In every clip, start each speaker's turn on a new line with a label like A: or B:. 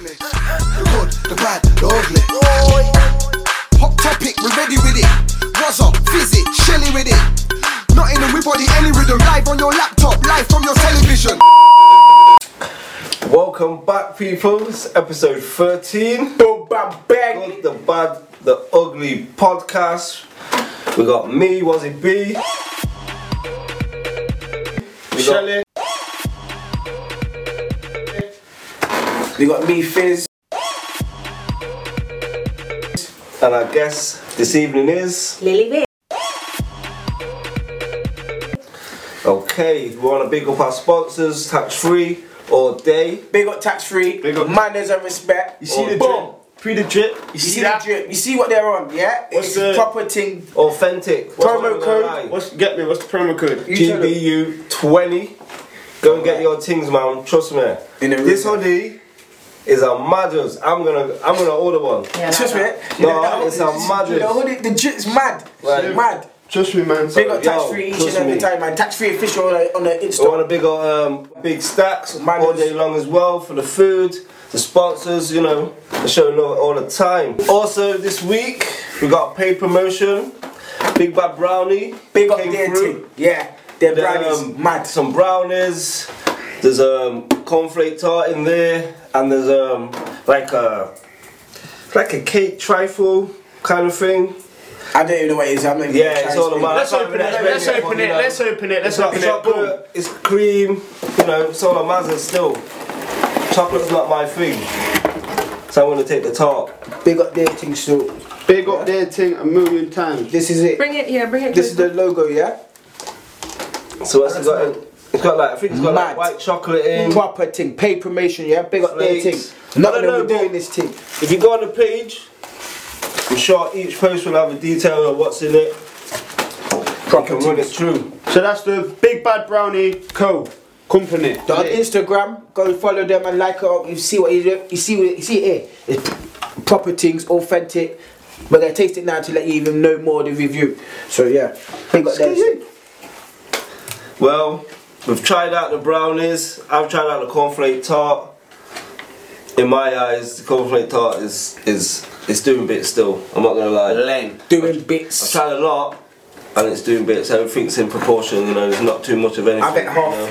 A: The good, the bad, the ugly. Hot topic, we're ready with it. What's up? Visit, Shelly with it. Not in the we body, any rhythm. Live on your laptop, live from your television.
B: Welcome back, peoples. Episode 13.
C: Boom, bam, bang.
B: Good, the bad, the ugly podcast. We got me, was it B? We got,
C: Shelly. They got me, Fizz.
B: and I guess this evening is
D: Lily Bit.
B: okay. We want to big up our sponsors, tax free all day.
C: Big up tax free.
E: Big up-
C: Manners and respect.
E: You see
C: Oh,
E: the
C: boom.
E: drip? Pre the drip? You,
C: You see, the drip. You see what they're on, yeah?
E: What's
C: it's
E: the-
C: proper thing.
B: Authentic. What's
C: Promo
B: on the
C: code,
B: line?
E: What's get me? What's the promo code?
C: You tell them.
B: GBU 20. Go and get your things, man. Trust me.
C: In a
B: this
C: room.
B: hoodie is a madness. I'm gonna I'm gonna order one.
C: Trust me.
B: No,
C: You know, that-
B: it's a madness.
C: You know, what the, the drip's mad.
B: Right.
C: Mad.
E: Trust me, man.
C: Big up
B: yo,
C: tax free each
B: trust
C: and every
B: me.
C: time, man. Tax free official on the, on the
B: I
C: Insta.
B: want to big up um, big stacks
C: Madness.
B: all day long as well for the food, the sponsors. You know, they're showing love all the time. Also this week we got paid promotion. Big Bad Brownie.
C: Big up
B: came
C: their
B: through.
C: team. Yeah. Their
B: Then,
C: brand is
B: um,
C: mad.
B: Some brownies. There's um cornflake tart in there, and there's um like a like a cake trifle kind of thing.
C: I don't even know what it is. I'm not even
B: Yeah,
C: trying
B: it's
C: to
B: all
C: explain.
B: about.
E: Let's
B: I can't
E: open it.
B: really
E: Let's
B: explain but,
E: open
B: you
E: it.
B: know,
E: Let's open it. Let's
B: It's not
E: open it. Boom.
B: chocolate. It's cream. You know, it's all I'm asking still. Chocolate's not my thing, so I'm gonna take the tart.
F: Big up their thing still.
E: Big up their thing a million times.
F: This is it.
D: Bring it, yeah, bring it.
F: This is the logo, yeah?
B: So what's it got? It's got like I think it's got like
C: Mad.
B: white chocolate in.
F: Proper thing. Pay promotion, yeah? Big up their thing.
B: Flakes.
F: Not
B: Mm. I
F: that
B: don't
F: we're
B: know,
F: doing
B: but-
F: this thing.
B: If you go on the page, I'm sure each post will have a detail of what's in it. You can run it through.
E: So that's the Big Bad Brownie Co. Company.
F: They're on Instagram, go follow them and like it up. You see what you do. You see what you see it here. It's p- proper things, authentic. But they taste it now to let you even know more of the review. So yeah, big up their thing.
B: Well, we've tried out the brownies. I've tried out the cornflake tart. In my eyes, the cornflake tart is is it's doing bits still. I'm not gonna lie.
C: Lame.
F: Doing
B: I've
F: bits.
B: tried a lot, and it's doing bits. Everything's in proportion. You know, there's not too much of anything.
C: bet
B: you
C: half.
B: know.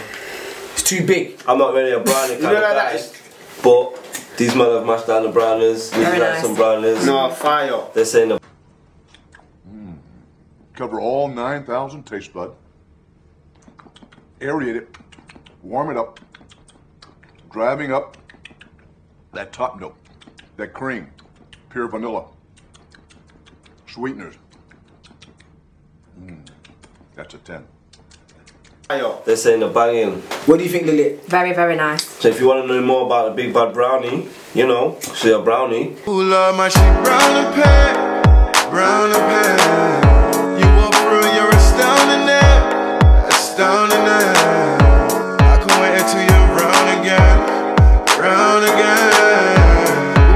F: It's too big.
B: I'm not really a brownie kind
E: know
B: of
E: that
B: guy,
E: is-
B: but these men have mashed down the brownies. We've
D: Very
B: had
D: nice.
B: some brownies.
E: No, fire.
B: They're saying the
G: Cover all 9,000 taste bud. Aerate it. Warm it up. Driving up that top note, that cream, pure vanilla, sweeteners. Mm, that's a 10.
E: Fire.
B: they're saying the banging.
F: What do you think, Lily?
D: Very, very nice.
B: So if you want to know more about the Big Bad Brownie, you know, see a brownie.
H: Who love my shit brown and pan, brown and pan. You walk through, you're astounding now, astounding now. I can wait until you're round again, round again.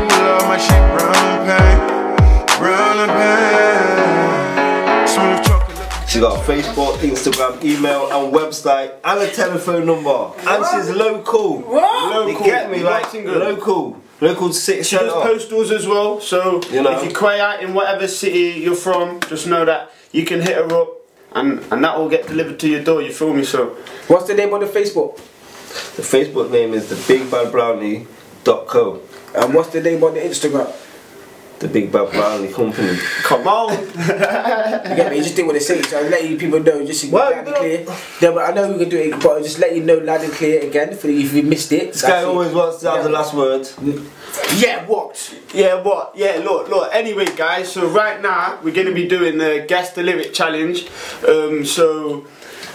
H: Who love my shit brown and pan, brown and pan. Smooth chocolate.
B: She got a Facebook, Instagram, email, and website, and a telephone number. And she's local.
C: What?
B: You get me?
E: Local.
B: Like
E: Nottingham.
B: local, local city
E: She does
B: shout out.
E: postals as well, so
B: You know.
E: if you cry out in whatever city you're from, just know that you can hit her up and, and that will get delivered to your door, you feel me? So
F: What's the name on the Facebook?
B: The Facebook name is the Big Bad Brownie. Dot co,
F: And what's the name on the Instagram?
B: the Big Bad Brownie Company.
E: come on.
F: You get me? You just did what they say, so I'm letting you people know just to
B: Well,
F: loud and
B: you
F: clear. Yeah, but I know we can do it, but I'll just let you know loud and clear again for if you missed it.
B: This guy always wants to have the last word.
F: Yeah, what?
E: Yeah, what? Yeah, look, look. Anyway, guys, so right now we're going to be doing the guess the lyric challenge. Um, so,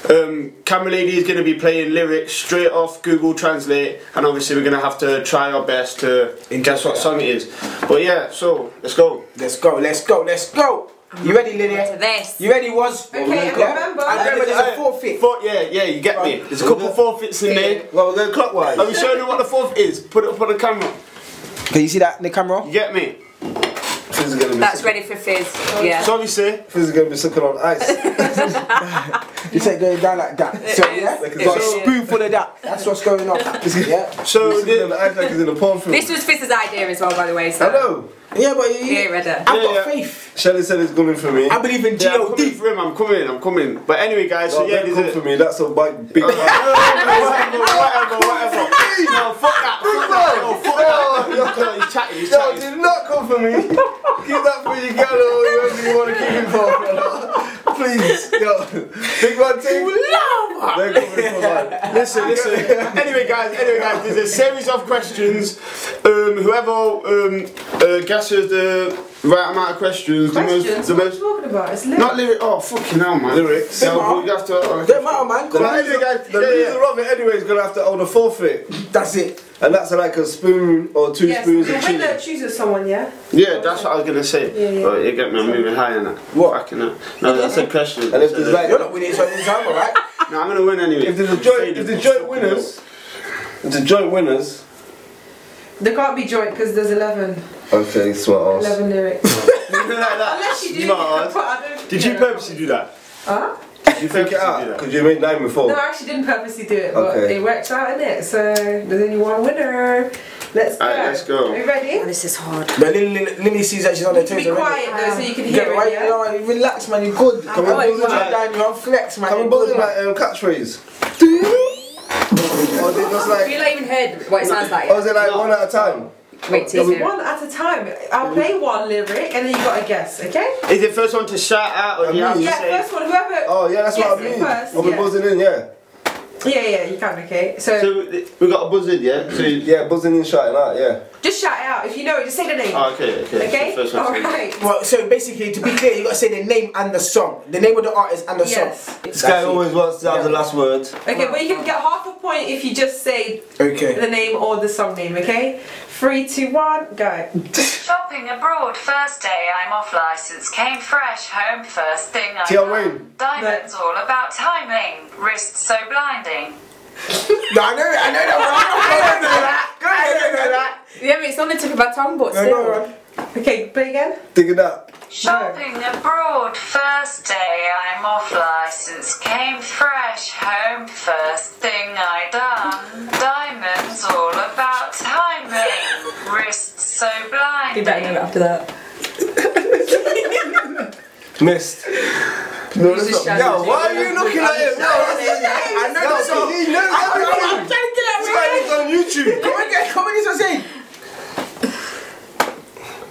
E: um, Camera Lady is going to be playing lyrics straight off Google Translate, and obviously we're going to have to try our best to guess what song it is. But yeah, so let's go.
F: Let's go, let's go, let's go. You ready,
D: To
F: Lydia?
D: this.
F: You ready, Was?
D: Okay, I remember.
F: I remember there's a forfeit.
E: Four, yeah, yeah, you get me. There's a couple forfeits in there.
B: Well, we're going clockwise.
E: Are we showing them what the fourth is? Put it up on the camera.
F: Can you see that in the camera?
E: You get me?
B: Fizz is gonna be.
I: That's ready for fizz. Yeah.
E: So obviously,
B: Fizz is gonna be sucking on ice.
F: This ain't going down like that. So
I: It is.
F: yeah,
I: Like a
F: got a
I: zombie.
F: spoonful of that. That's what's going on. yeah.
E: so
B: Sucking on
E: the,
B: the ice like he's in a porn film.
I: This was Fizz's idea as well, by the way. So
B: Hello.
F: Yeah, but you,
I: He ain't read it.
F: I've
E: Yeah,
F: got
E: yeah.
F: faith.
B: Shelly said it's coming for me.
F: I believe in
E: yeah, I'm
F: God.
E: coming for him. I'm coming. I'm coming. But anyway, guys. So
B: Oh,
E: yeah,
B: yeah,
E: there's
B: come
E: a,
B: for me. That's a big, big.
E: whatever, whatever, whatever. No, fuck that. Fuck that. No, fuck that. Look, look, He's chatting. He's
B: No,
E: chatting.
B: did not come for me. Keep that for your girl or whoever you want to keep it for. Please, yo, big man team. They're coming for mine.
E: Listen, listen. anyway, guys. Anyway, guys. There's a series of questions. Um, whoever um, uh, guesses the right amount of questions,
I: Questions? What
E: the
I: are
E: most,
I: you
E: the most.
I: talking about? It's
E: Not
I: lit.
E: lyric. Oh, fucking hell, man.
B: Lyrics.
E: So, you have to.
F: Don't matter, man.
B: The
F: Come on.
E: Right.
B: loser, guy, the
E: Yeah, yeah.
B: loser of it anyway is gonna have to own a forfeit,
F: That's it.
B: and that's like a spoon or two
I: Yes,
B: spoons of
I: the
B: chili.
I: winner chooses someone, yeah?
E: Yeah, that's what I was gonna say.
I: Yeah, yeah.
E: But you get me, I'm moving higher now. What? Fucking hell. No, that's a question.
B: And if there's like,
F: You're not winning so many times, alright?
E: no, I'm gonna win anyway.
B: if there's a joint, if there's joint winners, if there's joint winners.
I: There can't be joint because there's 11,
B: Okay, smart ass.
I: 11 lyrics. Unless you do.
E: Smart.
I: but I don't-
E: Did you
I: yeah.
E: purposely do that?
I: Huh?
B: Did you think it out?
E: Did
B: Because you made nine before.
I: No, I actually didn't purposely do it, but
B: Okay.
I: it worked out, innit? So there's only one winner. Let's go.
E: Alright, let's go.
I: Are you ready?
D: Oh, This is hard.
F: But Lily, Lily sees that she's on her toes
I: Be
F: already.
I: quiet though, so you can
F: Yeah,
I: hear
F: right,
I: it.
F: you
I: Yeah?
F: know, you relax, man. You're good. Come
I: on,
F: on,
I: boys,
F: you're
I: man.
F: down. You're on flex, man.
B: Can we
F: You're
B: both
F: good,
B: do like
F: man.
B: um, catchphrase? or is it just
D: You
B: like,
D: not even heard what it sounds like.
B: or is it like one at a time?
D: Wait till you hear it.
I: One at a time. I'll play one lyric and then you gotta guess, okay?
E: Is it first one to shout out or do you have to
I: Yeah,
E: say?
I: first one, whoever.
B: Oh yeah, that's what I
I: guesses
B: mean.
I: First,
B: Or we
I: yeah.
B: buzzing in, yeah.
I: yeah, yeah, you can, okay? So,
E: So we- we got a buzzard, yeah. So
B: Yeah, buzzing in, shouting out, yeah.
I: just shout it out. If you know it, just say the name.
E: Oh, okay, okay.
I: okay?
E: So first one. to-
I: Alright.
F: Well, so basically, to be clear, you gotta say the name and the song, the name of the artist and the
I: Yes.
F: song.
B: This guy
F: That's it.
B: always wants to have the last word.
I: Okay, well, you can get half a point if you just say the
F: Okay.
I: name or the song name, okay? Three, two, one, go.
J: Shopping abroad first day I'm off license came fresh home first thing I
B: Tia
J: know.
B: Wayne.
J: Diamonds all about timing wrist so blinding
F: No, I know it. I know that one. I know that.
D: Yeah, but it's on the tip of our tongue, but
F: I know that. I know
D: still.
F: that.
I: Okay, play again.
B: Think of that.
J: Shopping abroad first day I'm off license came fresh home first thing I done diamonds all about timing wrist so
D: You better
J: blinding
D: know it after that.
B: Missed. No, that's
D: just
B: not.
D: shouting.
B: Yo, why are you looking at him? No, that's it.
F: I know that song.
B: He knows
F: I'm trying
B: that.
F: to get
B: This
F: that
B: guy is on YouTube.
F: Come on, guys, come on, this is what I'm saying.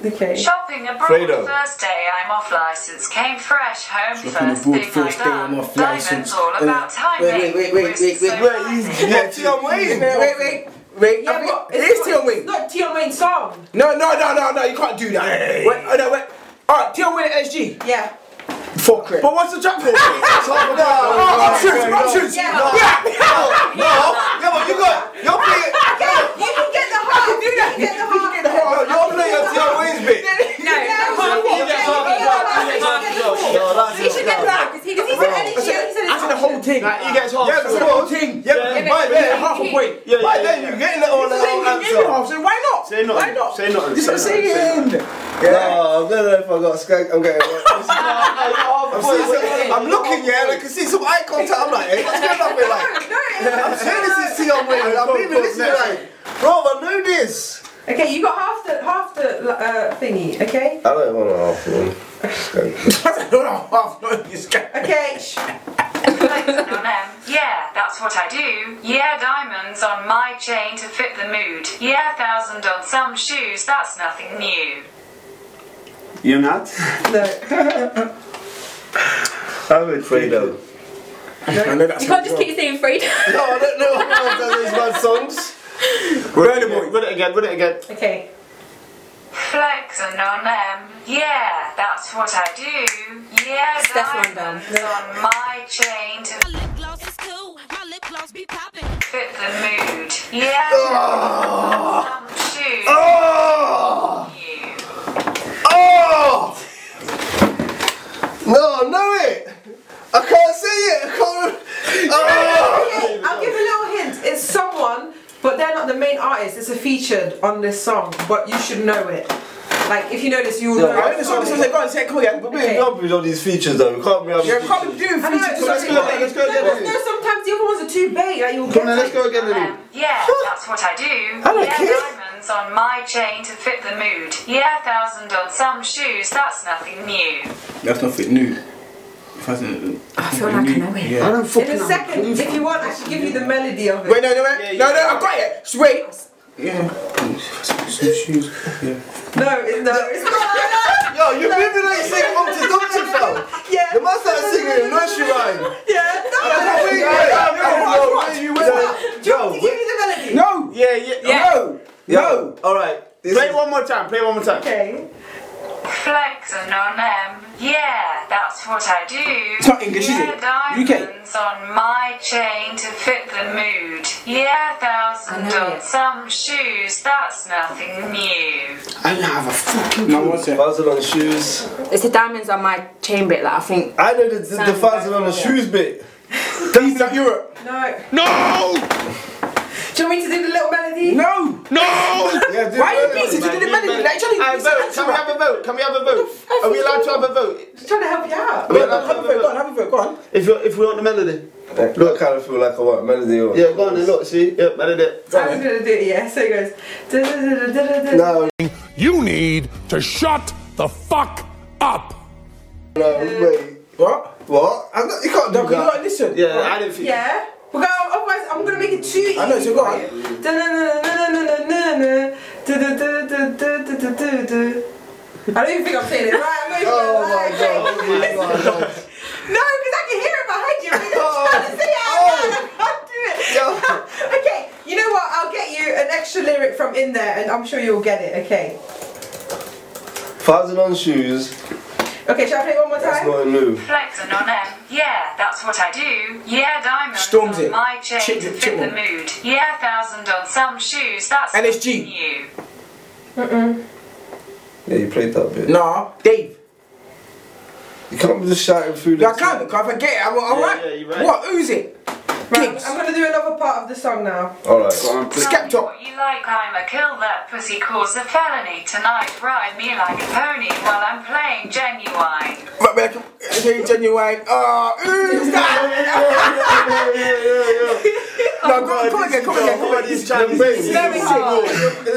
I: Okay.
J: Shopping abroad
B: Fredo.
J: first day I'm off license. Came fresh home first
F: abroad
J: thing
F: first
J: I
F: day
J: done.
F: I'm off licence.
J: Diamonds all
F: Wait,
J: about timing.
F: wait, wait, wait,
J: Wrists
F: wait, wait,
J: so
F: wait,
J: blinding.
B: Yeah, see, I'm waiting.
F: Wait, wait, wait. Wait,
I: Yeah,
F: yeah,
I: but
F: it is Tion
I: it's
F: Wayne.
I: not Tion Wayne song.
F: No, no, no, no, no, you can't do that. Wait, oh, no, wait. Alright, Tion Wayne at SG.
I: Yeah.
F: Fuck it.
E: But what's the track for?
B: Talk about-
F: Options, options.
I: Yeah.
B: No, yeah, but you got you're playing.
I: You can get the heart. You can get the heart. You can get the
B: Yo, you're playing Tia Wayne's bit. Yo, that's
D: He should get that because he doesn't
I: And he said- he said it's
F: I said the whole thing.
E: Nah, he gets off.
B: Yeah,
F: That's the
B: but-
F: whole thing.
B: Yeah, but
E: Yeah.
B: by then,
F: half a point.
E: yeah,
B: by
E: yeah,
B: then
E: yeah.
B: you're getting it all out
F: Same
B: answer.
F: half, so why not?
E: Say nothing.
F: Why not?
E: Say nothing.
F: This is what I'm
E: Say nothing. Say
F: saying. Oh,
B: No, I don't know if I got skank. I'm getting. I'm, seeing some- I'm looking, yeah, and I can see some eye contact. I'm like, hey, what's going on? We're like, I'm saying this is Tion Wayne. I'm even listening, like, bro, I know this.
I: Okay, you got half the half the uh, thingy. Okay.
B: I don't want to half one.
F: Half, not this guy.
I: Okay. Shh.
J: on them. Yeah, that's what I do. Yeah, diamonds on my chain to fit the mood. Yeah, thousand on some shoes. That's nothing new.
E: You're not.
I: No.
E: I would
B: Fredo.
F: I know that's
D: You can't just keep saying Fredo.
B: No, I don't know how to these bad songs.
E: Run it, run it again. Run it again.
I: Okay.
J: Flexing on them. Yeah, that's what I do. Yeah,
D: Steph London.
J: diamonds on my chain to
K: lip gloss is cool. My lip gloss be popping.
J: fit the mood. Yeah, diamonds on some shoes.
B: Oh!
J: You.
B: Oh! No, I know it. I can't see it. I can't. Oh!
I: Okay. I'll give a little hint. It's someone, but they're not the main artist. It's a featured
D: good on this song, but you should know it. Like if you know this, you will
B: No,
D: know.
B: I know this song, this song, like,
D: go on, say, come on,
B: We can't be on these features though. We can't be on
D: You're
B: these
D: probably
B: features.
D: doing features.
B: Let's go again. Let's go
D: No, but no,
B: again.
D: sometimes the other ones are too big. Like you'll
B: Come on,
D: get
B: then, let's go again. Lily.
J: Yeah, that's what I do.
D: I don't
J: yeah,
D: care.
J: diamonds on my chain to fit the mood. Yeah, thousand on some shoes, that's nothing new.
F: That's nothing new. Fascinating.
J: I feel like I know it.
F: Yeah. I don't
D: In a second, if you want, I can give you the melody of it.
F: Wait, no, no, wait. no, no, I've got it. Just wait.
D: Yeah.
F: Some shoes. Yeah.
D: No, it's no, it's not.
B: Yo, you're moving like you sing up to Doctor Phil.
D: Yeah.
B: The must have singing nursery rhyme.
D: Yeah. No,
B: no, no, wait,
F: Yeah,
B: wait,
F: yeah,
B: no,
F: yeah,
B: no,
F: yeah,
B: wait,
F: yeah.
B: you
F: Yeah.
B: went-
F: Do you
B: No,
F: want me to give
B: wait.
D: you
F: No.
E: Yeah, yeah.
D: Yeah.
E: No.
B: No. All right.
E: Play it one more time. Play it one more time.
D: Okay.
J: Flexing on them. Yeah, that's what I do.
E: It's not English, is
J: yeah,
E: it? UK.
J: diamonds on my chain to fit the mood. Yeah, thousand on some shoes, that's nothing new.
F: I don't have a fucking No, what's it?
B: Buzzing on the shoes.
L: It's the diamonds on my chain bit that I think.
B: I know the, the, the
L: Sound
B: fans are on the
L: better.
B: shoes bit.
F: These are Europe.
D: No.
B: No!
D: Do you want me to do the little melody?
F: No.
E: No!
B: Yeah,
F: Why are you beating to do the melody? Like, Charlie,
E: I
F: it's an
E: vote.
F: answer
E: Can we
F: rap.
E: have a vote? Can we have a vote? Are we allowed to have a vote?
D: I'm trying to help you out.
E: Are we allowed to
F: Have a vote, go on, have a vote, go on.
E: If you if we want the melody,
B: Look, I kind of feel like I want melody on.
E: yeah, go on then. Look, see, yeah, melody.
D: I was gonna do it, yeah. So it goes. da-da-da-da-da-da-da.
B: No,
M: You need to shut the fuck up.
B: no, wait.
F: What?
B: What? I'm not, you can't do
F: No, 'cause you
B: that.
F: gotta listen.
E: Yeah, I didn't think.
D: Yeah. We're going, otherwise, I'm gonna make it too easy.
F: I know, so go on.
D: I don't even think I'm saying it right. I'm not even
B: Oh
D: gonna lie.
B: my god. Oh my god. Oh.
D: No, because I can hear it behind you. I'm trying to say it out loud. I can't do it. okay, you know what? I'll get you an extra lyric from in there, and I'm sure you'll get it. Okay.
B: Thousand on shoes,
D: Okay, shall I play it one more
B: that's
D: time?
B: not new.
J: Flexing on them. Yeah, that's what I do. Yeah, diamonds
F: Storms
J: on
F: it.
J: my chain
F: Chick-
J: to fit
F: chick-
J: the mood. Yeah, thousand on some shoes, that's
F: NSG.
J: nothing new.
B: Yeah, you played that bit.
F: Nah, Dave.
B: You can't be just shouting through
F: No, I
B: the.
F: can't, because if I get it, I'm all
E: Yeah,
F: right.
E: yeah, you're right.
F: What? Who's it?
D: Right,
F: Gigs.
D: I'm gonna do another part of the song now.
B: Alright.
J: Tell me
F: Skeptop.
J: what you like, I'm a kill that pussy cause a felony tonight. Ride me like a pony while I'm playing genuine.
F: Right, back. Okay, genuine. Oh, who's that? No, go on, come on again, come on again, come on again.
D: Very hard.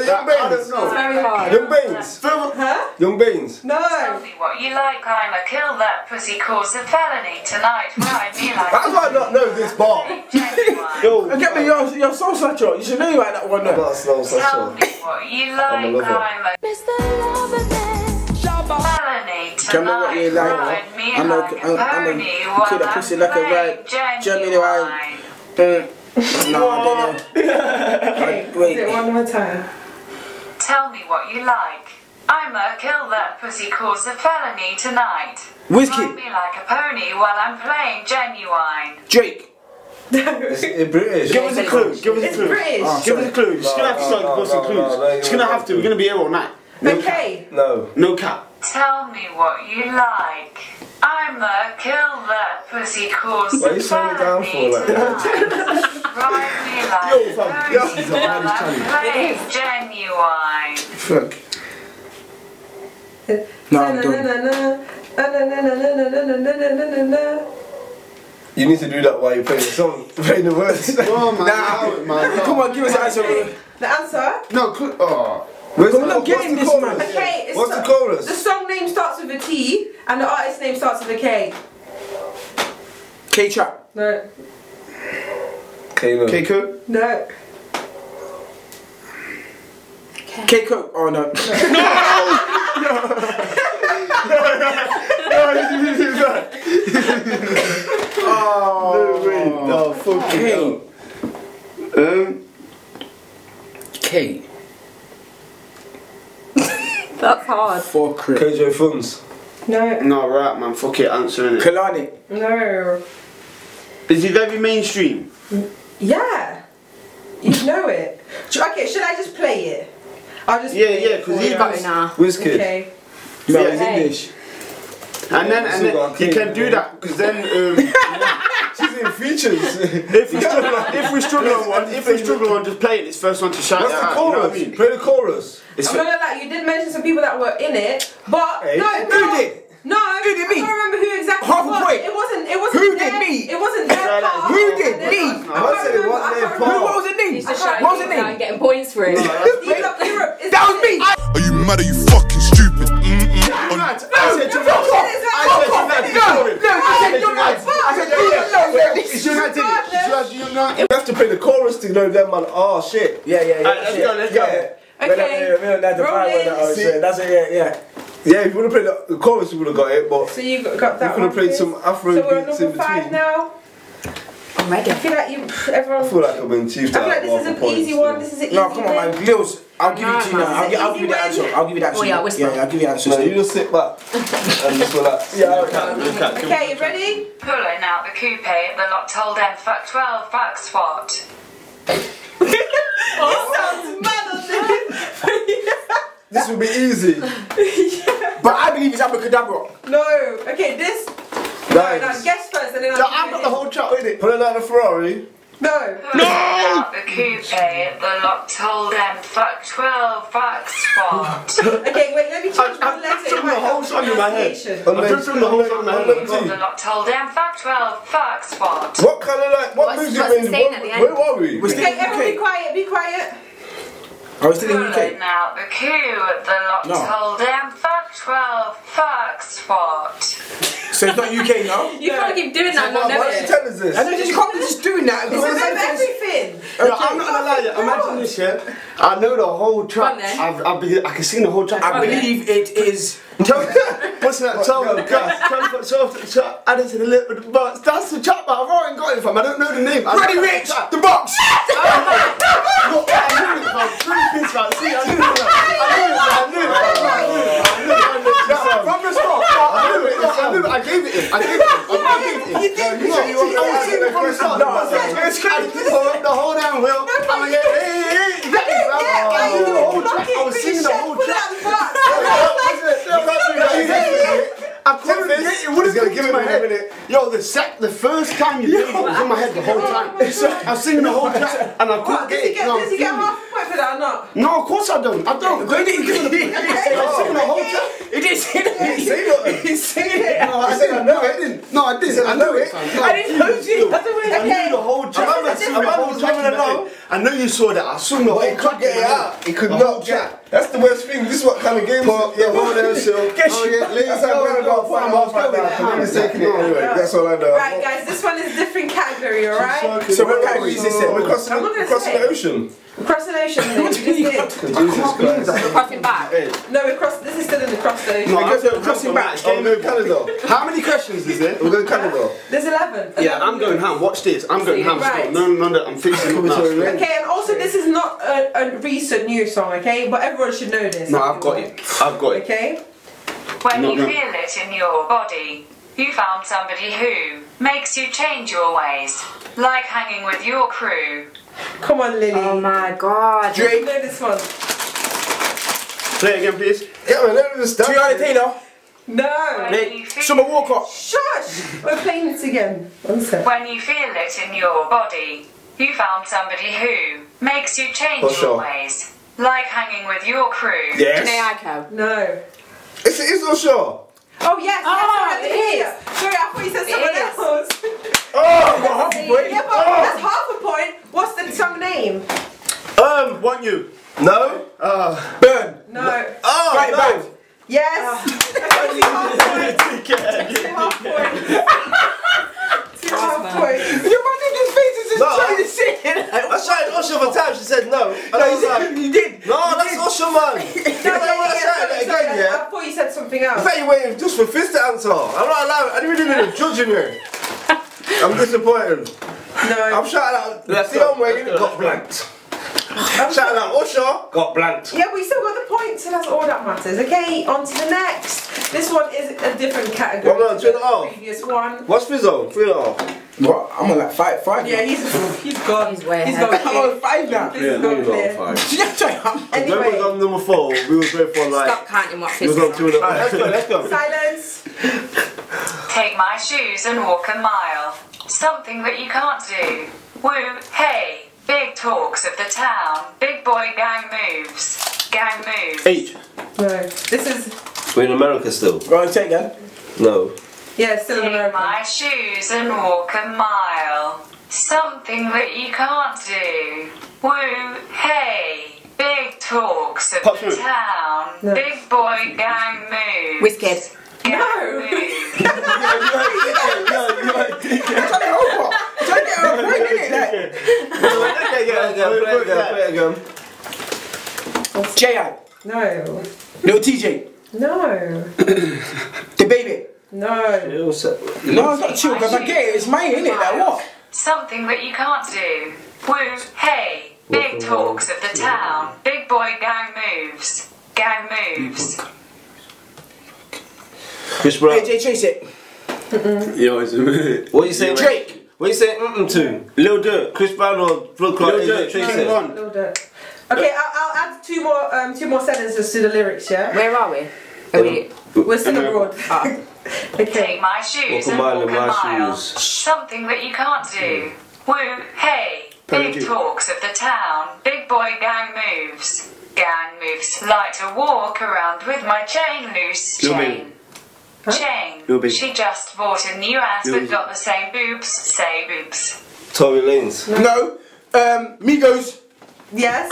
B: Young Baines.
D: It's very hard.
B: Young Baines.
D: Huh?
B: Young Baines.
D: No.
J: Tell me what you like, I'm a kill that pussy cause a felony tonight. Ride me like
B: How do I not know this bar?
J: a genuine.
B: Yo,
F: Uh, Get me your, your soul satchel. You should know about that one.
B: I'm
F: Though.
B: not a slow
J: Tell
B: session.
J: me what you
B: I'm a
J: like,
B: lover.
J: I'm a
N: Mr. Loverman.
J: felony
F: Tell me what you
J: tonight.
F: like,
J: Ride me
F: I'm a-
J: like a
F: I'm- I'm a
J: pony
F: kid
J: while
F: that
J: I'm
F: pussy like a
J: playing
F: right
J: genuine.
F: genuine. Mm. No, I don't know.
D: Okay,
F: Right, wait.
D: do it one more time.
J: Tell me what you like. I'm a kill that pussy cause a felony tonight.
F: Whiskey.
J: Ride me like a pony while I'm playing genuine.
F: Drake.
B: It's British.
E: Give us a clue. Give us
D: It's
E: a clue.
D: British.
E: Give us a clue. She's gonna have to start
B: No, no,
E: giving us some
B: no,
E: clues.
B: no, no,
E: She's gonna have to. We're gonna be here all night.
D: Okay.
B: No.
E: No cap.
J: Tell me what you like. I'm a kill that pussy cause
B: Why
J: a
B: you slowing down for
J: felony
B: like
J: tonight.
B: that?
J: Ride me like
E: Yo,
J: a
E: fam,
J: pony
E: yo. This is a
J: while I'm playing genuine.
F: Fuck. No, I'm done.
B: You need to do that while you're playing the song, playing the words.
E: Oh my god.
F: Come on, give us an answer.
D: The answer?
E: No clue. Oh.
B: Where's
F: I'm
B: the,
F: not
B: what's
F: getting
B: the
F: this,
B: chorus?
F: man.
D: Okay, it's
B: What's
D: so-
B: the chorus?
D: The song name starts with a T and the artist name starts with a K.
F: K trap.
D: No,
B: Caleb.
E: Keiko.
D: no.
F: K cook. Oh no.
E: No fucking
F: K.
E: Um.
F: K.
L: That's hard.
F: For Chris.
B: KJ Funds.
D: No,
E: No right man. Fuck it. Answering it.
F: Kalani.
D: no.
E: Is it very mainstream?
D: Yeah. You know it. Sh- Okay, should I just play it? I'll just
E: Yeah,
D: play
E: yeah,
D: it
E: 'cause
D: for
E: he
D: you.
E: got
L: Got it now.
B: Wizkid.
D: Okay.
F: No,
E: Yeah.
F: it's English.
E: And then, and
B: Zuba
E: then you
B: King.
E: can do that because then um, He's in features. if we struggle on, if we struggle on one, if we struggle on just playing, it's first one to shout
B: What's
E: it
B: the
E: out. You know what I
B: chorus?
E: mean?
B: Play the chorus.
D: I'm not gonna lie, you did mention some people that were in it, but
B: Hey,
D: no,
B: who
D: no,
B: did?
D: No, who did me? I can't remember who exactly.
B: Half
D: it
B: a
D: was.
B: point.
D: It wasn't. It wasn't.
B: Who
D: their,
B: did me?
D: It wasn't their part.
B: Who did
D: It
B: me?
D: wasn't their-
B: I said it
D: can't
B: wasn't their part. Who was
D: remember- I can't remember. it? Me.
O: He's just shouting people out and getting points for it.
D: That
F: was me.
G: Are you mad? Are you fucking stupid? Mm-mm.
E: I said
G: No,
E: United. I said United. I said United.
G: no, no,
E: I said United.
B: It's United. It's United. We have to play the chorus to know them, man. Oh shit.
F: Yeah, yeah, yeah.
B: Alright, let's go, let's go.
F: Okay. We don't have to fight with that. oh,
B: See?
F: shit. That's it. Yeah, yeah.
B: Yeah, if you would have played the, the chorus, you would have got it, but
D: So you got, got that
B: you could have
D: one,
B: played
D: please.
B: some Afro
D: So we're on
B: beats
D: number
B: in between.
D: five now.
O: I'm ready.
D: I feel like you, everyone.
B: I feel like I've been
D: I
B: chiefed
D: feel
B: out.
D: like this is
B: half a
D: an
B: point.
D: easy one. This is an easy
F: No, come on,
D: win.
F: man. Glils, I'll give it to you
D: Nah,
F: now. I'll,
D: man.
F: gi- I'll give you the
D: Easy
F: answer.
D: win.
F: I'll give you the answer.
D: Oh, yeah, whisper.
F: yeah, I'll give you the answer.
B: No, you just sit back and just relax. Yeah, okay.
D: Okay, you ready?
J: Pulling out the coupe, the lot told them fuck 12 bucks what?
B: This will be easy.
F: But I believe it's abracadabra.
D: No. Okay, this. No, no, guess first, and then
B: No,
D: I'll. give you
B: I've got
D: it.
B: the whole track with it. Put it out the Ferrari.
D: No.
J: Pulling out the coupe, the lot told them fuck 12 bucks what?
D: Okay, wait. Let me change one letter.
E: I've the whole song in my head. I've driven the whole song in my
J: Pulling out
E: head.
J: the lot told them fuck 12 bucks what?
B: What kind of like, what
O: What's-
B: music
O: what's
B: range?
O: insane
B: what-
O: at the end?
B: Where were we?
D: Okay, everyone, be quiet. Be quiet.
F: I was still in the UK.
J: Pulling out the coupe, the lot
F: No.
J: told them fuck 12 bucks what?
F: So it's not UK now?
O: You can't keep doing that. not
B: Why why are
O: knowing
B: you
O: it.
B: telling us this?
F: I know, just, you can't be just doing that.
D: You remember everything.
E: No, I'm not gonna lie. yeah. Imagine this, yeah. I know the whole track.
O: Come on, then.
E: I've, I've been, I can sing the whole track.
F: I believe it is.
E: Tell- What's that? Tell me, guys. Tell me, tell me, tell me. I just said a little bit of box. That's the chap that I've already got it from. I don't know the name. I
F: Ready,
E: know that
F: Rich,
E: chap.
F: the box.
E: Look, I knew it. I'm really pissed about it. See, I knew it. I knew it. I knew it. I knew it. I knew it. I knew it.
F: From the start.
E: I knew it. I knew it. I gave it him. I gave it him. I gave it him.
D: You did.
E: No, you won't answer the question. No, it's crazy. The whole damn wheel. I'm like, hey, hey, hey. I knew Oh, the whole track. I was singing the whole track. I couldn't get it. It wouldn't come to my head. Yo, the sec, the first time you did it, it was in my head the whole time. I was singing the whole track and I couldn't
D: What,
E: get
D: does he
E: it. and I was
D: get, does he get
E: fuming.
D: half a point for that or not?
E: No, of course I don't. I don't. Go to I'm singing the whole track.
F: It is. It is. It is.
E: No, I said I know it. I didn't. No, I didn't. I know it. No,
F: I didn't lose it. That's the way.
E: I knew the whole track. I remember- I remember
B: was running
E: tracking
B: along.
E: it. I know you saw that. I sung
B: But
E: the whole
B: he could
E: track.
B: get it out. He could not get. That's the worst thing. This is what kind of game.
E: But yeah, well there, so.
B: Oh yeah, ladies have
E: Go,
B: got
E: go,
B: about
E: go,
B: five
E: go,
B: miles
E: go,
B: right
E: go,
B: now.
E: go.
B: and he's taking it anyway. That's all I know.
D: Right, guys, this one is different category, alright?
F: So what category is this in?
B: We're crossing,
D: I'm not
B: we're
D: gonna
B: crossing
D: say.
B: the ocean.
D: Cross the ocean, mate. Just
B: Jesus
D: did.
B: Christ.
O: Crossing back.
D: No, we crossed. This is still in the cross the ocean.
E: No, I'm going
F: crossing back.
E: back.
B: Oh, we're going Canada.
E: How many questions is there?
B: We're going Canada.
D: There's 11.
E: Yeah, I'm going ham. Watch this. I'm going ham.
D: Right.
E: still. No, no, no. I'm fixing it now.
D: Okay, and also this is not a, a recent new song, okay? But everyone should know this.
E: No, I've got it. I've got it.
D: Okay?
J: When
E: Not
J: you
E: no.
J: feel it in your body, you found somebody who makes you change your ways, like hanging with your crew.
D: Come on, Lily.
O: Oh my god.
D: You know this one.
E: Play again, please.
B: Yeah, man, let me just start.
F: Tiana Taylor.
D: No.
J: When you feel
F: Summer Walker.
D: Shush! We're playing this again. One sec.
J: When you feel it in your body, you found somebody who makes you change
B: For sure.
J: your ways, like hanging with your crew.
O: Janae Aiko.
D: No.
B: It's it's not sure.
D: Oh yes,
O: Ah,
D: yes, I
O: it
D: had it is. Sorry, I thought you said someone
O: is.
D: else.
B: Oh,
D: Yeah, but that's half a point. What's the song name?
E: Um, want you?
B: no.
F: Burn.
D: No.
B: Oh,
F: Right
B: no.
F: back.
D: Yes. Okay, two half points. Two half points. Two half points.
F: Your man in his face is
B: No.
F: just trying to say it.
B: I tried Usher for time. She said no. And
F: No,
B: I
F: you
B: was like,
F: said you did.
B: no, that's Usher, man. You
D: No,
B: know when
D: yeah,
B: I
D: yeah,
B: shouted
D: sorry,
B: that
D: sorry,
B: again,
D: I-
B: yeah?
D: I thought you said something else.
B: I thought you were waiting just for Fist to answer. I'm not allowed. I didn't really need a judge in here. I'm disappointed. I'm
D: No.
B: shouting out
F: Let's
B: Dion Wayne got blanked. I'm shouting out Usher got blanked.
D: Yeah, we still got the point, so that's all that matters. Okay, on to the next. This one is a different category.
B: Well done, two and a
D: than the
B: half.
D: Previous one.
B: What's Fizzo? Three and a half.
F: What? I'm on like five, five.
D: Yeah, he's he's gone.
O: He's way
D: He's
O: ahead.
D: gone.
F: I'm on five now.
D: This is gone clear.
F: Do you know what I'm saying?
B: When we was
D: Anyway,
B: on number four, we was going for like.
O: Stop counting what
B: We
O: fist
B: was on two and a half.
E: Let's go. Let's go.
D: silence.
J: Take my shoes and walk a mile. something that you can't do. Woo, hey, big talks of the town, big boy gang moves, gang moves.
B: Eight.
P: No, this is.
B: We're in America still.
F: Right, take that.
B: No.
P: Yeah, still
J: Take my shoes and walk a mile. Something that you can't do. Woo, hey, big talks of
E: Pop
J: the
E: through.
J: town,
E: No.
J: big boy gang moves.
D: Whisked.
J: Gang
P: no.
J: moves.
F: J.I.
P: No.
F: Lil TJ.
P: No.
F: The baby.
P: No.
F: No, it's not true, because I get it. It's mine, innit? Like, what?
J: Something that you can't do. Woo, hey, big
F: Walk a
J: talks
F: mile.
J: of the town, big boy gang moves, gang moves.
B: Chris Brown.
F: AJ Chase it.
B: Yo, it's What you saying?
F: Drake.
B: What you saying? Mm-mm to Lil Durk, Chris Brown or Blood Clot?
E: Lil Durk,
B: Tracy.
E: come on.
P: Little dirt. Okay, I'll, I'll add two more um, two more sentences to the lyrics. Yeah.
D: Where are we? Are we?
P: We're still abroad.
J: Take my
B: Walk
J: shoes
B: a
J: and
B: mile
J: walk
B: in
J: a
B: Ah. my
J: mile.
B: shoes. Hmm.
J: Something that you can't do. Woo, hey.
B: Thank
J: Big
B: you.
J: talks of the town. Big boy gang moves. Gang moves. Like to walk around with my chain loose.
E: Lil
J: Chain.
E: Lil
J: Chain.
E: Baby.
J: She just bought a new ass
E: Lil
J: but got the same boobs. Say boobs.
B: Tory Lanez.
E: No. Um, Migos.
P: Yes.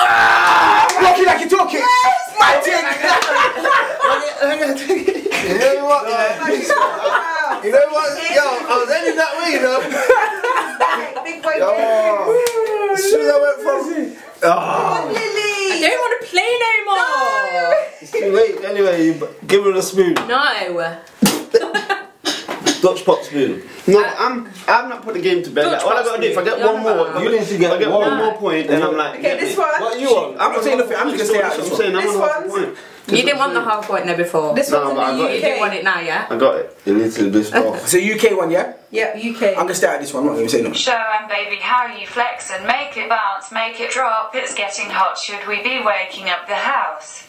E: Lucky like you talk it.
P: Yes.
E: My dick.
Q: You know what? yeah? You know what? Yo, I was heading that way, you know.
P: Big boy.
E: Oh.
Q: Yo. As soon as I went from.
B: Ah,
P: Lily.
D: I don't want to play no more.
B: it's too late. Anyway, you b- give her a spoon.
D: No.
B: Dutch pot spoon.
E: No, I'm I'm not putting the game to bed. Like, all I gotta do if I get one more,
B: You need to
E: if
B: get
E: I get
B: one.
E: one more point, then I'm like.
P: Okay,
E: yeah,
P: this one.
B: What are you on?
E: I'm not saying nothing. I'm just gonna stay out.
B: This
E: I'm saying I'm
P: This
E: on half a
P: one's-
E: point.
D: You didn't want the half point there before.
P: This
E: No,
P: one's
E: but I
P: in
E: got
P: the
E: it.
D: you didn't want
P: UK.
D: it now, yeah?
E: I got it.
B: You need to this off.
F: So UK one, yeah?
P: Yeah, UK.
F: I'm gonna stay at this one. I'm not even saying nothing.
J: Show 'em, um, baby, how you flex and make it bounce, make it drop. It's getting hot. Should we be waking up the house?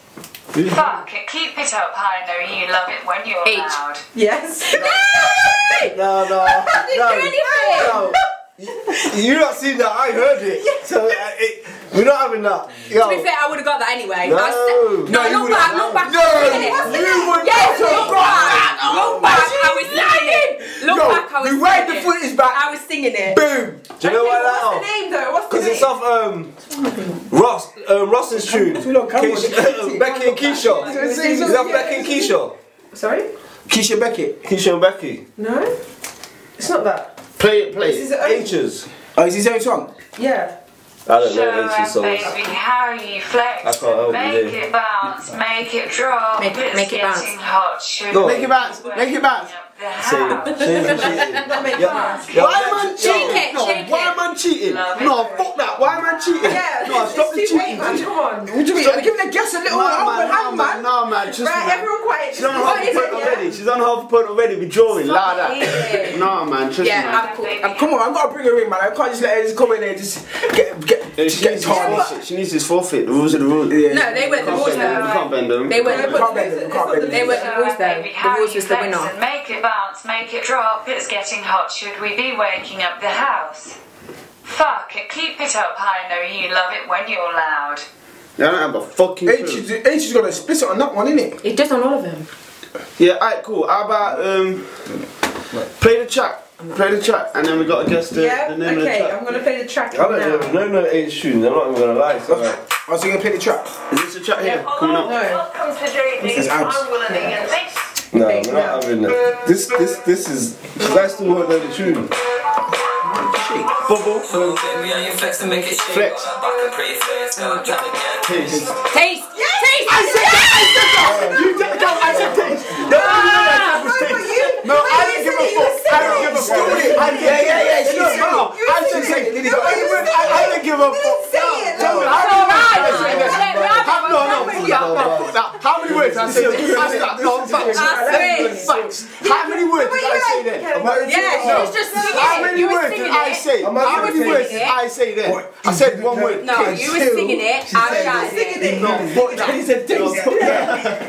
B: Mm-hmm.
J: Fuck it, keep it up. I know you love it when you're
D: Eight.
J: loud.
P: Yes.
Q: No, no. no. no.
D: No.
Q: You not seen that? I heard it. So uh, it, we're not having that. Yo.
D: To be fair, I would have got that anyway.
Q: No.
D: I said-
Q: No, you
D: no, look
Q: would've-
D: back, look back.
Q: No, you would
D: Yes,
Q: not have
D: look back.
Q: got
D: Look back, I was singing it. Look
Q: Yo,
D: back, I was
Q: rewind the
D: singing it.
Q: footage back.
D: I was singing it.
Q: Boom.
B: Do you know why that?
P: What's
B: off?
P: the name though? What's the
B: Because
P: name?
B: it's off um, Ross, uh, Ross's tune.
F: we don't come
B: Keisha- um,
F: on.
B: Becky and Keisha.
P: It's- it's-
B: Is that Becky and Keisha?
P: Sorry.
F: Keisha Beckett.
B: Keisha and Becky.
P: No. It's not that.
E: Play it, play
P: This
E: it.
P: is a-
B: H's.
F: Oh, is his own song?
P: Yeah.
B: I don't
J: Show
B: know H's
J: 'em,
B: songs.
J: um, baby, how you
B: I
J: flex
B: can't help
J: and
B: you
J: make
B: there.
J: it bounce, make it drop.
D: Make it-
J: it's
D: make it bounce.
J: getting hot. Should
B: Go
J: we
B: on.
E: Make it bounce. Make it bounce.
J: waking up the
B: Same.
J: house?
B: Same as you.
P: Not make
B: Yeah.
P: fun.
B: Yeah.
E: Why am I
D: Shake
E: cheating?
D: it,
E: no,
D: shake
E: why
D: it.
E: am I cheating?
J: Love it.
E: no, fuck that. Why am I cheating?
P: Yeah.
E: no,
P: it's,
E: stop the
P: it's too late,
E: cheating.
P: man. Come on.
E: What do you mean?
F: Stop giving the guests a little
E: Nah,
F: open hand,
E: nah,
F: man.
E: Nah, man, just
P: Right,
E: man.
P: everyone quiet.
E: She's on half
P: What
E: a
P: is
E: point
P: it?
E: already.
P: Yeah.
E: She's on half a point already. We're drawing. Loud
D: it.
E: that. Nah, man, just
D: Yeah,
E: man.
D: I'm cool.
J: Baby,
F: Um, come on, I've got to bring her in, man. I can't just let her just come in there and just get get
E: Yeah,
F: just
E: she,
F: get
E: needs his
F: tarnished.
E: forfeit. she needs his forfeit. The rules are the rules.
F: Yeah.
D: No, they weren't the
E: We
D: rules.
E: can't bend them. We can't bend them.
D: They weren't
F: We
D: the
F: can't bend it. We can't bend
D: They
F: it.
D: were the rules though.
J: Baby,
D: The
J: how
D: rules
J: you
D: was the
J: flex
D: winner.
J: and make it bounce, make it drop. It's getting hot. Should we be waking up the house? Fuck it, keep it up. I know you love it when you're loud.
E: I don't have a fucking
F: H
E: clue.
F: is- H is gonna split it on that one, innit?
D: It does on all of them.
E: Yeah, alright, cool. How about um, play the track? Play the track, and then we gotta guess the,
P: Yeah.
E: the name of the
P: Okay.
E: track.
P: I'm gonna play the track
B: I don't
P: now.
B: even know no H tunes. I'm not even gonna lie. So
F: Oh, so you gonna play the track?
E: Is this the track here coming up?
J: Welcome to Jamie's.
F: abs.
J: I'm Willoughby and thanks.
B: No, we're not having that. This, this, this is. That's the one that the tune.
E: Bubble.
R: Flex and make it shake.
E: Flex.
R: Got her back and pretty face, girl, done again.
E: Taste.
D: Taste. Taste.
E: I said that. I said that. You did that. I said taste. No,
D: Ah!
E: no, no, no, no, no, no, I didn't give a fuck. I don't give a fuck. I didn't- Yeah, yeah, yeah. She was wrong. I said taste. I didn't- I I didn't give a fuck. Tell me, how many words did I say? How- no, no, fuck that, no, fuck that. How many words did I say? That's that. No, facts.
D: That's
E: Facts. How many words did I say there?
D: Yeah, she was just singing
E: How
D: it.
E: many
D: You were
E: words did
D: singing
E: I
D: it.
E: say? How many words did I say there? I said one word.
D: No,
E: taste.
D: you were singing it. I'm
P: Singing it.
E: No, fuck that.
Q: He said taste.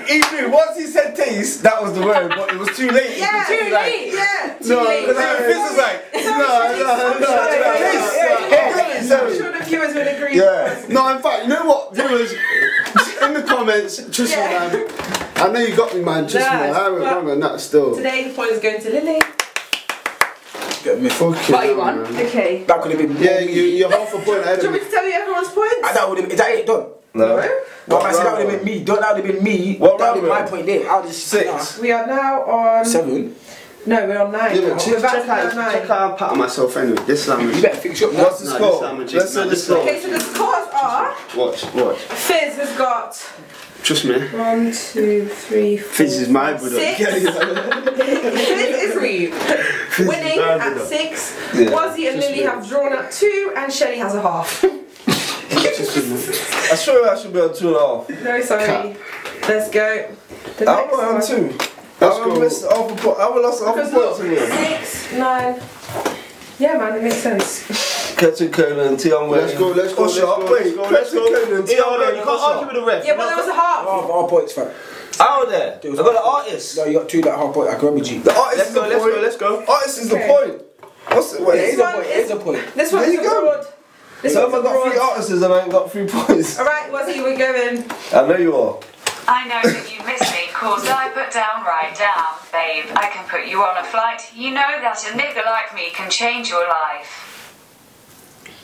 Q: He knew. Once he said
H: said taste, that was the word, but it was too late.
D: Yeah,
H: it was
D: too late, yeah, too
H: No,
D: late.
H: because Fizz was like, no, no, no, no, no.
D: I'm sure the viewers will agree.
E: Yeah. No, in fact, you know what, viewers, in the comments, just man. I know you got me, man. Just
D: Nah,
E: man. I haven't
D: but-
E: remembered that still.
D: Today the point is going to Lily.
E: Get me fucking.
D: What you want? Okay.
E: That could have been. Yeah, you, you're half a point ahead
D: Do
E: of
D: you want
E: me.
D: me to tell you everyone's points?
F: Ah, That would have been. That ain't done.
B: No.
F: No, I said that would have been me. Done. That would have been me.
B: What
F: that would
B: round
F: have
B: we
F: been my point there. I'll just six,
D: We are now on.
F: seven.
D: No, we're on nine.
E: Yeah, but
D: we're
E: check,
D: back
E: check,
D: to nine.
E: out, check out, I'm patting myself anyway. This sandwich.
F: You better fix up.
E: What's the
F: now.
E: score?
F: This time,
E: Let's
F: Jason,
E: say
F: man,
E: the
F: this
E: score.
D: Okay, so the scores are
E: Watch, watch.
D: Fizz has got
E: Trust me.
D: one, two, three, four.
E: Fizz is my brother.
D: Six. Fizz is Reeve. Winning
E: bad,
D: at
E: isn't it?
D: six.
E: Yeah,
D: Wazzy and
E: just
D: Lily
E: me.
D: have drawn at two, and Shelly has a half.
B: I swear I should be on two and a half.
D: No, sorry.
B: Cat.
D: Let's go. The
B: I'm
D: next
B: on
D: one.
B: two.
E: Let's
B: I would
E: go.
B: miss half a point. I would lost half a
D: Because
B: point
D: look,
B: to you.
D: six, nine. Yeah, man, it makes sense.
B: Catching Cola and Tion
E: Let's go, let's go,
B: Hush
E: let's go,
B: up,
E: let's
B: wait.
E: go, let's go.
B: Catching Cola and
E: Yeah,
B: Tion
E: hold on,
B: Wayne,
E: you can't
B: hush
E: argue
B: up.
E: with the ref.
D: Yeah, but there was a half.
F: Half, half points, fam.
B: Out there. I got an artist.
F: No, you got two that half point. I can remember you.
B: The artist
E: Let's
B: is
E: go,
B: the
E: let's
B: point.
E: go, let's go.
B: Artist is
D: Okay.
B: the point. What's it? Wait,
F: It is a
D: one
F: point. It
D: is-
F: is a point.
D: This one
B: There
D: is
B: you
D: a
B: go.
D: broad. This
B: So
D: one's
B: if I
D: a
B: got three
D: broad.
B: artists and I ain't got three points.
D: All right, Wazzy, we're going.
B: I know you are.
J: I know that you miss me cause I put down right down, babe. I can put you on a flight. You know that a nigga like me can change your life.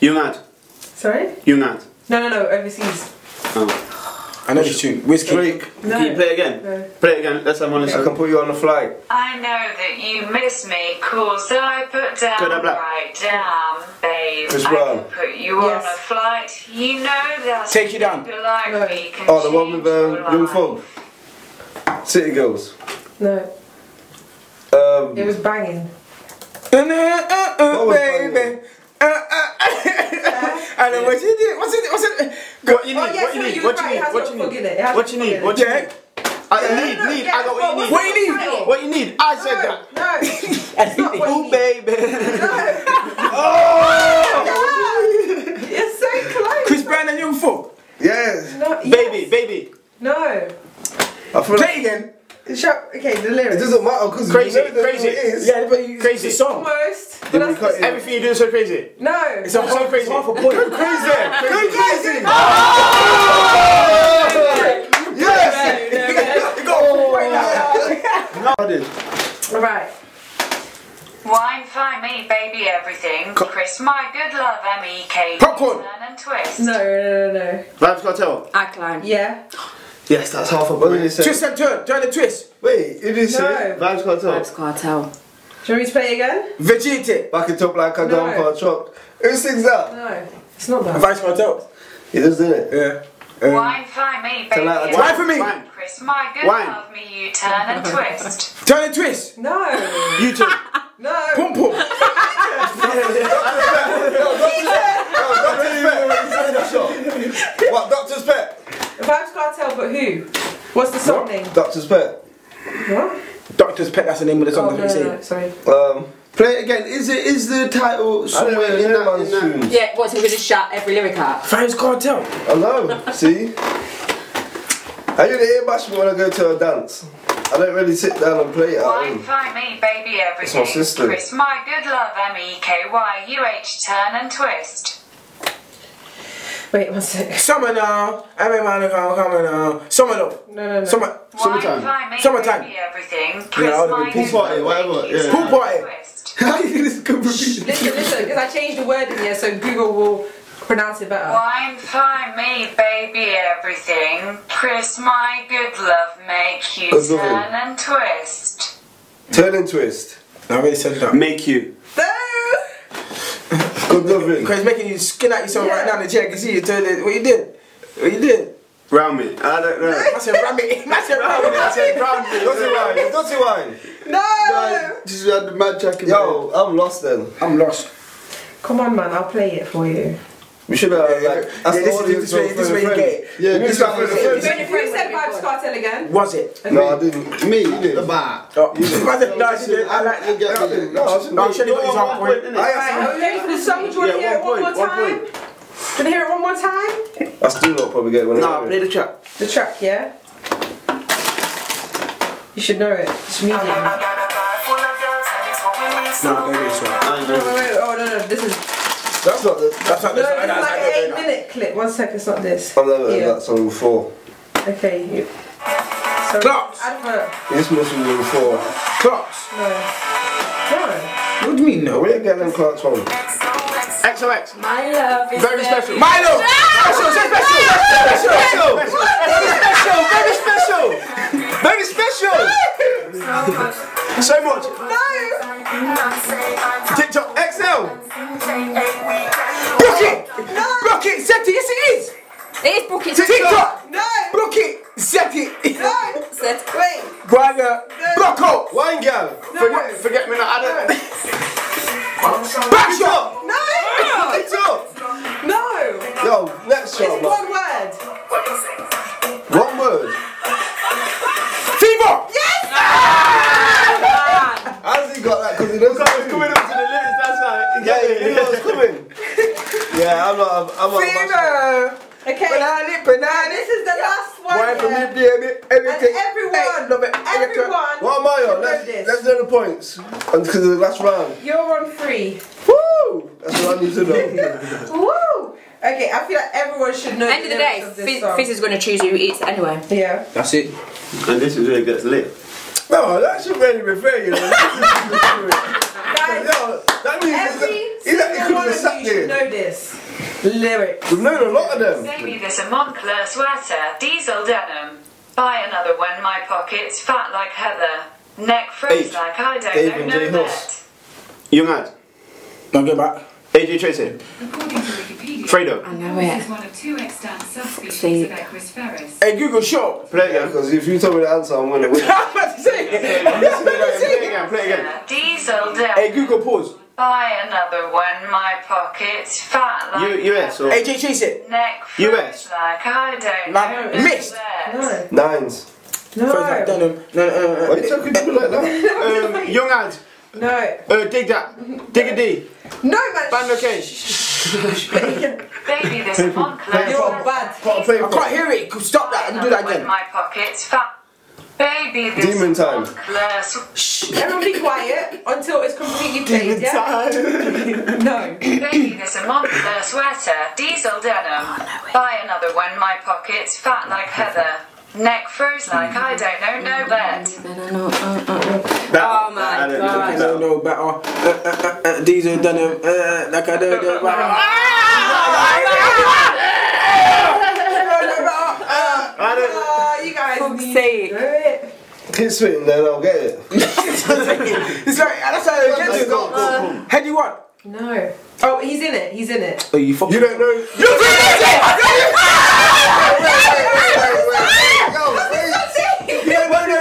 E: You mad?
D: Sorry?
E: You mad?
D: No, no, no, overseas.
E: Oh.
F: I know this tune. Whiskey.
B: Drake,
D: No.
E: Can you play again?
D: No.
E: Play it again. Let's have one
B: I
E: listen.
B: can put you on the flight.
J: I know that you miss me cause I put down
E: Good, I'm black.
J: right down, babe.
B: Chris
J: I
B: Brown.
J: can put you
D: Yes.
J: on a flight. You know that
F: Take You
J: a
F: Down.
J: nigga like
D: No.
J: me can
B: Oh, the
J: change
B: one with
J: your
B: uh, Young
J: life.
B: Thug. City Girls.
D: No,
B: Um,
D: it was banging.
B: What was banging?
F: Baby. Uh, uh, I know what you did. What's it? What's it? Go.
E: What you
D: Oh,
E: need?
D: yeah,
E: What you
D: so
E: need?
D: you
E: What
D: were
E: you
D: right,
E: need?
D: it has
E: What
D: got
E: you
D: a plug
E: need?
D: in it, it has
E: What
D: a
E: you
D: plug in
E: need?
D: it.
E: What you need? I need, need. I got what you need.
F: Eh? What you need?
E: What you need? I said that.
D: No, no, it's not what you
F: Ooh,
D: need.
F: baby.
D: No. You're so close.
F: Chris Brown and Young Thug.
B: yeah.
D: No, yes.
E: Baby, baby.
D: No.
B: I feel like
F: Play again.
D: Shut- Okay, the lyrics.
B: it doesn't matter because
E: Crazy,
B: you know that
E: crazy.
B: it is.
F: Yeah, but you,
E: Crazy.
F: it's a song.
D: Almost. But that's
B: cut it?
E: Everything you do is so crazy.
D: no.
F: It's a
E: So
F: half, it's
E: crazy.
F: half a point.
E: Go crazy. Go crazy.
B: You got a full point now.
D: Right.
J: Wine fly me, baby, everything. Chris, my good love, M.E.K.
E: Popcorn.
J: Turn and twist.
D: No, no, no, no.
E: Vibes Cartel.
S: Ackline.
D: Yeah.
E: Yes, that's half a
B: What did he
E: point.
B: say?
F: Twist and turn. Turn and twist.
E: Wait, it is.
D: No.
E: Vibes Cartel.
S: Vibes Cartel.
D: Do you want me to play again?
F: Vegeta.
B: Back it up like a
D: No.
B: gun for a truck. Who sings that?
D: No. It's not that.
F: Vice Cartel.
B: He does, didn't it?
F: Yeah.
J: Wine fly me, baby.
B: Tonight I
J: everything.
F: Wine for me.
E: Wine.
J: Chris, my good
E: Wine.
J: love, me, you turn and twist.
F: Turn and twist.
D: No.
E: You too.
D: No.
F: Pump pump.
B: Oh, What, Doctor's Pet?
D: Vibes Cartel, but who? What's the song name?
B: Doctor's Pet.
D: What?
F: Doctor's pet. That's the name of the
D: Oh,
F: song.
D: no,
F: that's what
D: no,
F: they
D: no,
F: say.
D: sorry.
B: Um,
E: Play it again. Is it? Is the title
B: I don't
E: somewhere
B: really
E: in
B: know
E: that?
B: man's
E: In that?
B: tunes.
S: Yeah, what, so we just shout every lyric out?
F: Vice Cartel.
B: Hello, see? I usually hear much when I go to a dance. I don't really sit down and play it at
J: Wine
B: home.
J: fly me, baby, everything.
B: Oh. sister.
J: Chris, my good love, E M.E.K.Y.U.H. Turn and twist.
D: Wait one sec.
F: Summer now. Every man is coming coming now. Summer love.
D: No, no, no.
F: Summer.
J: Wine
E: Summertime.
J: fly me,
F: Summertime.
J: baby, everything.
F: Yeah,
J: Chris,
F: I would've
J: my
F: been
J: good
E: pool party,
J: love, me,
E: whatever,
J: you
E: yeah.
J: turn
F: Pool
J: and
F: party.
J: twist.
E: How you this come from me?
D: Listen, listen, because I changed the word in here so Google will pronounce it better.
J: Wine fly me, baby, everything. Chris, my good love, make you
B: That's lovely.
J: turn and twist.
B: Turn and twist.
F: I already said that.
E: Make you.
D: No!
B: Good loving.
F: Cause it's making you skin out yourself
D: Yeah.
F: right now in the chair. I Can see you turn it. What you did? What you did?
E: Round me. I don't know.
F: I said rabbit. I said rabbit.
B: Dirty wine, dirty wine.
D: No!
E: Just had the mad jacket.
B: Yo, I'm lost then.
F: I'm lost.
D: Come on, man, I'll play it for you.
B: We should have like.
F: yeah,
B: asked the
F: this,
B: audience
F: this, way,
B: for
F: this
B: a
F: way you
B: friend.
F: get it.
E: Yeah,
F: this
E: this
F: way
E: one
F: you
E: for
F: get
E: the
F: it.
D: Who said Vibes Cartel again?
F: Was it?
B: No, I didn't.
E: Me, you did. The bar.
F: Oh, I said, no, I didn't. I like
E: You get me.
B: No, I shouldn't.
F: No, I should have got his half point.
E: I
D: Right, are we ready for the song? Do you want to
E: Yeah,
D: hear
E: one
D: it one
E: point,
D: more
E: one
D: time? Can I hear it one more time?
B: I still not probably get one.
E: Nah, play the track.
D: The track, yeah? You should know it. It's medium.
F: No, don't do this
D: No, wait,
F: one.
D: wait, oh no, no, this is.
F: That's not the. That's
D: No,
F: not the. that's not-
D: this is like an
F: that's
D: eight
F: not the-
D: minute clip. One second, it's not this.
E: Oh,
B: I've never heard
D: Yeah.
B: that song before.
D: Okay. You... So,
F: Clocks.
D: Advert.
B: This must have been before.
F: Clocks.
D: No. No.
F: What do you mean no?
B: Where you getting them clocks from?
E: XOX.
T: My love is Ah!
E: Very special.
F: Milo! Special, say special, say special, special, special, very special, very special.
E: So much.
D: No.
E: TikTok XL.
F: Book it, book it, set it. Yes, it is.
T: It is Brookie.
F: TikTok,
D: No.
F: book it, set it.
D: No.
T: Set.
D: Wait.
F: Braga, Brocco,
E: Wine girl. Forget, forget me not. I don't.
F: back shot.
D: No.
T: Ah!
E: It's up.
D: No.
H: Yo, next shot,
D: It's
H: man.
D: one word.
H: Wrong word.
F: Fever.
H: How's he got that? Because he knows
E: It's coming up to the lyrics. That's right.
H: Yeah, he knows it's coming.
B: Yeah, I'm not. I'm, I'm not.
F: Fever.
D: Okay.
F: Banana, banana.
D: This is the last one.
H: Why for me,
D: yeah.
H: baby? Everything.
D: And everyone,
F: love it.
D: everyone.
H: What am I on?
D: should know
H: Let's,
D: this.
H: let's know the points. And because the last round.
D: You're on three.
H: Woo! That's what I need to know.
D: Woo. Okay, I feel like everyone should know.
T: End of the
D: lyrics
T: day,
D: this
T: Fizz,
D: song.
T: Fizz is going to choose who eats anyway.
D: Yeah.
F: That's it.
B: And this is where it gets lit.
H: no, that should really be fair, you know.
D: Guys,
H: Yo, that means
D: every
H: it's- it's like it
D: single
H: could
D: one
H: be
D: of
H: sat
D: you should
H: there.
D: know this lyric.
H: We've known a lot of them.
J: Save me this Amoncler sweater, diesel denim. Buy another one, my pocket's fat like Heather. Neck froze
E: Eight.
J: like I don't
B: Dave and
J: know
B: Jay
J: no
B: Huss.
J: net.
E: Young Ad.
F: Now go back.
E: AJ Tracy. Fredo.
T: I know it.
J: One of two extant subspecies
T: sake.
J: of Equus ferus.
F: Hey Google, show.
E: Play again.
B: Because if you tell me the answer, I'm gonna win.
F: I'm about to say it. I'm about to say
E: Play
F: it.
E: again. Play again.
J: Diesel denim.
F: Hey Google, pause.
J: Buy another one, my pocket's fat like
E: U- US or
F: AJ, chase it.
J: neck froze
E: US.
J: like I don't
F: Man,
J: know
F: missed.
J: no net.
D: No.
B: Nines.
F: For example,
D: No.
F: Dunham. No, no, no,
B: Why
F: no.
B: are you talking to me like that?
E: um, Young Ad.
D: No.
E: Uh, dig that. Dig a D.
D: No, man.
E: Band okay.
J: Baby, this Moncler.
D: You're bad.
H: Gotta play
F: I
H: for
F: can't hear it. Stop that and do that again.
J: My pocket's fat. Baby, this
B: Demon time.
J: Moncler sw-
D: Everyone be quiet until it's completely played. Yeah? No.
J: Baby, this Moncler sweater, diesel denim.
D: Oh,
J: Buy another one. My pocket's fat like Heather. Neck froze like I don't know no
D: Mm.
J: bet.
T: Oh my
F: I
T: god.
F: don't know better. Uh, uh, uh, uh, Diesel Dunham. Uh, like I don't know
E: I don't.
D: Oh, you guys.
T: Fuck's
D: need
T: sake.
D: to do it.
B: Kiss me, and then I'll get it.
F: better. It's like that's how it gets
H: Let's
F: you.
H: go, go, go.
F: Head you one.
D: No. Oh, he's in it. He's in it.
F: Oh, you fucking.
H: You don't know.
F: You did it.
H: You don't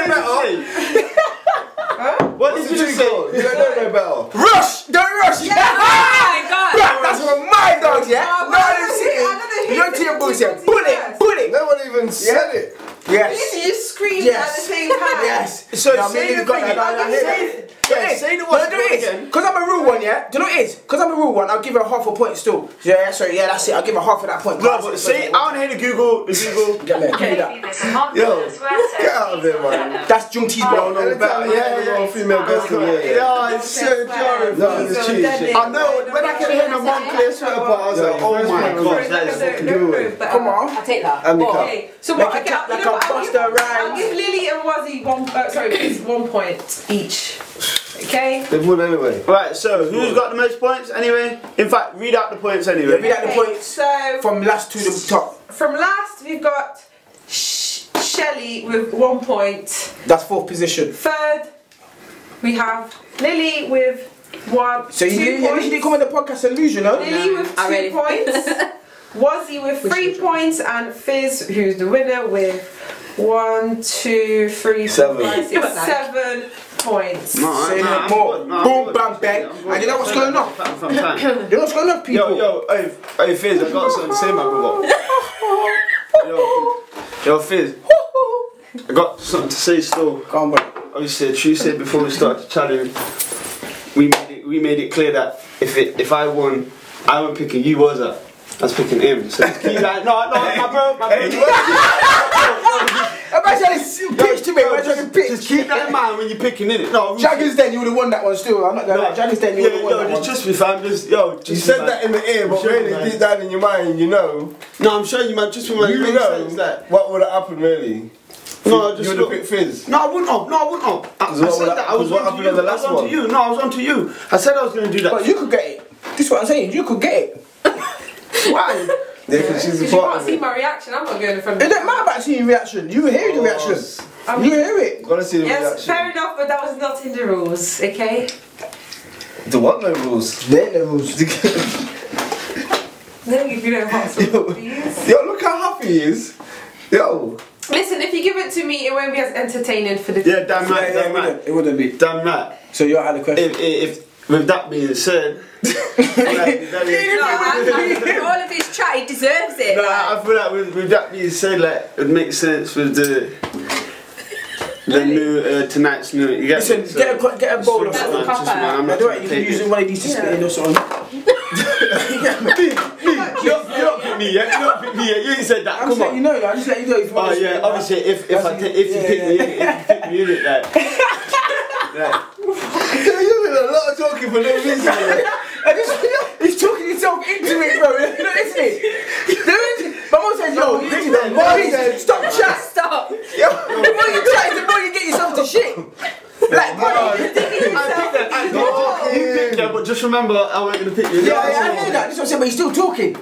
H: know better.
E: What did you just say?
H: You don't know no better.
F: Rush. Don't rush.
T: Oh my god.
F: Bruh, that's what my dog, yeah?
D: Oh,
F: No,
D: but I
F: I'm
D: don't
F: saying.
D: hear- I don't
F: Your
D: hear
F: team
D: the
F: boys, yeah.
D: people
F: Bullet,
D: yes.
F: bullet.
H: No one even said it.
F: Yes.
D: You screamed
F: Yes.
D: at the same time.
F: Yes.
E: So
F: Now,
E: say
F: maybe
E: the
F: you got
E: thing,
F: that.
E: like,
F: I
E: say
F: hear
E: it.
F: it.
E: Yeah, say the word
F: No, do it
E: again.
F: is. Cause I'm a real one, yeah. Do you know what it is? Cause I'm a real one. I'll give her half a point still. Yeah, sorry, yeah, that's it. I'll give her half of that point.
E: No, but say I don't hear the Google. The Google.
F: Get me, give me
J: Baby,
F: that.
J: this
H: Yo,
J: Moncler sweater.
H: get out of there,
J: diesel
H: man.
J: denim.
F: That's Junty's
E: Oh,
H: No,
F: bro.
H: no better. Yeah, yeah, yeah. Female best
E: Yeah,
H: career. Yeah.
E: it's so jarring.
H: No, it's cheating.
E: I know. When I can hear my mom play sweater part, I was like, oh my
H: Yeah.
E: god.
B: that is fucking good.
F: Come on.
T: I'll take that.
B: And the
T: What?
B: cup.
D: Okay, so
F: Make
D: what?
F: it
D: Okay,
F: clap
D: you
F: like a
D: know what, I'll give-
F: Busta
D: I'll
F: Rhymes.
D: give Lily and Wazzy one. Uh, sorry, it's one point each. Okay.
B: They've won anyway.
E: Right, so who's got the most points anyway? In fact, read out the points anyway.
F: read out the
D: Okay,
F: points
D: So
F: from last to the top.
D: from last we've got Sh- Shelly with one point.
F: That's fourth position.
D: Third, we have Lily with one.
F: So you
D: two
F: didn't, you
D: points.
F: didn't come on the podcast and lose, you know?
D: Lily with two
T: I really-
D: points. Wazzy with three points, and Fizz, who's the winner, with one, two, three, four,
B: Seven.
D: five, six, seven points.
F: Say no more. Boom, bam, bang. And you know what's going on?
E: on?
F: You know what's going on, people?
E: Yo, yo, hey, hey, Fizz, I got something to say, my brother. Yo, yo, Fizz, I got something to say still.
F: Go on, bro.
E: Obviously, you said before we started the challenge, we made it, we made it clear that if it, if I won, I would picking you, was I? I was picking him. So he's like, no, no, my bro, my bro.
F: Imagine this pitch to me, imagine the pitch.
E: Just keep that in mind when you're picking in it. No,
F: Jaggers Den, you would have won that one still. I'm not gonna lie. Jaggers Den, you would have won
E: yo,
F: that
E: just
F: one.
E: trust me, fam. Just yo, just
F: You
E: be
F: said
E: man.
F: that in the ear, but
E: Sure,
F: really,
E: man.
F: deep
C: down in your mind, you know.
E: No, I'm sure you man. Just be man.
C: You
E: It makes
C: know
E: sense, like-
C: what would have happened really.
E: No, I
C: you
E: just
C: would have
E: look.
C: picked Fizz.
E: No, I wouldn't have. No, I wouldn't have. I, I
C: Because what
E: said
C: would
E: that. I
C: hap-
E: was
C: because what
E: on to
C: happened
E: you.
C: in the
E: I was
C: last
E: on
C: one?
E: to you. No, I was on to you. I said I was going to do that.
F: But you could get it. This is what I'm saying. You could get it.
E: Why?
C: Yeah, because she's
D: Because you can't see my reaction. I'm not going in front
F: It
D: of
F: don't matter about seeing your reaction. You hear the reaction. you hear it.
B: Gotta see the
D: Yes,
B: reaction.
D: fair enough, but that was not in the rules, okay?
B: The what no rules?
F: There no rules.
D: Then you don't want some
C: Yo, look how happy he is. Yo.
D: Listen, if you give it to me, it won't be as entertaining for the.
E: Yeah, damn right,
F: Yeah, yeah,
E: damn right,
F: it wouldn't- It wouldn't be.
E: damn right.
F: So you're out of the question.
E: If, if, if with that being said, like, that being-
J: No, I- I- all of his chat, he deserves it.
E: No, I I feel like with, with that being said, like it makes sense with the the new uh, tonight's new. You get
F: Listen,
E: me? So-
F: get a, co- get a bowl or
E: That's a
F: something.
E: pop-up.
F: I'm not
E: That's
F: doing
E: a
F: it. You
E: pop-up.
F: can use one of these to spit in or something.
E: you don't, you don't pick me yet. You don't pick me yet. You ain't said that.
F: I'm just
E: Come
F: letting you
E: on.
F: know, yo. I'm just letting you know if you
E: Oh
F: want to
E: yeah,
F: spit,
E: obviously if if I
F: That's-
E: take if you
F: yeah,
E: pick
F: yeah.
E: me, if you pick me in it, like. like
C: You're doing a lot of talking for no reason. yeah.
F: And this- He's talking himself into it, bro. You're not listening. There is. My mom says, yo,
C: pick
F: listen,
C: them,
F: boy,
C: pick them.
F: stop the chat.
J: Stop.
F: The more you chat, the more you get yourself to shit. Like, boy, you think you-
E: no, you picked them, but just remember I wasn't gonna pick you.
F: yeah, yeah, I know that. That's what I'm saying, but he's still talking.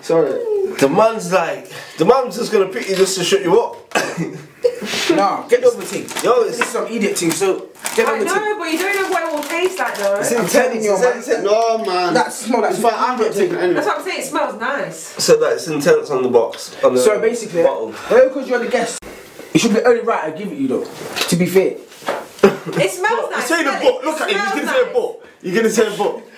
B: The man's like, the man's just gonna pick you just to shut you up.
F: Nah, get the other thing.
B: Yo,
F: This
B: it's
F: is some idiot thing, so get the
D: I
F: other thing.
D: know, but you don't know what it will taste like, though. That's
F: I'm telling you, man.
E: No man.
F: That smell, that
E: It's fine. I'm not taking it anyway.
D: what I'm saying. It smells nice.
B: so that it's intense on the box. On the
F: So basically,
B: bottle.
F: only because you're the guest, it should be only right I give it you though. To be fair,
D: It smells nice.
E: Say the
D: smell
E: book. Look at him. He's
D: smells
E: gonna say a
D: nice.
E: book. You're gonna say a book.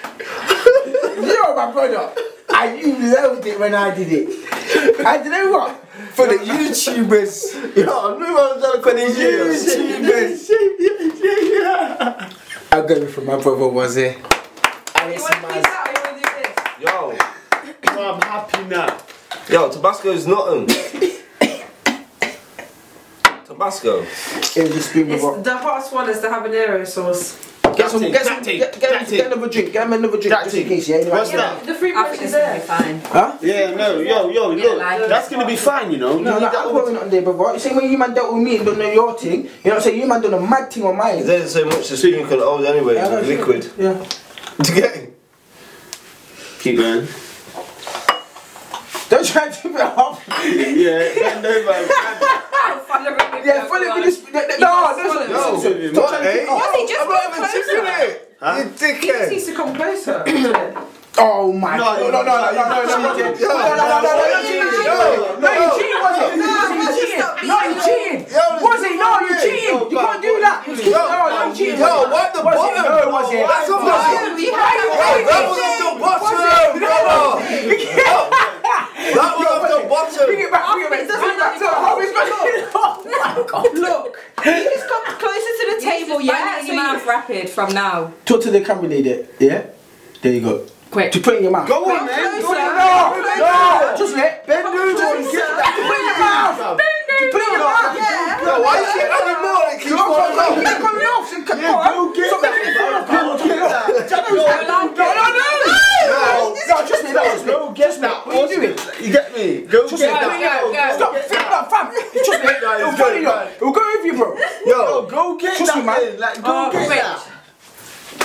F: you're my brother, and you loved it when I did it. And you know what? For the YouTubers,
C: Yo, look what I'm trying to call these YouTubers.
F: I'm going for my brother was here. And
D: You
F: it's
D: want to
F: my
D: piece out or you want to do this?
B: yo,
E: Oh, I'm happy now.
B: yo, Tabasco's nothing. Tabasco.
F: it was just been
D: It's, the hottest one is the habanero sauce.
F: Get some,
E: That
F: get
E: thing,
F: some,
E: that thing,
F: get, get,
E: that
F: get another drink. Get him another drink
E: That
F: just in
E: thing.
F: case. Yeah, anyway.
E: What's
F: yeah.
E: that?
D: The free
J: I
D: version
J: think
D: is
J: it's gonna be
D: there.
J: fine.
F: Huh?
E: Yeah, no, yo, yo, look,
J: like it.
E: that's gonna be fine, you know. You
F: No,
E: need
F: no,
E: that
F: I'm
E: all-
F: going on there, brother. You see, when you man dealt with me and don't know your thing, you know what I'm saying? You man done a mad thing on mine.
B: There isn't so much the spoon can hold anyway.
F: Yeah,
B: with
F: that's it.
B: liquid.
F: Yeah.
B: Do you get it?
E: Keep going.
F: Don't try to give it up.
E: Yeah, bend over.
F: Yeah, follow me this. No,
D: swallow
F: no,
E: it.
F: listen,
E: No.
F: Don't try to give it
C: What,
F: up.
J: He just got closer.
C: You
D: He just
C: dickhead.
D: needs to come closer. Wait,
F: Oh my god. No, no, no, no, no, no, no, you cheated. no, no, no, no, no, you cheated.
C: No,
F: No, you cheated, was it? No, you cheated. No, you cheated. Was it? No, you cheated. You can't do that. You cheated. No, no, you cheated.
C: Yo, what the
F: Was it?
C: bottom?
F: No, was it?
C: That's a bottom.
F: You had
C: That was off the bottom, brother. That was off the bottom.
F: Bring it back, bring it back,
D: It doesn't
F: bring it back to
D: matter.
F: how it's going.
D: Look, he just come closer to the table.
J: Table, yeah.
D: Yeah,
J: Your mouth rapid from now.
F: Talk to the camera lady, yeah? There you go.
J: Quick.
F: To put it in your mouth.
E: Go on, man. Go on.
D: closer.
F: No, no, just let Ben do
D: Come
F: it.
D: closer.
F: Get that. Put it in your mouth. Put it in your mouth.
D: Yeah.
C: Yo, why is she having more? It keeps
F: Go on,
C: falling
F: go on,
C: off.
F: get coming off. So, come on. So many people are coming off. Jack, no, no, no, no. No, just let it.
E: Go get that.
F: What are you doing?
E: You get me? Go
F: Just
E: get
F: let
E: that.
J: Go, go, go.
F: Stop, think that, fam. Just let it.
E: That is
F: It'll go in
E: good,
F: you.
E: man.
F: It'll go with you, bro.
E: Yo, go get
F: Trust me,
E: that.
F: man.
E: thing, Like, go
J: Oh,
E: get
J: wait.
E: that.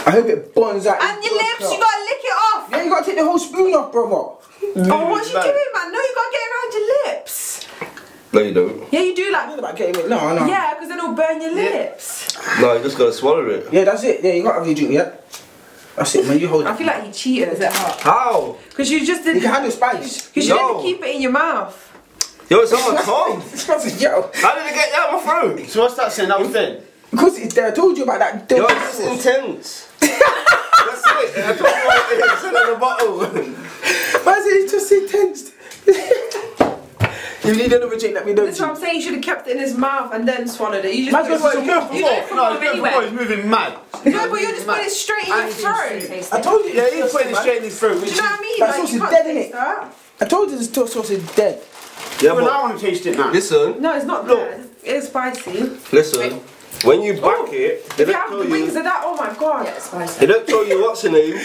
F: I hope it burns out.
D: And your
F: blood
D: lips,
F: clot.
D: you gotta lick it off.
F: Yeah, you gotta take the whole spoon off, brother.
D: Oh, what you
E: Right.
D: doing, man? No, you gotta get it around your lips.
B: No, you don't.
D: Yeah, you do
F: Think
D: like.
F: about getting it. No, no.
D: Yeah, because then it'll burn your lips.
B: No, you just gotta swallow it.
F: Yeah, that's it. Yeah, you gotta have your drink, yeah? That's it, man. You hold
D: I
F: it.
D: feel like you cheated.
B: How?
D: Because you just
F: You
D: didn't.
F: can
D: Because
F: handle spice.
D: you
B: No.
D: didn't keep it in your mouth.
B: Yo, it's on my tongue.
F: Yo,
B: How did it get out of my throat?
E: So what's that saying? That was dead.
F: because it's there. I told you about that.
B: Yo, it's intense. That's it. I don't know what it is. It's in the bottle.
F: Why is it just intense? you need another drink, let me know.
D: That's what I'm saying. You should have kept it in his mouth and then swallowed it. You just.
F: Might as well
D: put it-
F: go for
D: you don't fuck
E: No, he's
D: up
E: going for
D: anyway.
E: more. He's moving mad.
D: No, but you just put it straight in your throat.
F: I told you.
E: Yeah, he's putting it
F: man.
E: straight in his throat.
D: Do
E: Which
D: you know what I mean?
F: That
D: Like,
F: sauce
D: you
F: is dead,
D: can't
F: innit?
D: taste that.
F: I told you this toast sauce is dead.
B: Yeah,
E: Even I
B: but
E: want to taste it now.
B: listen,
D: No, it's not
E: Look.
D: dead. It's spicy.
B: listen. When you back it, they
D: If you
B: don't
D: have
B: tell
D: the
B: you.
D: wings of that, oh my god. Yeah,
B: They don't tell you what's the name.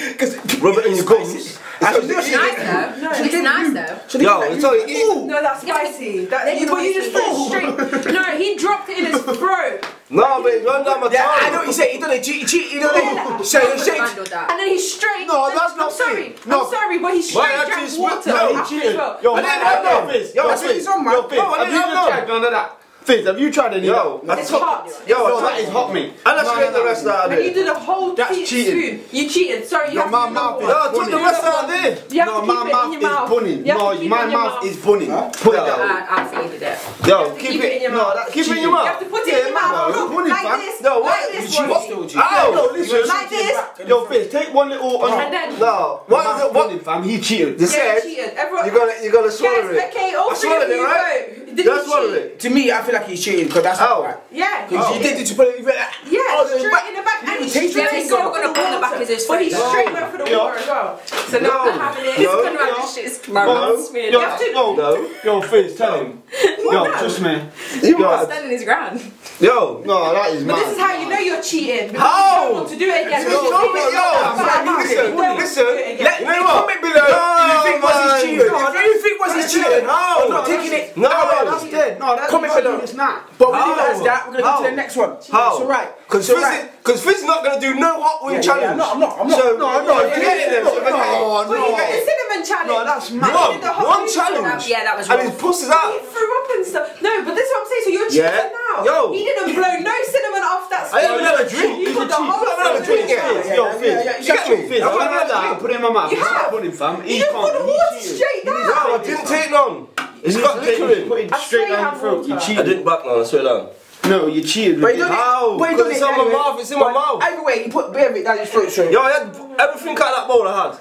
B: Rub it in your gums.
D: It's nice though. No,
J: It's nice though.
B: Yo, it's all you eat.
D: No, that's spicy. That,
J: They
D: you,
J: can
D: but you just
J: always do
D: straight. No, he dropped it in his throat.
B: No, but it's run down my
F: Yeah,
B: tongue.
F: I know what you say. You don't cheat, cheat. You don't say
D: Yeah. And then he straight. No, that's not sorry. No. I'm sorry, but he straight
C: Why that
D: drank
C: is-
D: water.
C: no, he
D: after
C: cheated.
D: as well.
C: Yo,
D: And
C: man,
D: then-
C: I know.
E: Fizz,
C: Yo,
E: yo,
C: that's what
E: Fizz,
C: he's on, man.
E: yo, Fizz,
C: No, I
E: have
C: didn't
E: you
C: have none.
E: tried none of that? Fizz, have you tried any?
B: Yo,
E: of that?
B: that's
D: It's hot.
E: Yo,
B: It's
E: that
B: hot.
E: is hot, mate.
B: And let's get the rest out of
D: And you
B: it.
D: did a whole
E: That's
D: tea
E: cheating.
D: spoon. You cheated. Sorry, you
E: No,
D: have
E: my
D: to
E: mouth
D: do
E: is
D: number
E: No,
D: one.
E: take the rest out there.
D: You have
E: No,
D: to
E: my
D: keep it in
E: mouth
D: your
E: is
D: mouth.
E: bunning.
D: You have to
E: No,
D: keep it
E: my
D: in your
E: mouth is bunning. Put it down.
J: I, I faded it.
E: Yo,
D: Keep, it, in your mouth.
E: keep it in your mouth.
D: You have to put it in your mouth.
E: No,
D: Look,
E: bunny,
D: like
E: fam.
D: this.
E: No,
D: like
E: what?
D: this.
E: You
D: Rosie.
E: what? Ow!
D: No,
E: listen.
D: Like this.
E: Yo, Fizz, take one little.
D: And then-
E: No, what is it? What? Fam, he cheated.
B: They
D: Yeah,
B: said
D: cheated. Everyone.
B: you gotta you gotta swallow
D: Guys,
B: it.
D: okay, all
B: I
D: three of
B: swallowed it,
D: you
B: right?
D: vote. Did
B: That's
D: you
B: swallowed
D: cheat?
B: it.
F: To me, I feel like he's cheating because that's not
B: Ow.
F: right.
D: Yeah.
F: Because you did it to put it.
D: Yeah,
F: Oh,
D: straight
F: the back-
D: in the back, and he's
F: taste
D: straight
F: the
D: going
F: taste
D: for
J: of it.
D: the
J: Gonna back
D: water.
J: his
D: But he
J: face.
D: straight went for the
E: No.
D: water as well. So
B: No.
D: now I'm having it.
B: No.
J: Gonna have this shit's
E: No,
J: ground.
E: yo, yo,
B: No.
E: yo, Fizz, tell him.
D: Oh,
E: Yo, trust me.
B: You
E: Yo,
B: mad?
J: Standing his ground.
B: Yo,
E: No, that is
D: But
E: mad.
D: this is how you know you're cheating. because
B: How?
D: You don't want to do it again.
B: Yo,
D: Because
B: yo, yo,
D: you don't
B: man,
D: want to
B: listen,
D: do it again.
B: listen.
D: You don't want to do it again.
B: Let-
F: You
B: know
F: know
B: what?
F: what? Comment below. if you think was
B: man.
F: he's cheating.
B: No,
F: If Oh, you think was he's cheating.
B: No.
F: I'm not taking it.
B: No.
F: Alright,
B: No,
E: That's dead. No, that's
F: Comment
E: no,
F: below.
E: It's not.
F: But we
B: How?
F: leave it as that. We're gonna go
B: How?
F: to the next one.
B: How?
F: It's alright.
B: Because
F: It's
B: Fizz,
F: alright.
B: because Fizz not gonna do no hot wing
F: Yeah, yeah,
B: challenge.
F: yeah. No, I'm not. I'm not.
B: So
F: No,
B: no,
F: I'm
B: no,
F: not.
B: you get it.
F: No,
B: so forget it.
E: no,
D: But you got the cinnamon challenge.
E: No, that's
D: And
E: mad.
D: you did the
B: One,
D: whole
B: one
D: thing.
B: challenge.
J: Yeah, that was
B: And
J: wrong.
B: his pussy's
D: He
B: out.
D: threw up and stuff. No, but this is what I'm saying. So you're cheating
B: Yeah.
D: now.
B: Yo.
D: He didn't blow no cinnamon off that spoon.
B: I haven't had a drink.
D: You put the whole
B: I haven't had a drink yet.
D: cinnamon down.
F: yeah,
E: Yo,
F: yeah,
E: Fizz,
F: yeah, yeah,
E: you
F: yeah,
E: got
F: yeah.
E: me, Fizz.
B: You
E: I
B: have to
E: had that.
B: do
E: Put it in my mouth.
D: You
E: It's not
D: have.
E: Bunning, fam.
D: You
E: He
D: just put
E: can't.
D: the
E: He
D: water
E: cheated.
D: straight
B: No,
D: down.
B: I didn't take none. It's got liquid.
E: Put
D: I
E: it straight
D: swear you
E: down
D: have
E: your throat. You
D: water.
B: I
E: cheated.
B: didn't back none. I swear down.
E: No, you cheated.
F: But you don't
E: mate.
B: How? Oh,
F: But you
B: Because
F: don't
B: it's on my mouth, it's in my mouth.
F: Either way, you put beer it down your throat straight.
B: Yo, I had everything out of that bowl. I had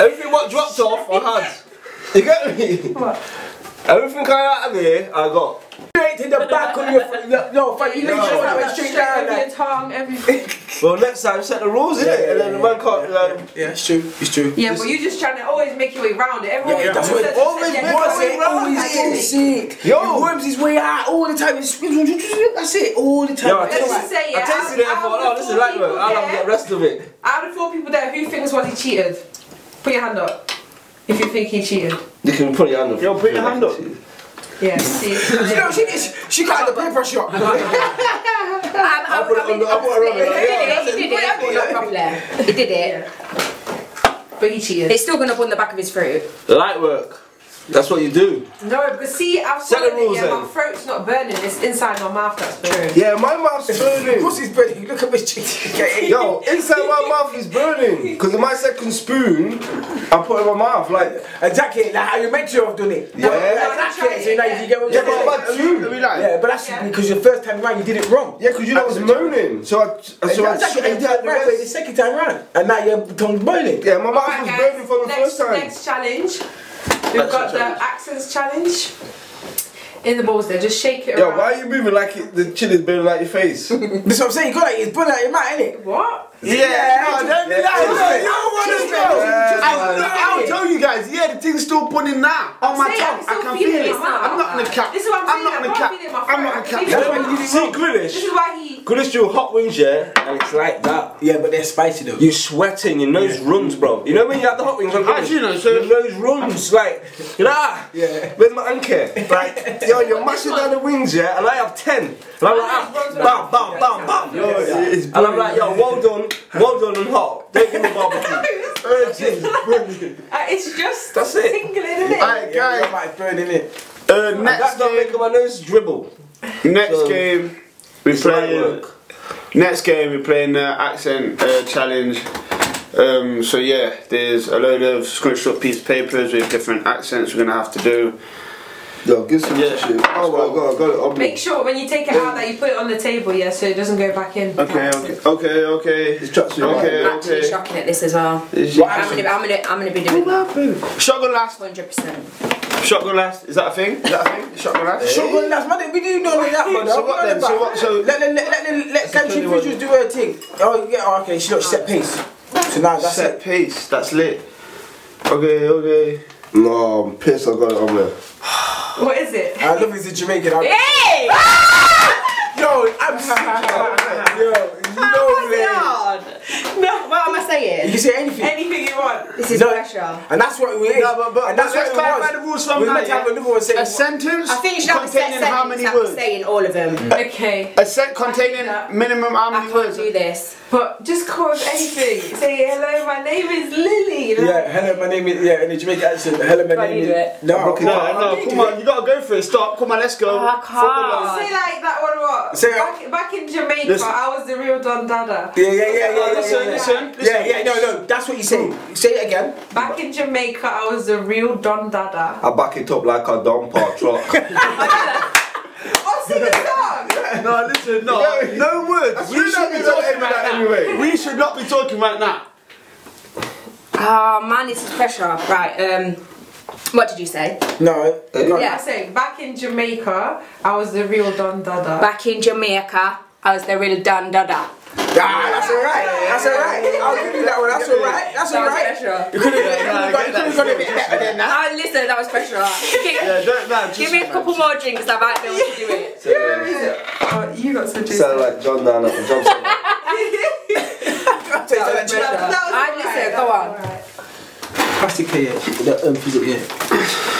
B: everything what dropped off. I had. You get me?
D: What?
B: Everything I had out of there, I got.
F: Straight to the back of your. No, no, fuck, you literally just went straight down.
D: Over
F: like-
D: your tongue, everything.
B: Well, next time set the rules, innit?
F: yeah,
B: and then the man can't. like,
F: Yeah, it's true. It's true.
D: Yeah, but you're just trying to always make your way round it. Everyone
F: Yeah, that's what it
B: always makes
F: What's
B: way
F: it? Always
B: round.
F: getting sick.
B: Yo.
F: Yo, worms his way out all the time. It's- That's it, all the time.
B: Yo, I
F: That's
B: tasted,
F: right.
D: say it.
B: I tasted it. I thought, oh, this is right, man. I'll have the rest of it.
D: Out of the four people there, who thinks was he cheated? Put your hand up. If you think he cheated.
B: You can put your hand up.
E: Yo, put your hand up.
D: Yeah, see.
F: You know, she, she, she got the blood pressure.
J: I
B: put it on the- I put it around the-
J: He did it. He did it. He did it. properly. He did it.
D: but he cheated.
J: It's still gonna put on the back of his throat.
B: Light work. That's what you do.
D: No, because see, I've
B: Set the
D: swallowed it,
B: rules
D: yeah, my
B: then.
D: throat's not burning, it's inside my mouth that's burning.
B: Yeah, my mouth's burning.
F: Pussy's burning. Look at me cheeky.
B: Yo, inside my mouth is burning. Because my second spoon, I put in my mouth. Like,
F: Exactly, like how you meant to have done it.
B: Yeah.
F: Exactly. So now you get what I'm
B: yeah, but
F: saying?
B: I've had two.
F: Yeah, but that's
D: Yeah.
F: because your first time round you did it wrong.
B: Yeah, because you know I was moaning. So I, so I, so I,
F: exactly.
B: did the
F: you did it right way the
B: rest.
F: second time round, and now your tongue's boiling.
B: Yeah, my mouth
D: Right,
B: was
D: guys,
B: burning from the
D: next,
B: first time.
D: Next challenge. We've got the accents challenge. In the balls there, just shake it
B: Yo,
D: around.
B: why are you moving like it, the chin is burning like your face? yeah,
F: That's what I'm saying. You got like it's burning out your mouth, innit?
D: What?
E: Yeah, no, don't be that.
F: You don't want to know.
E: I'll, I'll tell you guys, yeah, the thing's still burning now on my
D: Say it,
E: tongue.
D: I'm still
E: I can
D: feeling
E: feel it.
D: it.
E: I'm not gonna cap.
D: This is what I'm saying,
E: not
D: I
E: gonna
D: can't
E: cap.
D: feel it in my
E: I'm not
D: throat.
E: gonna cap.
D: This is
E: That's
D: what
E: why
D: I'm
E: you did it
B: See,
E: wrong.
D: This
B: Grealish.
D: is why he.
B: Grealish do hot wings, yeah? And it's like that.
F: Yeah, but they're spicy though.
B: You're sweating, your nose runs, bro. You know when you have the hot wings on
E: How'd you know, sir?
B: Your nose runs, like, you know, ah,
F: Yeah.
B: where's my anchor? Like, yo, you're mashing down the wings, yeah, and I have 10. And I'm like, ah, bam, bam, bam, bam. And I'm like, yo, well done, well done and hot. Don't give me barbecue.
D: Uh, it's just
B: That's it.
D: tingling, isn't it?
E: Alright,
F: Yeah, your
E: guys.
F: mouth's burning it.
E: Uh,
B: That's not
E: next game.
B: making my nose dribble. So-
E: Next game. We're
B: It's light
E: playing.
B: work.
E: Next game, we're playing the accent uh, challenge. Um, so yeah, there's a load of scrunched up piece of papers with different accents we're gonna have to do.
B: Yo, give some
E: Yeah.
B: shit. Oh my god, I got it on
D: Make sure when you take it out that you put it on the table, yeah, so it doesn't go back in.
E: Okay, okay, okay, okay.
B: It's trapped you,
E: Okay,
B: right?
J: Actually
E: okay.
J: shocking at this as well.
E: It's-
J: I'm gonna, I'm gonna, I'm gonna be doing that.
E: Shotgun last.
J: 100%.
E: Shotgun last. Is that a thing? Is that a thing? Shotgun last.
F: So what that's man, we didn't know that man.
E: Eh? So what then? So what? So
F: Let let let let, let country visuals do her thing. Oh yeah, oh, okay, she not set pace. So now that's
E: set
F: it.
E: piece. That's lit. Okay, okay.
B: No, I'm pissed I got it on there.
D: What is it?
F: I love it in Jamaican. I'm,
J: Hey!
F: Yo, I'm sick.
D: Eh?
J: This is pressure.
F: And that's what we is.
J: No, but- but-
F: and that's what
J: but let's
F: it
J: clarify
F: was.
J: the rules from
F: We're
J: now,
F: meant to have
J: yeah?
F: another one saying
E: A sentence
J: I think you should have a set
E: containing how
J: sentence
E: many
J: that would
E: words?
J: say in all of them. Okay.
E: A set containing minimum how many words?
J: Do this.
D: But just call us anything. Say hello. My name is Lily. you know?
F: Yeah, hello, my name is yeah, in a Jamaican accent. Hello, my
D: Can't
F: name
D: you
F: is.
D: do it?
F: No,
E: No, no, come on, you gotta go for it. Stop, come on, let's go.
J: Oh, I can't.
E: Follow
D: Say like that one. What?
E: Say-
D: back, back in Jamaica,
E: Listen.
D: I was the real Don Dada.
F: Yeah, yeah, yeah, yeah, yeah,
E: Listen,
F: yeah, yeah.
E: listen,
F: Yeah, yeah, no, no, that's what you say. Say it again.
D: Back in Jamaica, I was the real Don Dada.
B: I back it up like a dump park truck.
D: Oh, sing the song.
E: the- No, listen, no, no words. We
C: really
E: should be
C: not gonna
E: talking
C: end
E: right
C: that
E: now.
C: anyway.
E: We should not be talking right now.
J: Ah man, this is pressure. Right. Um, what did you say?
F: No.
J: no.
D: Eh? Yeah, I say back in Jamaica, I was the real Don Dada.
J: Back in Jamaica, I was the real dun dada.
F: Ah, that's alright. That's alright. I'll give you that one. That's alright. That's
J: That was
F: alright.
J: pressure.
F: You could have got a bit better than that.
J: Ah, listen, that was pressure. Give,
E: don't, no,
J: give me a couple more drinks, I might be able to do it.
D: Oh, you got some
B: Sound like John Down at the job centre.
D: That was pressure.
J: Ah,
D: That was alright,
J: listen, go
D: that
J: on.
D: was alright.
F: Plastic here, the um, physical here.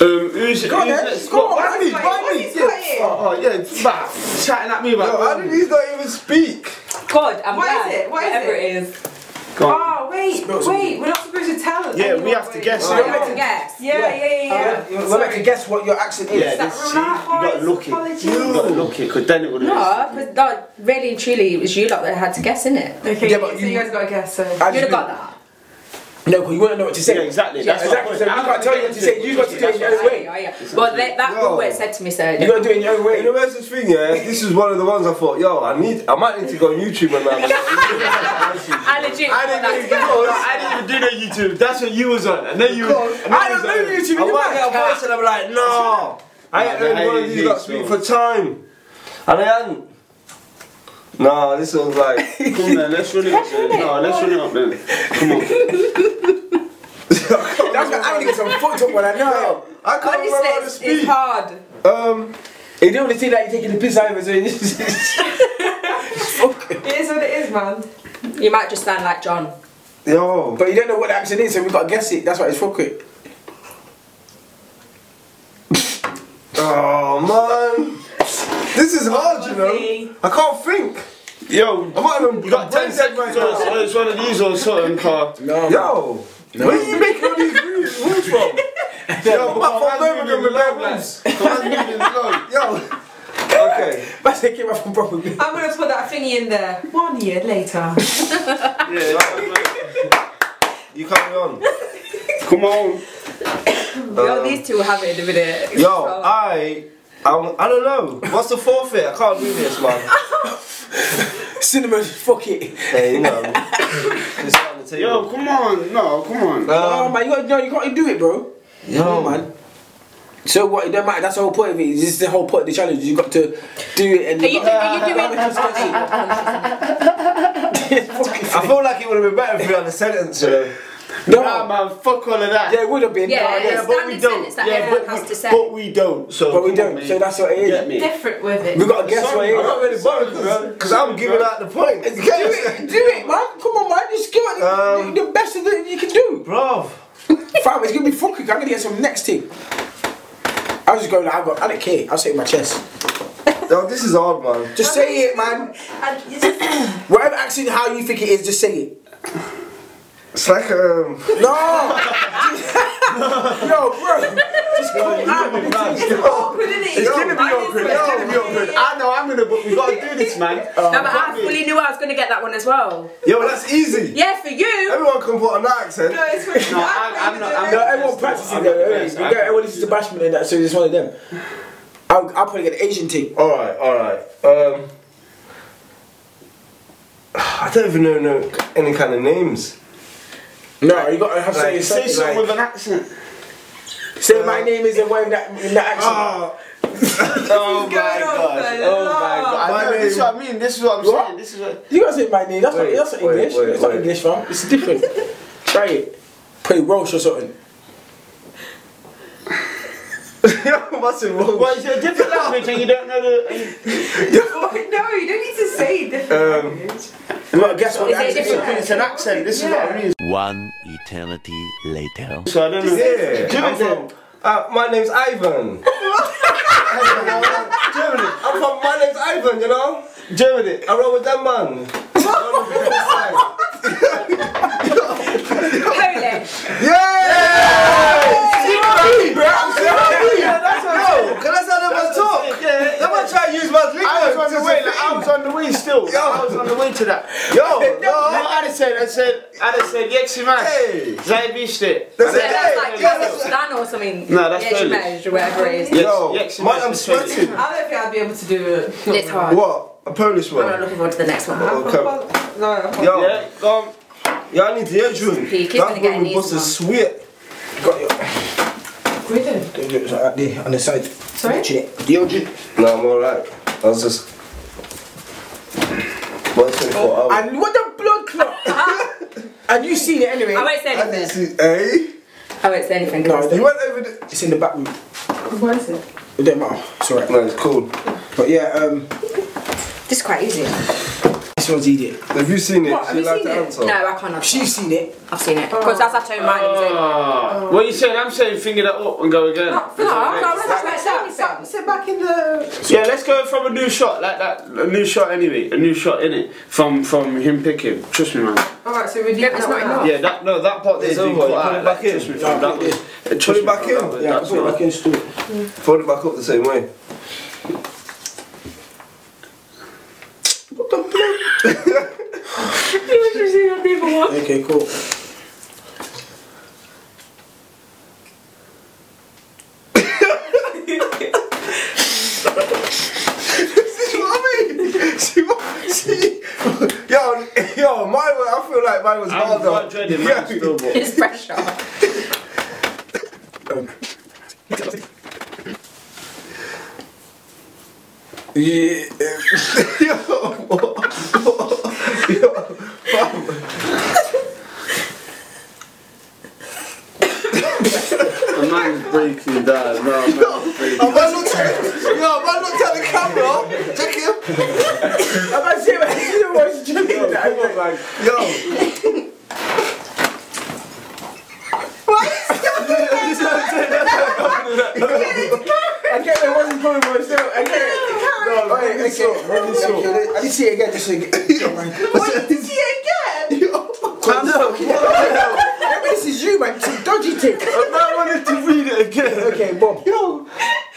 E: Um, who's
F: Go on,
E: who's
F: then.
E: next?
F: Go on,
E: What,
F: why
E: why me?
F: he's
E: Why
F: quiet,
E: me?
F: why he's quiet?
E: Oh, oh, yeah, it's bad. Chatting at me about.
C: Yo, how did he not even speak?
J: God, I'm
D: What is
J: glad.
D: it? What is
J: Whatever
D: it?
J: it is.
E: Go on.
D: Oh wait, wait, we're not supposed to tell.
E: Yeah,
D: anyone
E: we have
D: what
E: to
D: it
E: guess.
D: is.
J: I have to guess.
D: Yeah, yeah, yeah, yeah.
F: We're meant to guess what your accent is.
E: Yeah,
D: that
E: this,
D: rule
E: see, you
D: out?
E: gotta
D: Oh,
E: look it.
D: apologies.
E: You gotta look it, because then it would have.
J: No, because no, really and truly, it was you lot that had to guess, innit?
D: Okay,
F: Yeah,
D: so
F: but
D: you,
F: you-
D: guys got to guess. So.
F: I
J: You'd have
F: just-
J: got that.
F: No, because you wouldn't know what to say.
E: Yeah, exactly.
F: Yeah,
E: That's
F: exactly.
E: my
F: So
E: point.
F: I can't tell you what to say. You got to do it your own
J: Yeah,
F: way.
J: yeah, yeah. Well, that, that
B: No.
J: word said to me, so
F: You got to do it in your own
B: You know,
F: way.
B: that's the thing, yeah. This is one of the ones I thought, yo, I need, I might need to go on YouTube and that.
J: I legit.
E: I didn't, even, I didn't even do no YouTube. That's what you was on, and then you. and then
B: I
E: you was
B: don't know
E: on.
B: YouTube. You might get a voice and I'm like, no. I ain't heard one of you that speak for time, and I hadn't. Nah, this was like,
E: Come on, then, let's run it up. Then. No, let's run it up then. Come on.
F: That's why I only get some fucked up when I know.
C: I can't remember how to
J: Honestly, it's
C: speak.
J: hard.
B: um,
F: It's the only thing that you're taking the piss out of is when you-
D: It is what it is, man.
J: You might just sound like John.
B: yo,
F: But you don't know what the accent is, so we gotta guess it. That's why it's fuck it.
B: oh man, this is hard, you know. I can't think.
E: Yo,
B: I might have
E: you got 10 seconds or so. It's one of these or something, car.
F: No.
B: Yo, where are you making all these rules rules from? Yo,
E: Come
B: Matt
E: on,
B: from Birmingham with no rules. Yo, okay.
F: That's they came out from proper.
D: I'm gonna put that thingy in there. One year later.
B: You carry on.
E: Come on.
J: Yo, these two have it in a minute.
E: Um,
B: Yo,
J: So-
B: I, I'm, I don't know. What's the forfeit? I can't do this, man.
F: Cinnamon, fuck it.
B: hey, you know. It's on the table.
E: Yo, come on. No, come on.
F: oh
B: Um,
F: man, you gotta, no, you can't do it, bro.
B: yo,
F: Oh, man. So what? It don't matter. That's the whole point of it. This is the whole point of the challenge. You got to do it and
J: Are you,
F: got to-
J: are you doing?
B: I feel like it would have been better if we had a sentence, you know.
F: No,
E: Nah, man, fuck all of that.
F: yeah, it would have been.
J: Yeah,
F: but I
J: yeah,
F: guess-
J: yeah,
E: but we
J: Standard
E: don't.
J: sentence that
E: Yeah,
J: everyone
E: but
J: has
E: we,
J: to say.
E: but we don't. So
F: But we
E: come on,
F: don't.
E: mate.
F: so that's what it
E: Get
F: is.
E: me.
D: Different with it.
F: We got to guess
B: Sorry, I'm not
F: what it
B: really bothered, bro. Because I'm giving out the point. It's
F: is. Do it, man. Come on, man. Just give it
B: Um,
F: the, the best of that you can do.
B: Bro.
F: Fam, it's gonna be fucking. I'm gonna get some next thing. I was just going. Like, I got. I don't care. I'll say it in my chest.
B: Yo, this is hard, man.
F: Just say it, man.
D: And you just-
F: Whatever accent, how you think it is, just say it.
B: It's like, um.
F: No. Yo, bro. Just go out. with it.
D: it's awkward, isn't it?
E: It's gonna be awkward. It's gonna be awkward. Oh, I know I'm gonna, but we gotta do this, man.
J: No, but I fully knew I was going to get that one as well.
B: Yo, that's easy.
J: Yeah, for you.
B: Everyone can put on that accent.
D: No, it's really
E: No, I'm- I'm not- I'm
F: No,
E: not-
F: everyone
E: That's
F: practices
E: not-
F: though.
E: I'm not
F: Everyone,
E: convinced. I'm not
F: everyone listens to Bashman and that, so it's one of them. I'll, I'll probably get an Asian team.
B: All right, all right. Um, I don't even know no, any kind of names.
F: No, you gotta have to
B: Like,
F: say
E: Say
F: something.
E: something
F: like,
E: with an accent.
F: say my name is and whatever that, in that accent.
E: Oh my god. Oh my god. I know, this is what I mean. This is what I'm
F: What?
E: saying. This is what.
F: you gotta say my name. That's
B: Wait,
F: not that's not
B: wait,
F: English.
B: wait,
F: it's not
B: wait.
F: English, fam. It's different. Try it. Play Welsh or something.
B: What's it wrong?
E: Well, it's a different language, and you don't know the. Uh,
D: no, you don't need to say different
B: Um,
D: language.
E: You gotta guess what
J: Is
E: the
J: it
E: accent
J: different?
E: is. It's an accent. This is what I mean.
U: One eternity later.
E: So I don't know.
B: Yeah.
E: Do
B: I'm
E: it
B: from,
E: then.
B: uh, my name's Ivan. Germany. I'm from my name's Ivan, you know? Germany. I roll with that man.
E: I was on the way. Like, I was on the way still. I was on the way to that. Yo, no, I just said, I said, I just said, yes, you man. Hey, Zaybisht it.
J: That's like Kazakhstan or something.
E: No, that's
J: yeah, she
E: Polish.
J: managed or whatever it is.
E: Yo, yes, man, I'm sweating.
D: I don't think I'd be able to do it.
J: It's hard.
E: What? A Polish
J: I'm not looking forward to the next one.
D: No, I'm from-
B: Oh, Yo, um, y'all need to hear June.
J: He keeps
B: That
J: gonna get
B: woman
J: an
B: was a
J: easy
B: sweet.
D: We did.
F: At the, on the side.
D: Sorry?
F: Watching it. Yo, Ju-
B: No, I'm alright. I was just. Well,
D: Oh,
B: 24 hours.
F: And what the blood clot? Ah. and you seen it anyway?
J: I won't say anything.
B: Hey?
J: I won't say anything.
F: No,
J: Because
F: you went over. The- it's in the back room.
D: What is it?
F: It don't matter. It's alright.
B: No, it's cool.
F: But yeah, um,
J: this is quite easy.
F: this one's idiot.
B: Have you seen it?
J: What, have
B: She
J: you
B: liked
J: seen
B: the
J: it?
B: answer.
J: No, I cannot.
F: She's seen it.
J: I've seen it. Because that's actually mine.
E: Ah, what are you saying? I'm saying finger that up and go again.
J: No, I'm not
D: Sit back-
J: saying
D: sit back- sit back in the.
E: Yeah, let's go from a new shot like that. A new shot anyway. A new shot in it from from him picking. Trust me, man.
D: Alright, so we did
J: it's not enough.
E: Yeah, that no, that part there.
B: It's
E: has been
B: over, you
E: cut
B: put
E: out,
B: it back
E: like,
B: in.
E: Trust me, fam, that was.
B: Put it back in.
E: Yeah,
F: Yeah, I
E: that's
F: put it
E: not.
F: back in still.
B: Fold it back up the same way.
F: Okay, cool.
C: See what I mean? See what? See? Yo, yo, mine. was- I feel like mine was
E: I'm
C: harder.
E: not dreading man still, but
J: It's pressure.
C: Yeah. yo, what? yo, fam.
E: the man's breaking down. No, man's breaking.
C: Am I not tell- yo, am I not telling the camera? Check him.
F: I'm not saying anything. What's doing that?
C: Yo.
F: I get it wasn't going well still. I get it. No,
C: run
F: okay,
C: this up, run this up.
F: okay. I didn't see it again. Just so you get. Yo, man.
D: What did you again?
F: I know. Yeah, but this is you, man. It's a dodgy tick.
E: I wanted to read it again.
F: Okay, Bob.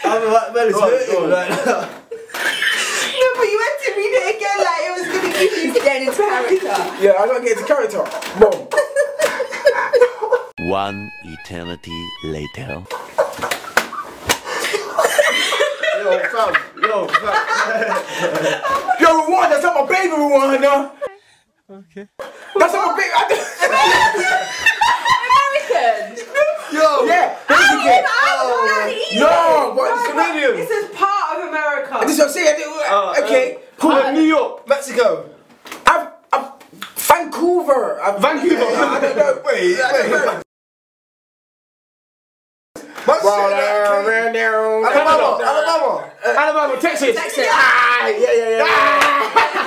B: I'm like, man, it's hurting. Like,
D: No, but you had to read it again like it was gonna give you
J: Then it's character.
F: Yeah, I gotta get into character. Bob.
U: One eternity later.
E: Yo, fam. Yo, fam.
F: Yo, rewind. That's not my baby rewind, no. Okay. That's not my baby. I just,
J: American.
C: Yo.
F: yeah. That's again.
D: Oh,
E: Oh.
F: No, but it's
D: Canadian. This is part of America.
F: This is what I'm saying. I didn't- okay.
E: Oh, um, Pull up New York.
C: Mexico.
F: I've, I've, Vancouver. I've,
E: Vancouver.
F: I don't know.
C: Wait, wait. My shit, like, Alabama, Alabama.
E: Alabama, Texas.
J: Texas.
F: Ah, yeah, yeah, yeah. I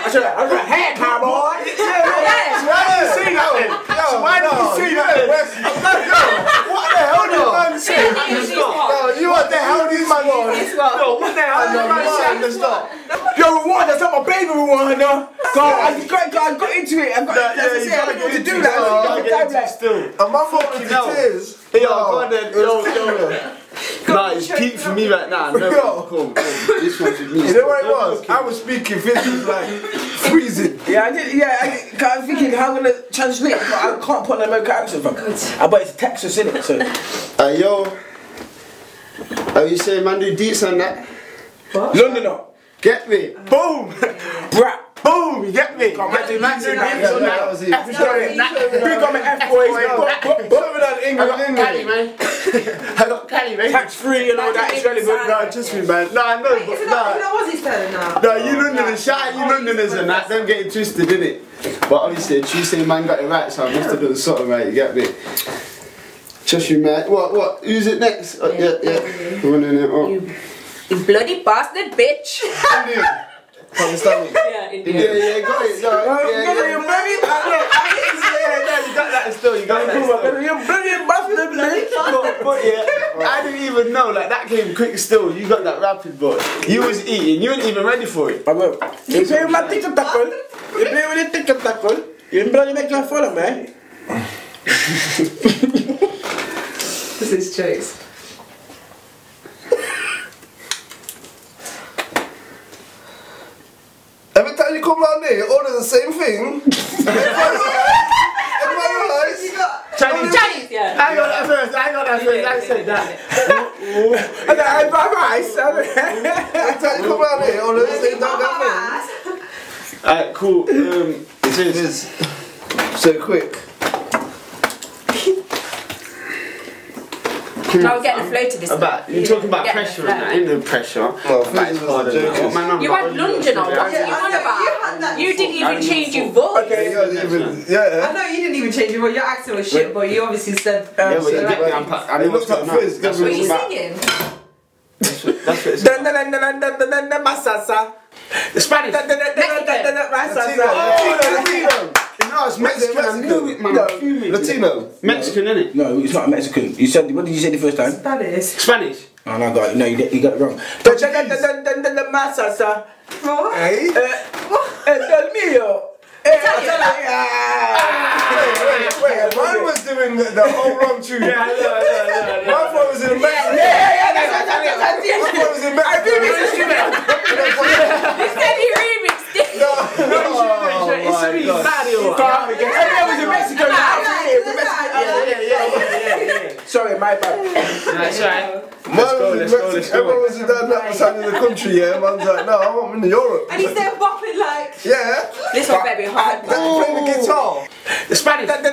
F: should have, I should have had cowboy.
J: Yeah.
C: Why did you say that then? Yo, why did you say that then? Yo, what the hell did man say? Yo, you what the hell did man say?
E: Yo, what the hell?
C: Yo, man say at the start.
F: Yo, rewind, that's not my baby rewind, no. So I got, I got into it. I got,
E: Yeah, yeah,
F: that's what I'm
E: you
F: saying, I
E: gotta get into
F: didn't know what to do
E: it.
F: that.
E: You gotta
F: I didn't
E: get
F: know
E: into it
F: that.
E: still.
C: And my fucking
E: hell.
C: tears.
E: Yo, go on then. Yo, yo, yo. Nah, it's deep for me right now. No,
C: Yo.
E: cool, cool. This one's with me.
C: You know what it was? I was speaking, Vince was like freezing.
F: Yeah, I did. Yeah, I did, 'cause I'm thinking how I'm gonna translate. it, But I can't put an American accent from. I bet it's Texas in it. So
E: Uh, yo. Are you saying man do deets on that?
F: Londoner,
E: Get me. Boom.
F: brat.
E: Boom. You get me.
F: Come on, do
E: Man do deets on that.
C: was it.
F: Big on the F boys. bu- bu- bu-
C: Coming out England, England.
E: man. I got Cali, man.
F: Tax free and all that. It's relevant.
E: Nah, just me, man. Nah, no,
D: Wait,
E: but
D: isn't that,
E: nah.
D: isn't that what he's saying now?
E: No, you Londoners, shout out you Londoners and that, them getting twisted, innit? But obviously, a Tuesday man got it right, so I must have done something right, you get me? Just you, man. What, what? Who's it next? Oh, yeah, yeah. Running it up.
J: You bloody bastard bitch.
E: Indian.
V: from the stomach.
H: Yeah,
V: yeah,
W: Yeah, yeah, got it. No, yeah, yeah.
E: Yeah, you got that still, you got that still. But, but yeah, I didn't even know, like that came quick still, you got that rapid boy. You was eating, you weren't even ready for it.
F: I will. You play with my tikka tackle. You play with the tikka tackle. You bloody make my follow, man.
D: This is jokes.
B: Every time you come round here, you order the same thing.
E: Chinese.
H: Chinese, yeah.
E: I got that first, I got that first, I said that.
F: And I had my rice. Every
B: time you come round here, you order the same damn thing.
E: Alright, cool. Um, it is.
V: So quick.
H: Now we're getting the flow to this.
E: About, you're
H: Yeah,
E: talking about
H: yeah,
E: pressure
H: yeah.
E: and that, ain't no pressure. Well, but it's harder than that. Man, I'm
H: You
E: not-
H: had London on. What are you on about? You didn't even change your voice.
B: Okay, yeah, even, yeah.
D: I know you didn't even change your voice. Your accent was shit, but you obviously said. Um,
E: Yeah, but you
D: shit,
E: get
D: like-
E: me, I'm, pa- I
B: It
E: know what's
B: looked
E: going
B: like
E: on.
B: fizz,
E: That's
B: yeah,
E: what
D: Were
E: it's
D: you
E: about.
D: singing?
E: That's what it's
F: Masasa.
E: Spanish. Latino. You know, I was Mexican. I knew it, man.
B: Latino.
E: Mexican, innit?
F: No, it's not Mexican. You said what did you say the first time?
D: Spanish.
E: Spanish.
F: Oh no, I got it. No, you got, you got it wrong. Masasa.
D: What?
F: Eh, El mio. Eh,
B: Wait, wait, mine was doing the, the whole wrong tune.
E: Yeah, I know, I know, I know, I know.
B: My phone was in Mexico. My phone was in Mexico.
H: You said you remixed it.
B: No, no.
E: It's a really bad, yo.
F: Sorry, my bad.
E: That's right.
B: Mine was in
E: let's go, let's
B: Mexico.
E: go.
B: Everyone was in down that side of the country, yeah. Man's like, no, I'm in Europe.
D: And he's there bopping like.
B: Yeah.
H: This one better be hard. man.
B: Then
D: Oh.
B: playing the guitar.
E: Spanish.
B: Latino.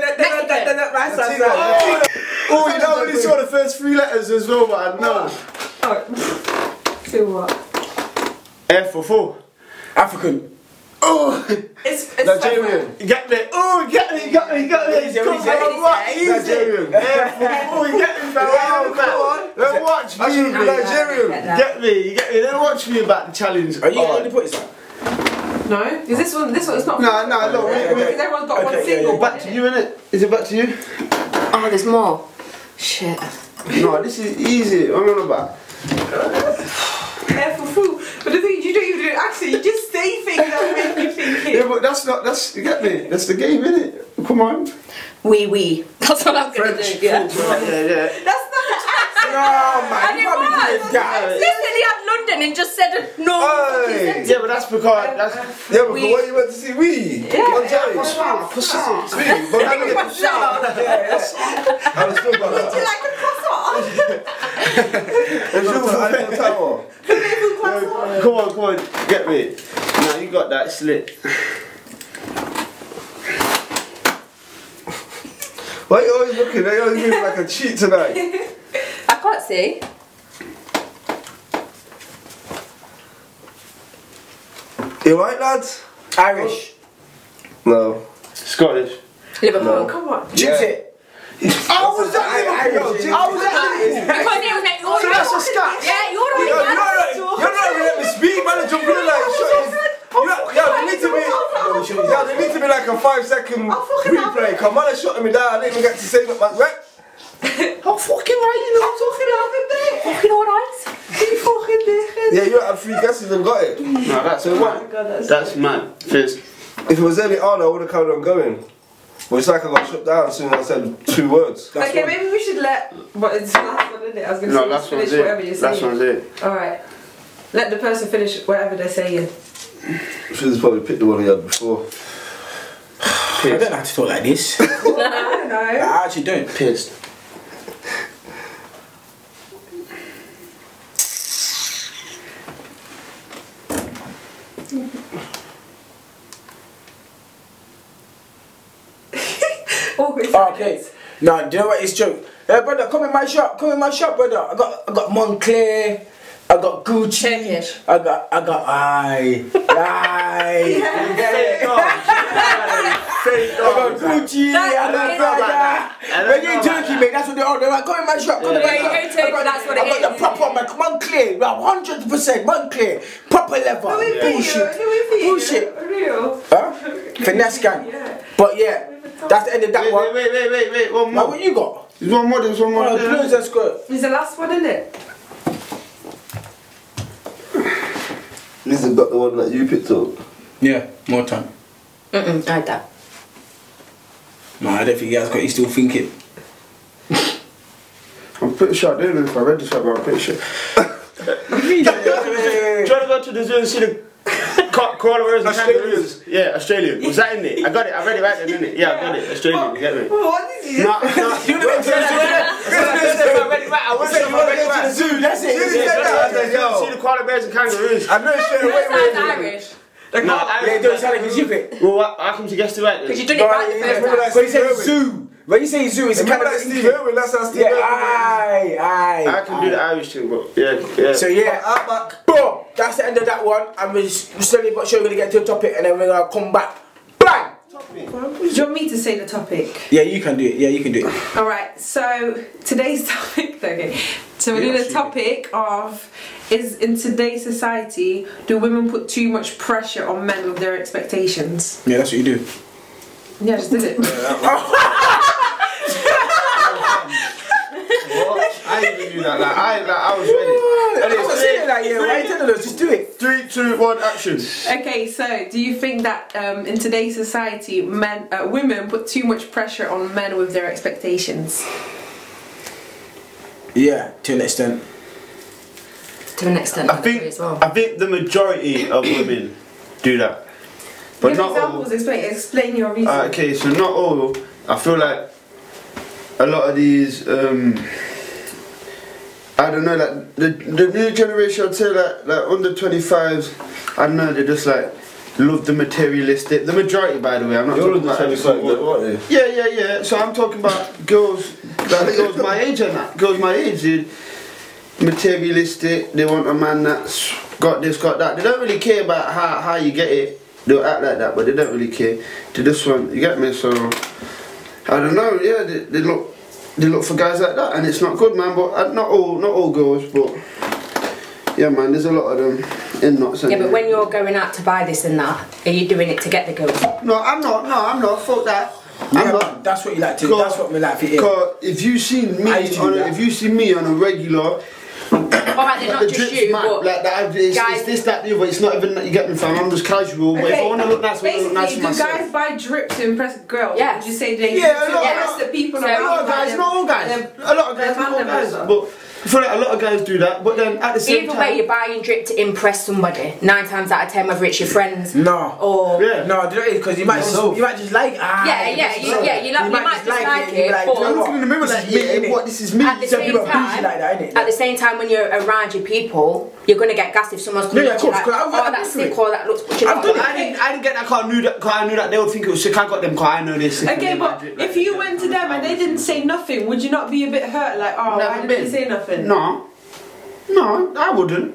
E: Oh, you know, I only saw the first three letters as well, but I know.
D: Oh. So what?
E: F for four.
F: African.
E: Oh,
D: It's, it's
B: Nigerian.
E: you got me. Oh, you got me, you got me, you got me. It's
F: Nigerian,
E: cool, man. What? Easy.
B: Nigerian.
E: F for four. You get me, man.
B: Yeah, come on.
E: Then watch
B: I should
E: me,
B: be
E: man.
B: Nigerian.
E: You Get me, you get me. Then watch me about the challenge. Oh,
F: Are you
E: Alright.
F: going to put it? sir?
D: No? Is this one? This one's not.
E: No, no, look, wait,
D: Because
E: wait.
D: everyone's got
F: Okay,
D: one
F: yeah, yeah.
D: single.
E: Back to you, innit? Is it back to you?
H: Oh, there's more. Shit.
E: No, this is easy. I'm on about.
D: Air for fool. But the thing is, you don't even do an accent. You just say things that make you think
E: Yeah,
D: it.
E: but that's not. That's you get me. That's the game, innit? Come on.
H: Wee wee. That's what I'm gonna do. Yeah.
E: Yeah, yeah.
D: That's not an accent.
F: No, man.
H: And
F: You
H: it
F: probably did
H: was.
F: it. down.
H: Listen, he had London and just said a no. fucking sentence.
E: Yeah, but that's because that's.
B: Yeah, but
H: We-
B: what you went to see? We. Nigerian. We. Bulgarian. I was still got
D: Do you
B: that.
D: like a croissant?
B: It's your Eiffel Tower.
E: Come on, come on, get me. Now you got that slit.
B: Why are you always looking? Why are you always moving like a cheat tonight?
H: I can't see.
B: You right, lads?
F: Irish.
B: No.
E: Scottish.
H: Liverpool.
D: Come on.
F: Gypsy.
E: I was
F: I-
E: at Liverpool.
F: Irish, Oh,
E: I was at Liverpool.
H: You can't even make your
E: So that's a scat.
H: Yeah, you're
B: Yo,
H: the
B: you're
H: one that-
B: not, you're not even letting me speak, man. Jump in like, shut his-
F: Oh,
B: You know- yeah, they need to be. Yeah, they need to be like a five second
F: Oh,
D: I'll fucking have
B: replay.
D: it.
B: Come on, shutting me down. I didn't even get to say that. Man, right?
D: I'm fucking right, you know I'm talking about it there. Fucking alright. He fucking there.
B: Yeah, you had three guesses and got it.
E: No, that's a
B: what?
E: what? That's mad. First.
B: If it was early on, I would have carried on going. But it's like I got shut down as soon as I said two words.
D: Okay, maybe we should let. But it's the last one, isn't it? I was going to
E: No,
D: say
E: last
D: just finish
E: one's it.
D: whatever you're saying.
E: Last one's it.
D: Alright. Let the person finish whatever they're saying.
B: Should have probably picked the one he had before.
F: I don't know how to talk like this.
D: I don't know.
F: I actually don't.
E: Pissed.
D: Awkward.
F: Okay. Now, do you know what? It's joke. Hey, brother, come in my shop. Come in my shop, brother. I got, I got Moncler. I got Gucci.
H: Turkish.
F: I got, I got, aye, aye.
E: Fake off.
F: They got Gucci, I love Prada. When you're in Turkey, mate, that's what they're on. They're like, go in my shop, go in
J: Yeah,
F: my
J: you
F: shop.
J: go to Turkey,
F: I've got-
J: that's what it
F: I've got the
J: is.
F: proper on my Moncler, like 100% Moncler, proper leather. Bullshit. Bullshit.
D: Real.
F: Huh? Finesse gang. But yeah, that's the end of that one.
E: Wait, wait, wait, wait, one more.
F: Now, what you got?
E: There's one more, there's one more.
F: Oh, blues and skirt.
D: It's the last one, isn't it?
B: Listen, got the one that you picked up.
F: Yeah, more time.
J: Mm-mm, I had that.
F: No, I don't think he has got. He's still thinking.
E: I'm pretty sure I don't know if I read this right, but I'm pretty sure. Do you want to go to the zoo and see the co- koalas and kangaroos? Yeah, Australian. Was that in it? I got it. I read it right then, didn't it? Yeah, I got it. Australian. You get me?
D: What is it?
E: No, no.
F: You know what
E: I said, you want to go to the zoo.
F: That's it.
E: Yeah, I said, yo. See the koala bears and kangaroos. I know straight
J: That sounds Irish.
E: No, I
F: Yeah, don't sound like a jibbit.
E: Well, what- how come you guessed it right then?
J: Because you did it right the first time.
F: But he said zoo. When you say zoo, it's a kind
C: Remember
F: of
C: that Steve Irwin? That's how Steve
F: Yeah,
C: Irwin.
F: aye, aye.
E: I can do the
F: aye.
E: Irish thing, but yeah, yeah.
F: So yeah,
C: I'm back.
F: boom. That's the end of that one. And we're s- slowly but surely gonna get to the topic, and then we're gonna come back. Bang.
D: Do you want me to say the topic?
F: Yeah, you can do it. Yeah, you can do it.
D: All right. So today's topic. Okay. So we're doing a topic of is in today's society do women put too much pressure on men with their expectations?
F: Yeah, that's what you do.
D: Yeah, I just did it.
E: What? I didn't even do that. Like, I, like, I was ready.
F: I was saying like, yeah, why are you telling us? Just do it.
E: Three, two, one, action.
D: okay. So do you think that um, in today's society, men, uh, women put too much pressure on men with their expectations?
F: Yeah, to an extent.
J: To an extent,
E: I think,
J: as well.
E: I think the majority of women do that, but
D: Give
E: not all.
D: examples. Explain. Explain your reason.
E: Uh, okay, so not all. I feel like a lot of these. Um, I don't know, like the, the new generation, I'd say like, like under 25s, I don't know, they just like love the materialistic. The majority, by the way, I'm not
B: You're
E: talking
B: the
E: about every
B: same
E: single
B: like
E: one.
B: aren't you?
E: Yeah, yeah, yeah. So I'm talking about girls, like girls my age and that. Girls my age, dude. Materialistic, they want a man that's got this, got that. They don't really care about how, how you get it. They'll act like that, but they don't really care. To this one, you get me? So, I don't know, yeah, they, they look. They look for guys like that, and it's not good, man. But uh, not all, not all girls, but yeah, man. There's a lot of them in knots.
J: Yeah,
E: innit?
J: but when you're going out to buy this and that, are you doing it to get the girl?
E: no, I'm not. No, I'm not. Fuck that. I'm
F: Yeah,
E: not.
F: man, that's what you like to.
E: Cause-
F: That's what we like to hear.
E: Cause if you seen me
F: I used to do
E: on a,
F: that.
E: if you see me on a regular,
J: Alright, then not
E: the
J: just
E: drip's
J: you,
E: mad,
J: but.
E: like that, it's,
J: guys-
E: it's this, that, the other. It's not even that you get me fam. I'm just casual. But if I want to look nice, I want to look
D: Basically,
E: nice for
D: do
E: myself.
D: guys buy drip to impress girls?
J: Yeah.
D: Would you say they
E: Yeah, a
D: do
E: lot,
D: to
E: a
D: impress
E: lot.
D: the people
J: So,
D: around
E: a lot of
D: them?
E: guys, not all guys.
D: Them-
E: A lot of guys, not all
D: them
E: guys.
D: as
E: But I feel like a lot of guys do that. But then at the same
J: Either
E: time,
J: way, you're buying drip to impress somebody. Nine times out of ten, whether it's your friends
F: No.
J: or
E: Yeah.
F: Oh. No, do you know what Because you might just, you might just like ah.
J: Yeah, yeah, you- yeah, you like- you might just like it, but-
E: I'm looking in the mirror like, yeah, what? This is me.
J: at the
F: Some
J: same
F: people are bougie
J: time,
F: like that, innit?
J: at the same time, when you're around your people, you're gonna get gassed if someone's coming
F: Yeah, yeah,
J: at you
F: of
J: like,
F: course, 'cause I've-
J: oh,
F: I've
J: that's
F: been
J: sick
F: through
J: or that looks. But you know
E: But
J: what?
E: I didn't, I didn't get that car. I knew that. Cause I knew that they would think it was sick. I got them. Cause I know this.
D: Okay, but if you went to them and they didn't say nothing, would you not be a bit hurt? Like, oh,
E: Never
D: why didn't
E: been.
D: they say nothing?
E: No, no, I wouldn't.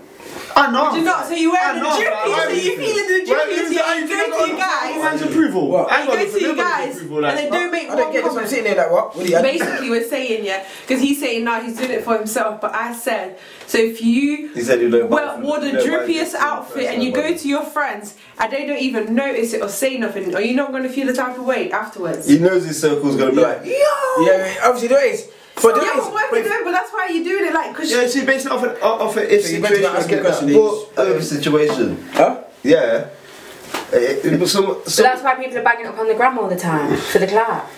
E: I know.
D: Would you not? So you wear
E: I
D: the
E: know,
D: drippy,
E: but I
D: so you
E: wouldn't.
D: feeling the
E: Well,
D: drippy,
E: it was-
D: so
E: I-
D: you go
E: I
D: to
E: got
D: your
E: no
D: guys.
E: man's approval.
F: What?
E: I ain't
D: You
E: got
D: go
E: no-
D: to your
E: nobody's
D: guys
E: approval, like- uh,
D: and they do make
F: I don't get
D: one
F: this. I'm
D: comment.
F: sitting there like what? What do you?
D: Basically, we're saying yeah, because he's saying no, he's doing it for himself. But I said, so if you
B: He said you don't buy
D: well,
B: from-
D: wore the
B: you don't buy
D: drippiest
B: from
D: outfit and you go
B: person,
D: to your friends and they don't even notice it or say nothing, are you not going to feel the type of way afterwards?
B: He knows his circle's gonna be like.
F: Yeah, yeah, obviously there is. But
D: yeah,
F: there is.
D: but why
F: But
D: would you know? But that's why you're doing it, like, because
E: Yeah, see, based off of, off of uh, if
F: So you better
E: situation,
F: not
E: I
F: ask me
E: get that.
F: questions.
E: But um,
B: Out of situation.
F: Huh?
B: Yeah. It, it, but some,
J: So
B: some,
J: that's why people are banging up on the gram all the time for the clap.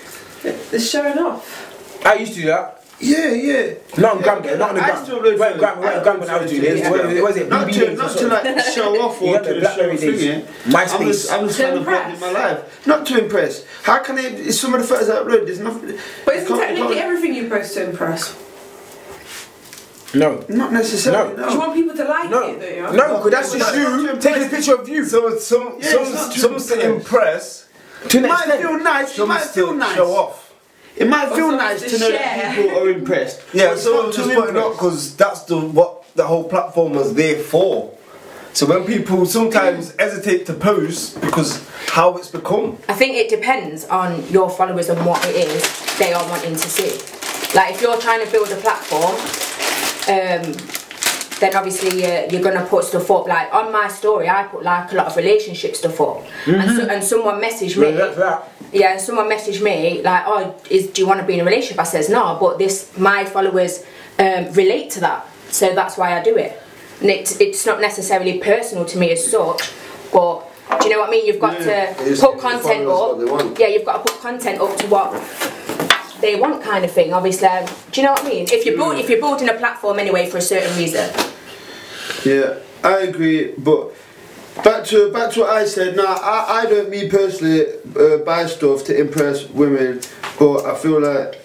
D: it's showing off.
F: I used to do that.
E: yeah, yeah.
F: Not on gram,
E: Yeah,
F: not on the
E: I
F: gram.
E: still load
F: Wait,
E: for-
F: gram, wait,
E: I
F: gram when I was doing this.
E: load
F: What
E: for-
F: what was it?
E: Not
F: BB
E: to,
F: days or
E: not to
F: something.
E: like show off
F: You
E: or
F: had the
E: to show
F: Blackberry
E: thing,
F: days.
E: yeah. I'm
F: MySpace.
E: just, I'm just
D: To
E: trying to vlog in
D: impress.
E: my life. Not to impress. How can it? It's some of the photos I upload. There's nothing.
D: But isn't
E: can't-
D: technically
E: can't-
D: everything you post to impress?
F: No.
E: Not necessarily.
F: No.
E: No.
D: Do you want people to like
F: No,
D: it, don't you?
F: no, because that's just you taking a picture of you.
C: So some
E: Yeah,
C: some
E: it's not too
C: some
E: bad.
C: to impress.
F: To an
E: It might
F: extent.
E: feel nice. It
C: Some
E: might
C: still
E: feel nice.
C: show off.
E: It might feel
D: someone's
E: nice
D: to
E: to know that
D: share.
E: people are impressed.
C: Yeah,
E: But it's
C: so
E: not
C: just
E: to
C: putting it up
E: impress.
C: because that's the what the whole platform was there for.
B: So when people sometimes hesitate to post because how it's become.
J: I think it depends on your followers and what it is they are wanting to see. Like if you're trying to build a platform, um, then obviously uh, you're gonna put stuff up. Like on my story, I put like a lot of relationship stuff up, and, so,
X: Mm-hmm.
F: Mhm.
J: and someone messaged me.
F: Right, that's that.
J: Yeah, and someone messaged me like, "Oh, is do you want to be in a relationship?" I says, "No," but this my followers um, relate to that, so that's why I do it. And it's it's not necessarily personal to me as such, but do you know what I mean? You've got to
X: It's-
J: put
X: the
J: content
X: followers what they
J: up.
X: want.
J: Yeah, you've got to put content up to what they want, kind of thing. Obviously, um, do you know what I mean? If you're build, if you're building a platform anyway for a certain reason.
X: Yeah, I agree, but back to back to what I said. Now, I, I don't, me personally, uh, buy stuff to impress women, but I feel like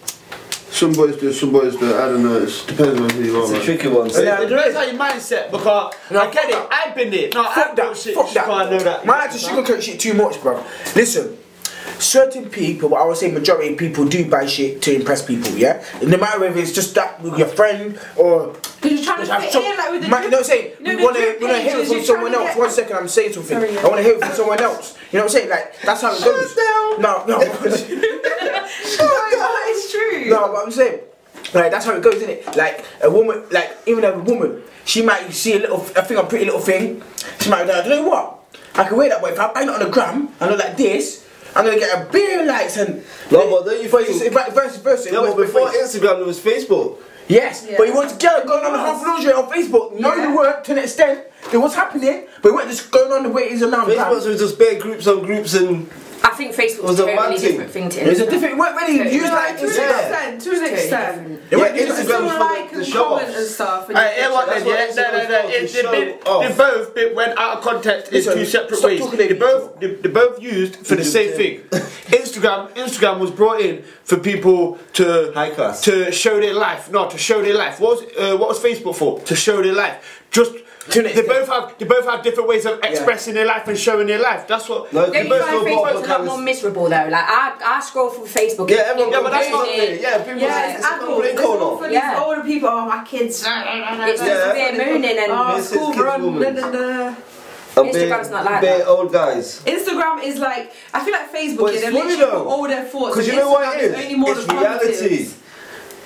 X: some boys do, some boys don't. I don't know. It depends on who you are.
B: It's a
X: man.
B: tricky one.
E: It it depends on your mindset because I get it. I've been there. No, I've done shit.
F: Fuck that.
E: I know that.
F: Man, I just sugarcoat shit too much, bro. Listen, certain people, well, I would say majority of people do buy shit to impress people, yeah? No matter whether it's just that with your friend or.
D: Because you're trying to fit in, like with the
F: Man, you know what I'm saying?
D: No,
F: we
D: the
F: want to
D: drip
F: we wanna hear it
D: pages,
F: from
D: you're
F: someone
D: trying to
F: else.
D: get-
F: One second, I'm saying something.
D: Sorry, yeah.
F: I want to hear it from someone else. You know what I'm saying? Like, that's how it goes. No, no.
D: it's true.
F: No, but I'm saying, like that's how it goes, isn't it? Like a woman, like even a woman, she might see a little, I think a pretty little thing. She might be like, "Do you know what? I can wear that, but if I bang it on the gram and look like this, I'm gonna get a billion likes and." No, but
B: then you
F: versus versus versus.
B: Yeah, but before Instagram, there was Facebook.
F: Yes,
B: Yeah.
F: but you want to get going on a half lingerie on Facebook, knowing the word to an extent that what's happening, but it weren't just going on the way it is now.
B: Facebook was just bare groups on groups and.
J: I think Facebook
B: was
J: was
B: a
J: a totally
B: mad thing.
J: different thing to
B: It was a
J: Instagram.
B: different- it weren't really
J: Totally
B: used
J: different.
B: like to an Yeah. extent,
D: to an extent.
B: Yeah,
D: Like,
B: Instagram's
D: still
B: for the-
D: like
B: the
D: and
B: show-offs.
D: comment and stuff. and
E: Hey,
D: you
E: hear what
D: picture-
E: then, yeah? No, no, no. It, they, they, they both bit went out of context in
F: Listen,
E: two separate
F: stop
E: ways.
F: talking
E: They both, they, they both used for the same thing. Instagram, Instagram was brought in for people to to show their life. No, to show their life. What was uh, what was Facebook for? To show their life. Just they both have they both have different ways of expressing their life and showing their life. That's what.
B: No,
J: Don't you find Facebook's a lot more miserable though? Like I, I scroll through Facebook.
E: Yeah, everyone Yeah, but that's not
J: Using-
E: me. Yeah, people-
D: Yeah,
J: it's
D: it's
J: a
D: adult.
J: complete
D: It's
J: corner.
D: all for these
J: Yeah.
D: older people. Oh, my kids.
J: It's just Yeah. bare mooning and-
D: oh,
J: Mrs.
D: school
J: Kids
D: run.
J: woman.
D: Da, da, da.
B: And bare- bare old guys.
D: Instagram is like I feel like Facebook.
B: But
D: Yeah,
B: it's
D: they
B: funny
D: literally
B: though.
D: put all their thoughts.
B: Because you
D: and
B: know what it
D: Instagram
B: is?
D: Only more
B: It's
D: the positives.
B: reality.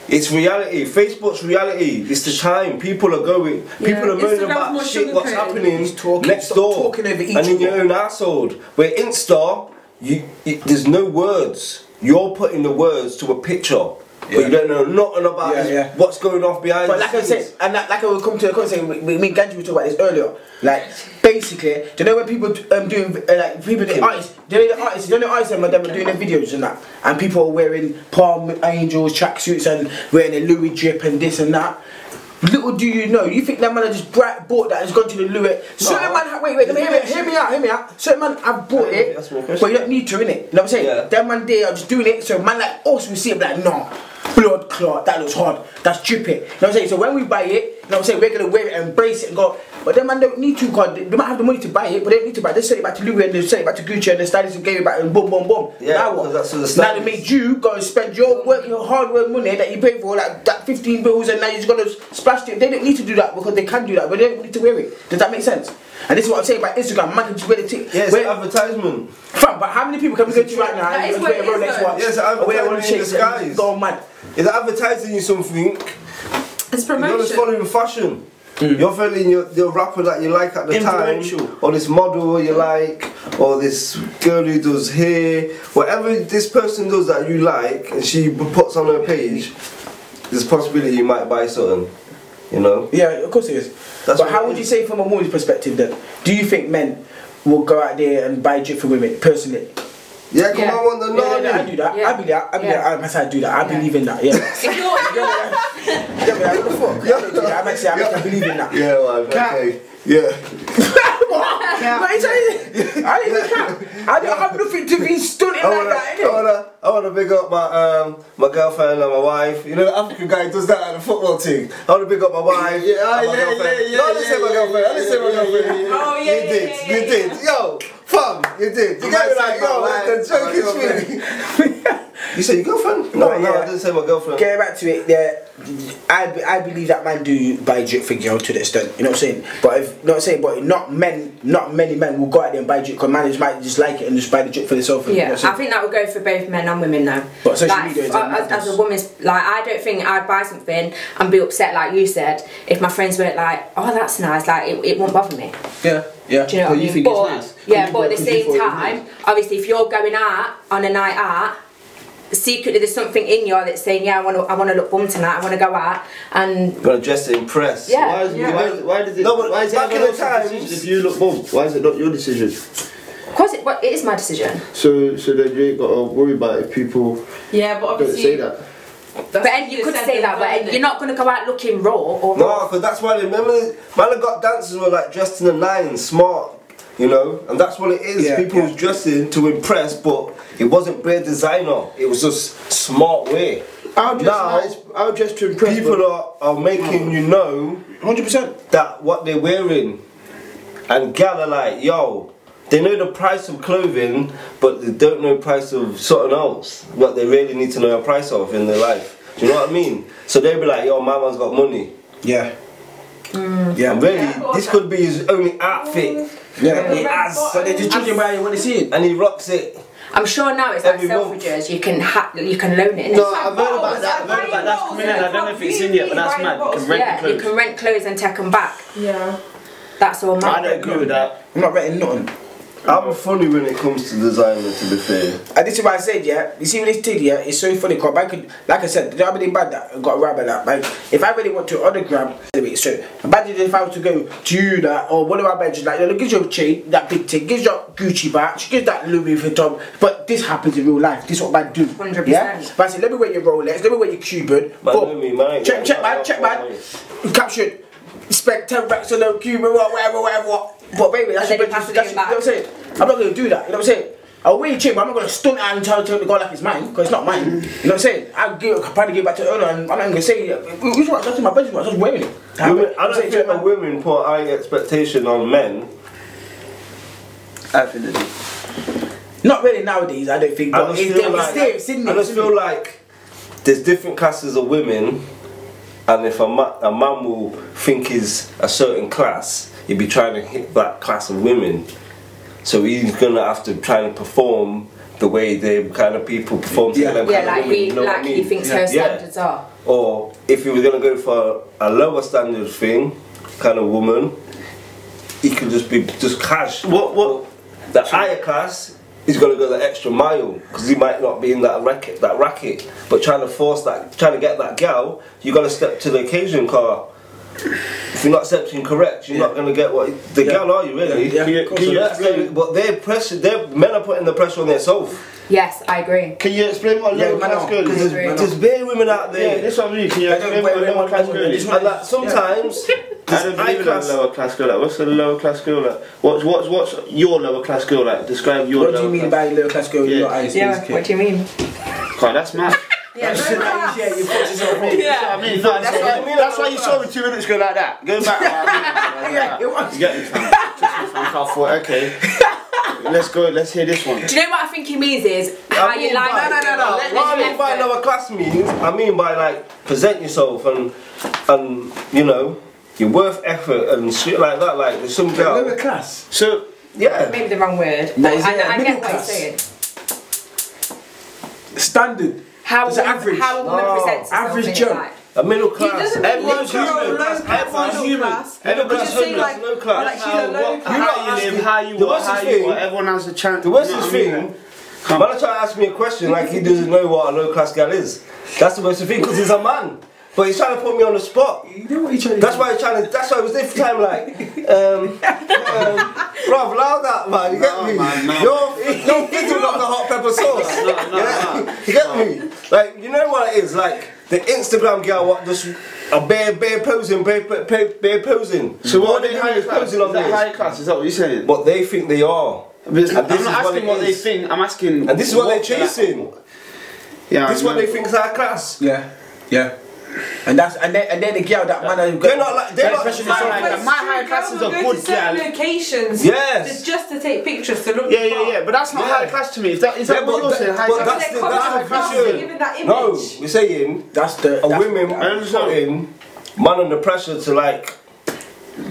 B: It's reality. Facebook's reality. It's the time. People are going. People
D: Yeah.
B: are moaning
D: Instagram's more
B: about shit. What's
D: sugarcoated.
B: happening
F: talking-
B: next
F: stop
B: door?
F: talking over each
B: and in your
F: other.
B: own asshole. Where Insta, you, you there's no words. You're putting the words to a picture, but you don't know nothing about
F: Yeah,
B: is
F: yeah.
B: what's going off behind.
F: But
B: the
F: like I
B: scenes.
F: said, and like, like I would come to the conversation, we, we, me and Ganji were talking about this earlier. Like, basically, do you know when people um, doing, uh, like, people, the artists, do you know the artists, do you know the artists and them are doing their videos and that? And people are wearing Palm Angels tracksuits and wearing a Louis drip and this and that. Little do you know, you think that man had just bra- bought that and has gone to the Louis. Certain man, ha- wait, wait, let me hear me, hear me out, hear me out. Certain man have bought it, but you don't need to, innit? You know what I'm saying? Them man there are just doing it, so man like us, we see it, be like, no blood clot, that looks hard, that's dripping. You know what I'm saying? So when we buy it, you know what I'm saying, we're gonna wear it, embrace it and go, but them man don't need to God, they they might have the money to buy it, but they don't need to buy it. They sell it back to Louis and they sell it back to Gucci and the stylist and gave it back and boom boom boom.
B: Yeah,
F: now what?
B: that's what the
F: now they made you go and spend your work your hard work money that you paid for, like that fifteen bills and now you're just gonna splash it. They don't need to do that because they can do that, but they don't need to wear it. Does that make sense? And this is what I'm saying about Instagram, man can just wear the tick.
B: Yeah, it's
F: wear-
B: advertisement.
F: Fam, but how many people can we go to right now?
B: That
F: and
B: is
F: just
B: what
F: wear a
B: it is,
F: Rolex
B: though.
F: watch,
B: Yes,
F: or wear
B: advertisement
F: one
B: in
F: chain, and
B: disguise.
F: Go mad.
B: It's advertising you something.
D: It's
B: You're just
D: promotion.
B: following fashion. You're following your, your rapper that you like at the time,
D: Influential.
B: or this model you like, or this girl who does hair, whatever this person does that you like, and she b- puts on her page. There's a possibility you might buy something, you know.
F: Yeah, of course it is. but how would you say from a woman's perspective then? Do you think men will go out there and buy drip for women personally?
B: Yeah, come on, want the
F: yeah, yeah, yeah, I do that. I believe that. I believe that. I, myself, I do that. I believe in that. Yeah.
J: If you're-
F: yeah, but like, what the fuck? I don't do that. I'm actually, I'm actually believing that.
B: Yeah, well, okay. Yeah.
F: But it's- I don't even count. I don't have nothing to be stood in
B: I
F: like
B: wanna,
F: that.
B: I wanna, I wanna big up my um, my girlfriend and my wife. You know, the African guy who does that at the football team. I wanna big up my wife.
X: Yeah, ah,
B: and my
X: yeah,
B: girlfriend.
X: yeah, yeah,
B: No, I didn't say my
X: yeah,
B: girlfriend. I didn't
X: yeah,
B: say my
X: yeah,
B: girlfriend.
X: yeah, yeah. Oh, yeah,
B: you
X: yeah,
B: did,
X: yeah,
B: you
X: yeah,
B: did. Yo, fam, you did. You
X: I
B: get me
X: might
B: like,
X: say my
B: yo,
X: wife,
B: the joke
X: my
B: is really. You said your girlfriend? No,
F: Right,
B: no,
F: yeah.
B: I didn't say my girlfriend.
F: Getting back to it, yeah, I, be- I believe that man do buy drip for girl to the extent. You know what I'm saying? But if you know what I'm saying, but not men, not many men will go out there and buy drip because man just might just like it and just buy the drip for themselves.
J: Yeah, I think that would go for both men and women though.
F: But social
J: like,
F: media is
J: uh,
F: a
J: as, as
F: madness.
J: a woman's like, I don't think I'd buy something and be upset like you said if my friends weren't like, "Oh, that's nice," like it, it won't bother me.
F: yeah, yeah.
J: Do you know what I mean? but, Yeah, but at the same time, obviously, if you're going out on a night out, secretly there's something in you that's saying, "Yeah, I want to, I want to look bum tonight. I want to go out." And
B: Gotta dress to impress.
J: Yeah,
B: Why, is-
J: yeah.
B: why, why does it? No, but why is back in the times,
X: If you look bum, why is it not your decision?
J: of course, it, well, it is my decision.
X: So, so then you ain't got to worry about if people
D: Yeah, but
X: don't say
D: obviously.
X: that.
J: but and you could say that, but Ed, you're not going to go out looking raw or
B: No, because that's why they remember. Man, have got dancers who are like dressed in the nines, smart, you know, and that's what it is.
F: Yeah,
B: People was dressing to impress, but it wasn't bare designer. It was just smart way.
X: I'll dress
B: Now,
X: nice. I'll dress to impress.
B: People
X: but-
B: are, are making you know, hundred percent, that what they're wearing, and gal are like, yo. They know the price of clothing, but they don't know the price of something else. What they really need to know the price of in their life. Do you know what I mean? So they'll be like, yo, my man's got money.
F: Yeah. Yeah.
B: And really, this could be his only outfit.
F: Yeah.
B: He has.
F: But they're just judging by what they see.
B: And he rocks it.
J: I'm sure now it's like Selfridges. You can ha- you can loan it.
D: No, I've heard about that. I've heard about
Y: That's coming in. I don't know if it's in yet, but that's mad. You can rent
J: yeah,
Y: the
J: you
Y: clothes.
J: can rent clothes and take them back.
D: Yeah.
J: That's all
Y: I
J: mad.
Y: don't agree with that.
F: I'm not renting nothing.
B: I'm funny when it comes to designer, to be fair.
F: And this is what I said, yeah. You see what this did, yeah. It's so funny because I could, like I said, the other day bad that I got rabbit that. Like, if I really want to autograph, anyway, so imagine if I was to go do that or one of my badges, like, you know, gives your chain, that big thing, gives your Gucci badge, gives that Louis Vuitton. But this happens in real life. This is what man do.
J: 100%.
F: Yeah. But I said, let me wear your Rolex, let me wear your Cuban.
B: Man,
F: Boom.
B: know me, man, I ain't
F: Check,
B: got
F: check,
B: no
F: man,
B: love
F: check,
B: for
F: man. Captured. Spent 10 racks on a Cuban, what, whatever, whatever, what. But baby, that's
J: And
F: your
J: then
F: business,
J: you pass it
F: that's- you know
J: back.
F: what I'm saying? I'm not gonna do that, you know what I'm saying? I'll wait him, I'm not gonna stunt and tell tell the guy like it's mine, because it's not mine. You know what I'm saying? I'll give, I'll probably give it back to the owner and I'm not even gonna say, who's what? That's in my bedroom, I was just wearing it.
B: Women, I
F: I'm saying,
B: don't think that women put high expectation on men. I think they do.
F: Not really nowadays, I don't think,
B: I
F: but
B: just
F: it's
B: feel
F: there, it's
B: like,
F: there, it's in
B: I
F: there.
B: just feel like there's different classes of women, and if a, ma- a man will think he's a certain class, he'd be trying to hit that class of women. So he's gonna have to try and perform the way they kind of people perform to
F: Yeah.
B: them
J: Yeah,
B: kind
J: like
B: of women.
J: he
B: you know what
J: like
B: I mean?
J: he thinks her standards are.
B: Or if he was gonna go for a lower standard thing, kind of woman, he could just be just cash. What what? The higher class is gonna go the extra mile because he might not be in that racket, that racket. But trying to force that, trying to get that gal, you gotta step to the occasion, car. If you're not stepping correct, you're not gonna get what the gal are. You really?
F: Yeah, yeah, of course
B: So
F: I
B: that's
F: agree.
B: the- but they're pressure. They're men are putting the pressure on themselves.
J: Yes, I agree.
E: Can you explain what
F: Yeah,
E: lower
F: man,
E: class
F: no,
E: girl
B: 'Cause
E: is?
B: there's, there's bare women out there.
E: Yeah, that's what I mean. Can you
F: I don't
E: explain
F: wear
E: what a
F: lower
E: lower class
F: class
E: girl is?
B: And like sometimes,
E: I don't
B: high
E: believe in a
B: class.
E: lower class girl. Like, what's a lower class girl like? What's what's what's your lower class girl like? Describe your.
F: What do you
E: lower
F: mean
E: class.
F: by lower class girl in
E: Yeah.
F: your eyes?
J: Yeah, what do you mean?
E: God, that's mad.
D: Yeah, very
F: Yeah,
D: class.
F: you put yourself in.
E: That's what I mean. No, that's,
F: what I
E: why, that's why you saw me two minutes ago like that. Go back.
F: Yeah, it was.
E: You get me, fam? Just me, fam. I thought, okay. Let's go. Let's hear this one.
J: Do you know what I think he means is how you like?
B: No, no, no, no.
J: Let-
B: What I
J: let-
B: mean by lower class means, I mean by like present yourself and and you know you're worth effort and shit like that. Like there's some
F: Lower
B: girl.
F: class.
E: So
B: Yeah.
J: Maybe the wrong word.
F: No,
J: but
F: is
J: I,
F: it a
J: I get
F: middle
J: what you're
F: class?
J: saying.
F: Standard.
J: How a
F: It's
J: woman,
F: average.
J: how a woman
B: No,
J: presents herself
F: average
J: in
F: Joe.
J: life.
B: A middle
D: He
B: class.
D: doesn't
E: Everyone's
D: really
E: human.
D: low class,
E: Everyone's
D: low
E: human.
D: class.
E: Everyone's
D: Because you're saying
E: human.
D: like,
B: Low
D: oh,
B: class.
D: like she's
E: How,
D: a low
E: what, how,
D: class.
E: you live, how you
B: The
E: work,
B: worst
E: how
B: thing-
E: you work. Everyone has a chance.
B: The worst
E: you know
B: is
E: what I mean?
B: thing, man are trying to ask me a question like he doesn't know what a low class girl is. That's the worst thing because he's a man. But he's trying to put me on the spot.
F: You know what you're trying to
B: That's
F: do?
B: why he's trying to. That's why it was this time like, um, um, bruv, allow that man. You get
E: No,
B: me?
E: man, no.
B: You're, you're thinking about the hot pepper sauce.
E: no,
B: you get, you get me? Like you know what it is? Like the Instagram girl, what just a bare bare posing, bare bare, bare posing.
E: So what are
B: they
E: they
B: doing
E: higher
B: is
E: class?
B: posing on
E: Is that
B: this.
E: higher class? Is that what you're saying?
B: What they think they are.
E: I'm
B: And
E: not
B: this is what
E: asking
B: it
E: what they
B: is.
E: think. I'm asking.
B: And this is what they're
E: like-
B: chasing.
E: Yeah,
B: This is what
E: I
B: they
E: know.
B: think is our class.
F: Yeah, yeah. And that's and they and they're the girl that man has got.
B: They're not like- they're not-
F: precious
B: my
F: like that.
D: But
E: my
D: street
E: high
D: girls
E: class is
D: will
E: a
D: go
E: good
D: to certain
E: girl.
D: locations.
B: Yes.
D: to- Just to take pictures to look.
E: Yeah, yeah, yeah, but that's not high class to me. Is that, is
B: Yeah,
E: that what
B: but
E: you're
B: that-
E: saying? High
B: but
E: class.
B: that's the- that's the
D: class,
B: pressure.
D: they're given that
B: No,
D: image.
B: we're saying
F: That's the uh,
B: a
F: that's
B: women putting man under pressure to like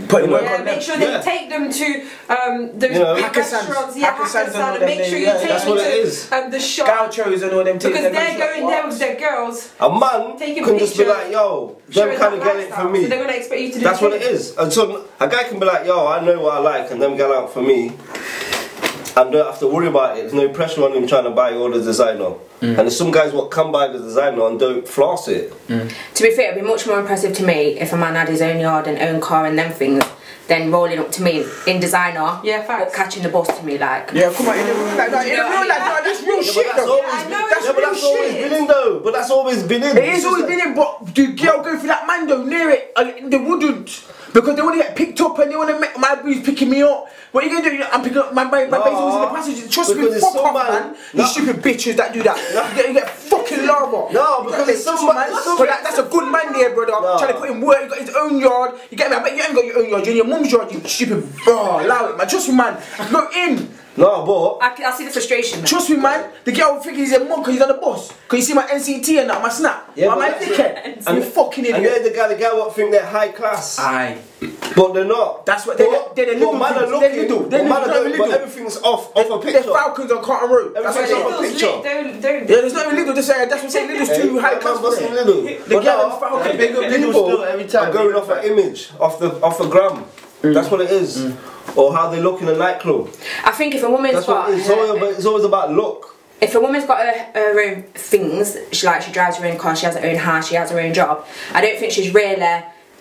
F: putting work
D: Yeah,
F: on them.
D: make sure they
B: Yeah.
D: take them to um, those
B: You know,
D: big
F: Hackasans.
D: restaurants. Yeah,
F: Hackasans and all
D: Hackasan.
F: them
D: Make sure
F: things,
D: you
F: yeah,
D: take
F: that's
D: them
B: what it
D: to
B: is.
D: um, the shop
F: Gauchos and all them things.
D: because
F: they're gonna
D: they're
F: be like,
D: going there
F: "What?"
D: with their girls.
B: a man
D: Take a
B: can just be
D: picture,
B: like, yo,
D: showing
B: them kind of
D: that
B: get it
D: lifestyle.
B: for me.
D: So they're gonna expect you to do.
B: That's
D: the
B: what it
D: same.
B: is. And so a guy can be like, yo, I know what I like, and them get out for me. And don't have to worry about it. There's no pressure on him trying to buy all the designer. And there's some guys what come buy the designer and don't floss it.
J: To be fair, it'd be much more impressive to me if a man had his own yard and own car and them things than rolling up to me in designer
D: Yeah,
J: or
D: facts.
J: catching the bus to me like.
F: Yeah, come on, in the real life, no, in the real life, no, that's real
B: Yeah,
F: shit
B: but that's
F: though.
B: always
D: I
B: been,
D: know
B: yeah,
D: it's
B: but
D: real
B: that's always
D: shit.
B: been in though. But that's always been in.
F: It is always been in, but the girl go for that man though, near it, and they wouldn't. Because they want to get picked up and they want to make my boo's picking me up. What are you gonna do? I'm picking up my my, my
B: Nah,
F: baby was in the passage. Trust me,
B: because it's
F: fuck
B: so
F: off,
B: bad.
F: man.
B: Nah.
F: You stupid bitches that do that. You, get, you get fucking lava.
B: No, because it's so
F: Listen,
B: bad-
F: man,
B: it's so
F: but
B: bad.
F: that- that's a good man there, brother.
B: Nah.
F: Trying to put in work. You got his own yard. You get me? I bet you ain't got your own yard. You're in your mum's yard. You stupid. Oh, allow it, man. Trust me, man. Go in.
B: No,
J: I, c- I see the frustration.
F: Trust me, man. The girl thinking he's a monk because he's on the bus. Because you see my NCT and that, my snap.
B: Yeah,
F: Yeah,
B: but
F: my
B: that's
F: dickhead.
B: And-
F: You fucking
B: but and
F: idiot.
B: they're the guy, the guy what think they're high class,
Y: Aye.
B: but they're not.
F: That's what they're-
B: But-
F: they're the
B: but
F: little
B: man are
F: things, they're
B: looking,
F: little,
B: but
F: they're
B: man are
F: little, they're
B: doing- but
F: little.
B: everything's off off a
F: They're
B: picture.
F: Falcons on Carton Road. That's what
B: Everything's
F: I'm
B: off a
F: saying.
B: picture.
D: Don't don't.
F: Yeah, there's nothing little to say. That's what I'm saying. Little's too high
B: Yeah, man,
F: class. for
B: but
F: it.
B: some little.
F: The
B: But
F: girl
B: nah,
F: in Falcon.
B: big- big
E: Little
B: people
E: still every time.
B: Are going off an image, off the off a gram.
F: Mm.
B: That's what it is. Or how they look in a nightclub.
J: I think if a woman's
B: That's
J: got
B: what it is. It's
J: her-
B: always about, it's always about look.
J: if a woman's got her, her own things, she like she drives her own car, she has her own house, she has her own job. I don't think she's really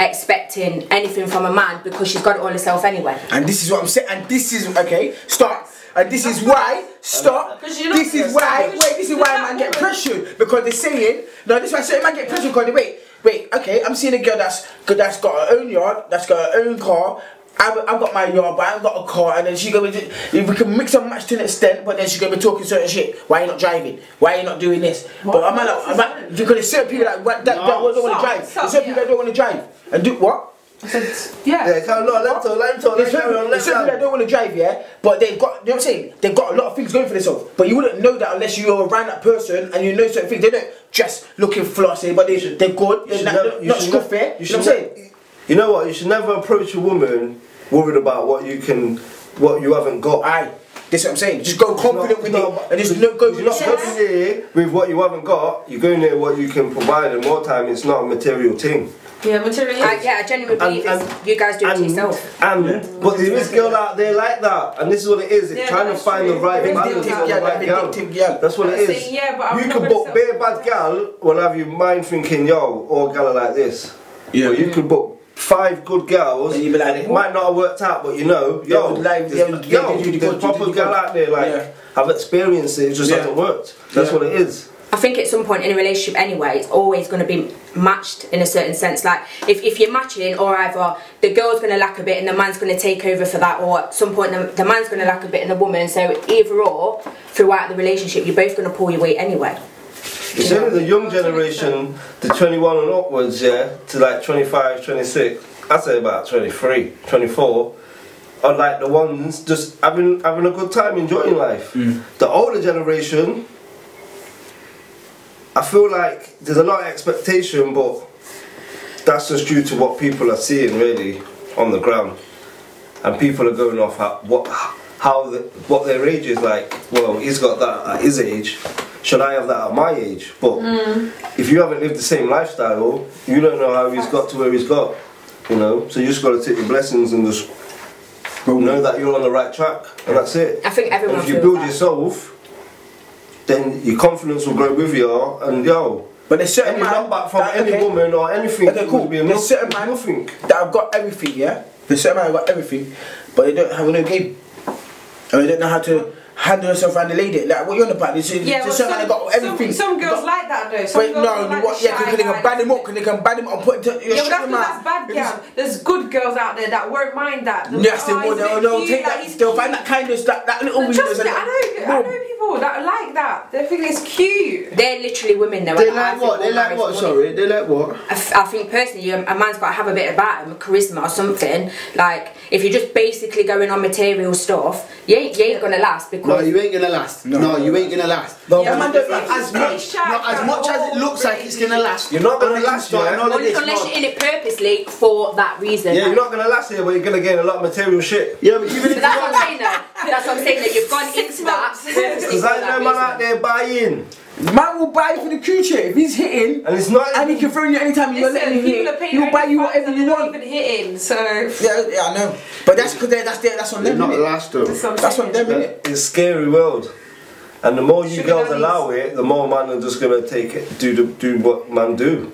J: expecting anything from a man because she's got it all herself anyway.
F: And this is what I'm saying. And this is okay. Stop. And this is why. Stop.
D: 'Cause you're not-
F: This is why. Wait. This is why man get pressured because they're saying. No, this is why certain man get pressured because they wait. Wait. Okay. I'm seeing a girl that's that's got her own yard. That's got her own car. I've, I've got my yard, but I've got a car, and then she gonna be, we can mix and match to an extent, but then she gonna be talking certain shit. Why you not driving? Why you not doing this? But I'm not, I'm not because there's certain people that that, that,
E: No.
F: don't want to
D: Stop,
F: drive.
D: stop,
F: There's certain people
D: yeah.
F: that don't want to drive and do what?
D: I said, yeah.
B: Yeah, come on, let him talk, let him talk, let
F: There's
B: him carry on,
F: certain,
B: let
F: there's
B: him
F: certain people that
B: talk.
F: don't want to drive, yeah, but they've got, you know what I'm saying? They've got a lot of things going for themselves. But you wouldn't know that unless you're around that person and you know certain things. They don't just looking flossy, eh, but they, they're
B: You
F: good, they're
B: should
F: not,
B: never-
F: not,
B: you
F: not
B: should never-
F: scruffy. You,
B: you
F: know
B: should
F: what I'm
B: ne-
F: saying?
B: You know what? You should never approach a woman worried about what you can, what you haven't got.
F: Aye, that's what I'm saying. Just go confident with
B: No,
F: it and just no, go with
B: you're not
F: it.
B: going there with what you haven't got. You're going there what you can provide, and more time it's not a material thing.
D: Yeah, material.
J: I, yeah, I genuinely believe it's, you guys do it to yourself.
B: And but there is girl out there like that, and this is what it is. It's
D: Yeah,
B: trying to
D: that's
B: find the
D: true.
B: right
D: There is
B: balance
D: girls
B: and
D: out
B: the
F: there
B: right
F: that
B: girl.
F: vindictive girl.
B: That's what
D: I'm
B: it is.
D: saying, yeah, but I'm
B: you
D: not
B: could
D: gonna
B: book
D: sell
B: bare
D: myself.
B: bad gal will have you mind thinking, yo, all gal are like this.
F: Yeah.
B: But you could book five good girls,
F: And you'd be like,
B: it might not have worked out, but you know,
F: They
B: yo,
F: would like- they
B: there's,
F: would-
B: yo,
F: they do the
B: there's
F: good, they do
B: proper
F: the
B: gal
F: good.
B: out there like
F: Yeah.
B: have experienced it, it just
F: Yeah.
B: hasn't worked. That's
F: Yeah.
B: what it is.
J: I think at some point in a relationship anyway, it's always going to be matched in a certain sense. Like if, if you're matching, or either the girl's going to lack a bit and the man's going to take over for that, or at some point the, the man's going to lack a bit and the woman. So either or, throughout the relationship, you're both going to pull your weight anyway.
B: It's only the young generation, the 21 and upwards, yeah, to like 25, 26, I'd say about 23, 24, are like the ones just having having a good time, enjoying life. The older generation, I feel like there's a lot of expectation, but that's just due to what people are seeing really on the ground. And people are going off how, what, how the, what their age is like. Well, he's got that at his age. Should I have that at my age? But
J: Mm.
B: if you haven't lived the same lifestyle, you don't know how he's got to where he's got. You know, so you just got to take your blessings and just know that you're on the right track, and that's it.
J: I think everyone
B: And if you
J: feels
B: build
J: that.
B: yourself, then your confidence will grow with you, and yo,
F: But there's certain
B: any
F: man
B: knockback from
F: that-
B: any
F: okay.
B: woman or anything
F: Okay, cool.
B: would be a
F: There's certain
B: nothing.
F: man
B: nothing.
F: that I've got everything, yeah? There's certain man I've got everything, but they don't have no game. And they don't know how to handle herself around the lady. Like, what you on about? There's,
D: Yeah,
F: there's
D: well,
F: certain man
D: some,
F: that got everything.
D: some, some girls
F: Got-
D: like that though. Some
F: But
D: girls
F: no,
D: like
F: what,
D: the
F: yeah, because they
D: shy
F: can ban him
D: guys.
F: up, and they can ban him up, put it to
D: Yeah, but that's,
F: your
D: that's bad, girl. There's good girls out there that won't mind that.
F: Yes, they
D: Oh,
F: will.
D: he's a
F: They'll,
D: bit
F: they'll
D: cute,
F: take
D: like,
F: that.
D: he's
F: They'll
D: cute.
F: find that kind of that, that little
D: But
F: weakness
D: Trust
F: and
D: me, I know, I know people people that like that. They think it's cute.
J: They're literally women though.
E: They
J: and I
E: like
J: think
E: what?
J: all
E: They like
J: married
E: what?
J: women.
E: Sorry, they like what?
J: I, f- I think personally, um, a man's got to have a bit about him, charisma or something. Like, if you're just basically going on material stuff, you ain't, you ain't gonna last because.
E: No, you ain't gonna last. No, you ain't gonna last. No,
J: Yeah,
E: man,
J: man,
E: don't
J: it's-
E: last. as much, not as much as it looks like it's gonna last.
B: You're not gonna
E: I'm not
B: last,
E: gonna
B: yeah.
E: start, I know
J: Only-
E: this,
J: unless
E: no.
J: you're in it purposely for that reason.
B: Yeah,
J: like-
B: you're not gonna last here, but you're gonna gain a lot of material shit.
E: Yeah, but even
J: But that's what I'm saying though. That's what I'm saying that you've gone into that purposely
B: Because
J: for
B: I
J: that
B: know man
J: reason.
B: out there buying.
F: Man will buy for the creature if he's hitting.
B: And it's not.
F: And he can throw you anytime you're
D: Listen,
F: letting him
D: people are
F: hit.
D: paying
F: He'll buy you
D: only
F: whatever you want.
D: Even hitting, so
F: Yeah, yeah, I know. But that's because that's their, that's on
E: They're
F: them.
E: not
F: innit?
E: last though.
F: That's on them, innit?
B: It's a scary world. And the more you
D: Sugar
B: girls
D: daddies.
B: allow it, the more man are just gonna take it, do the, do what man do.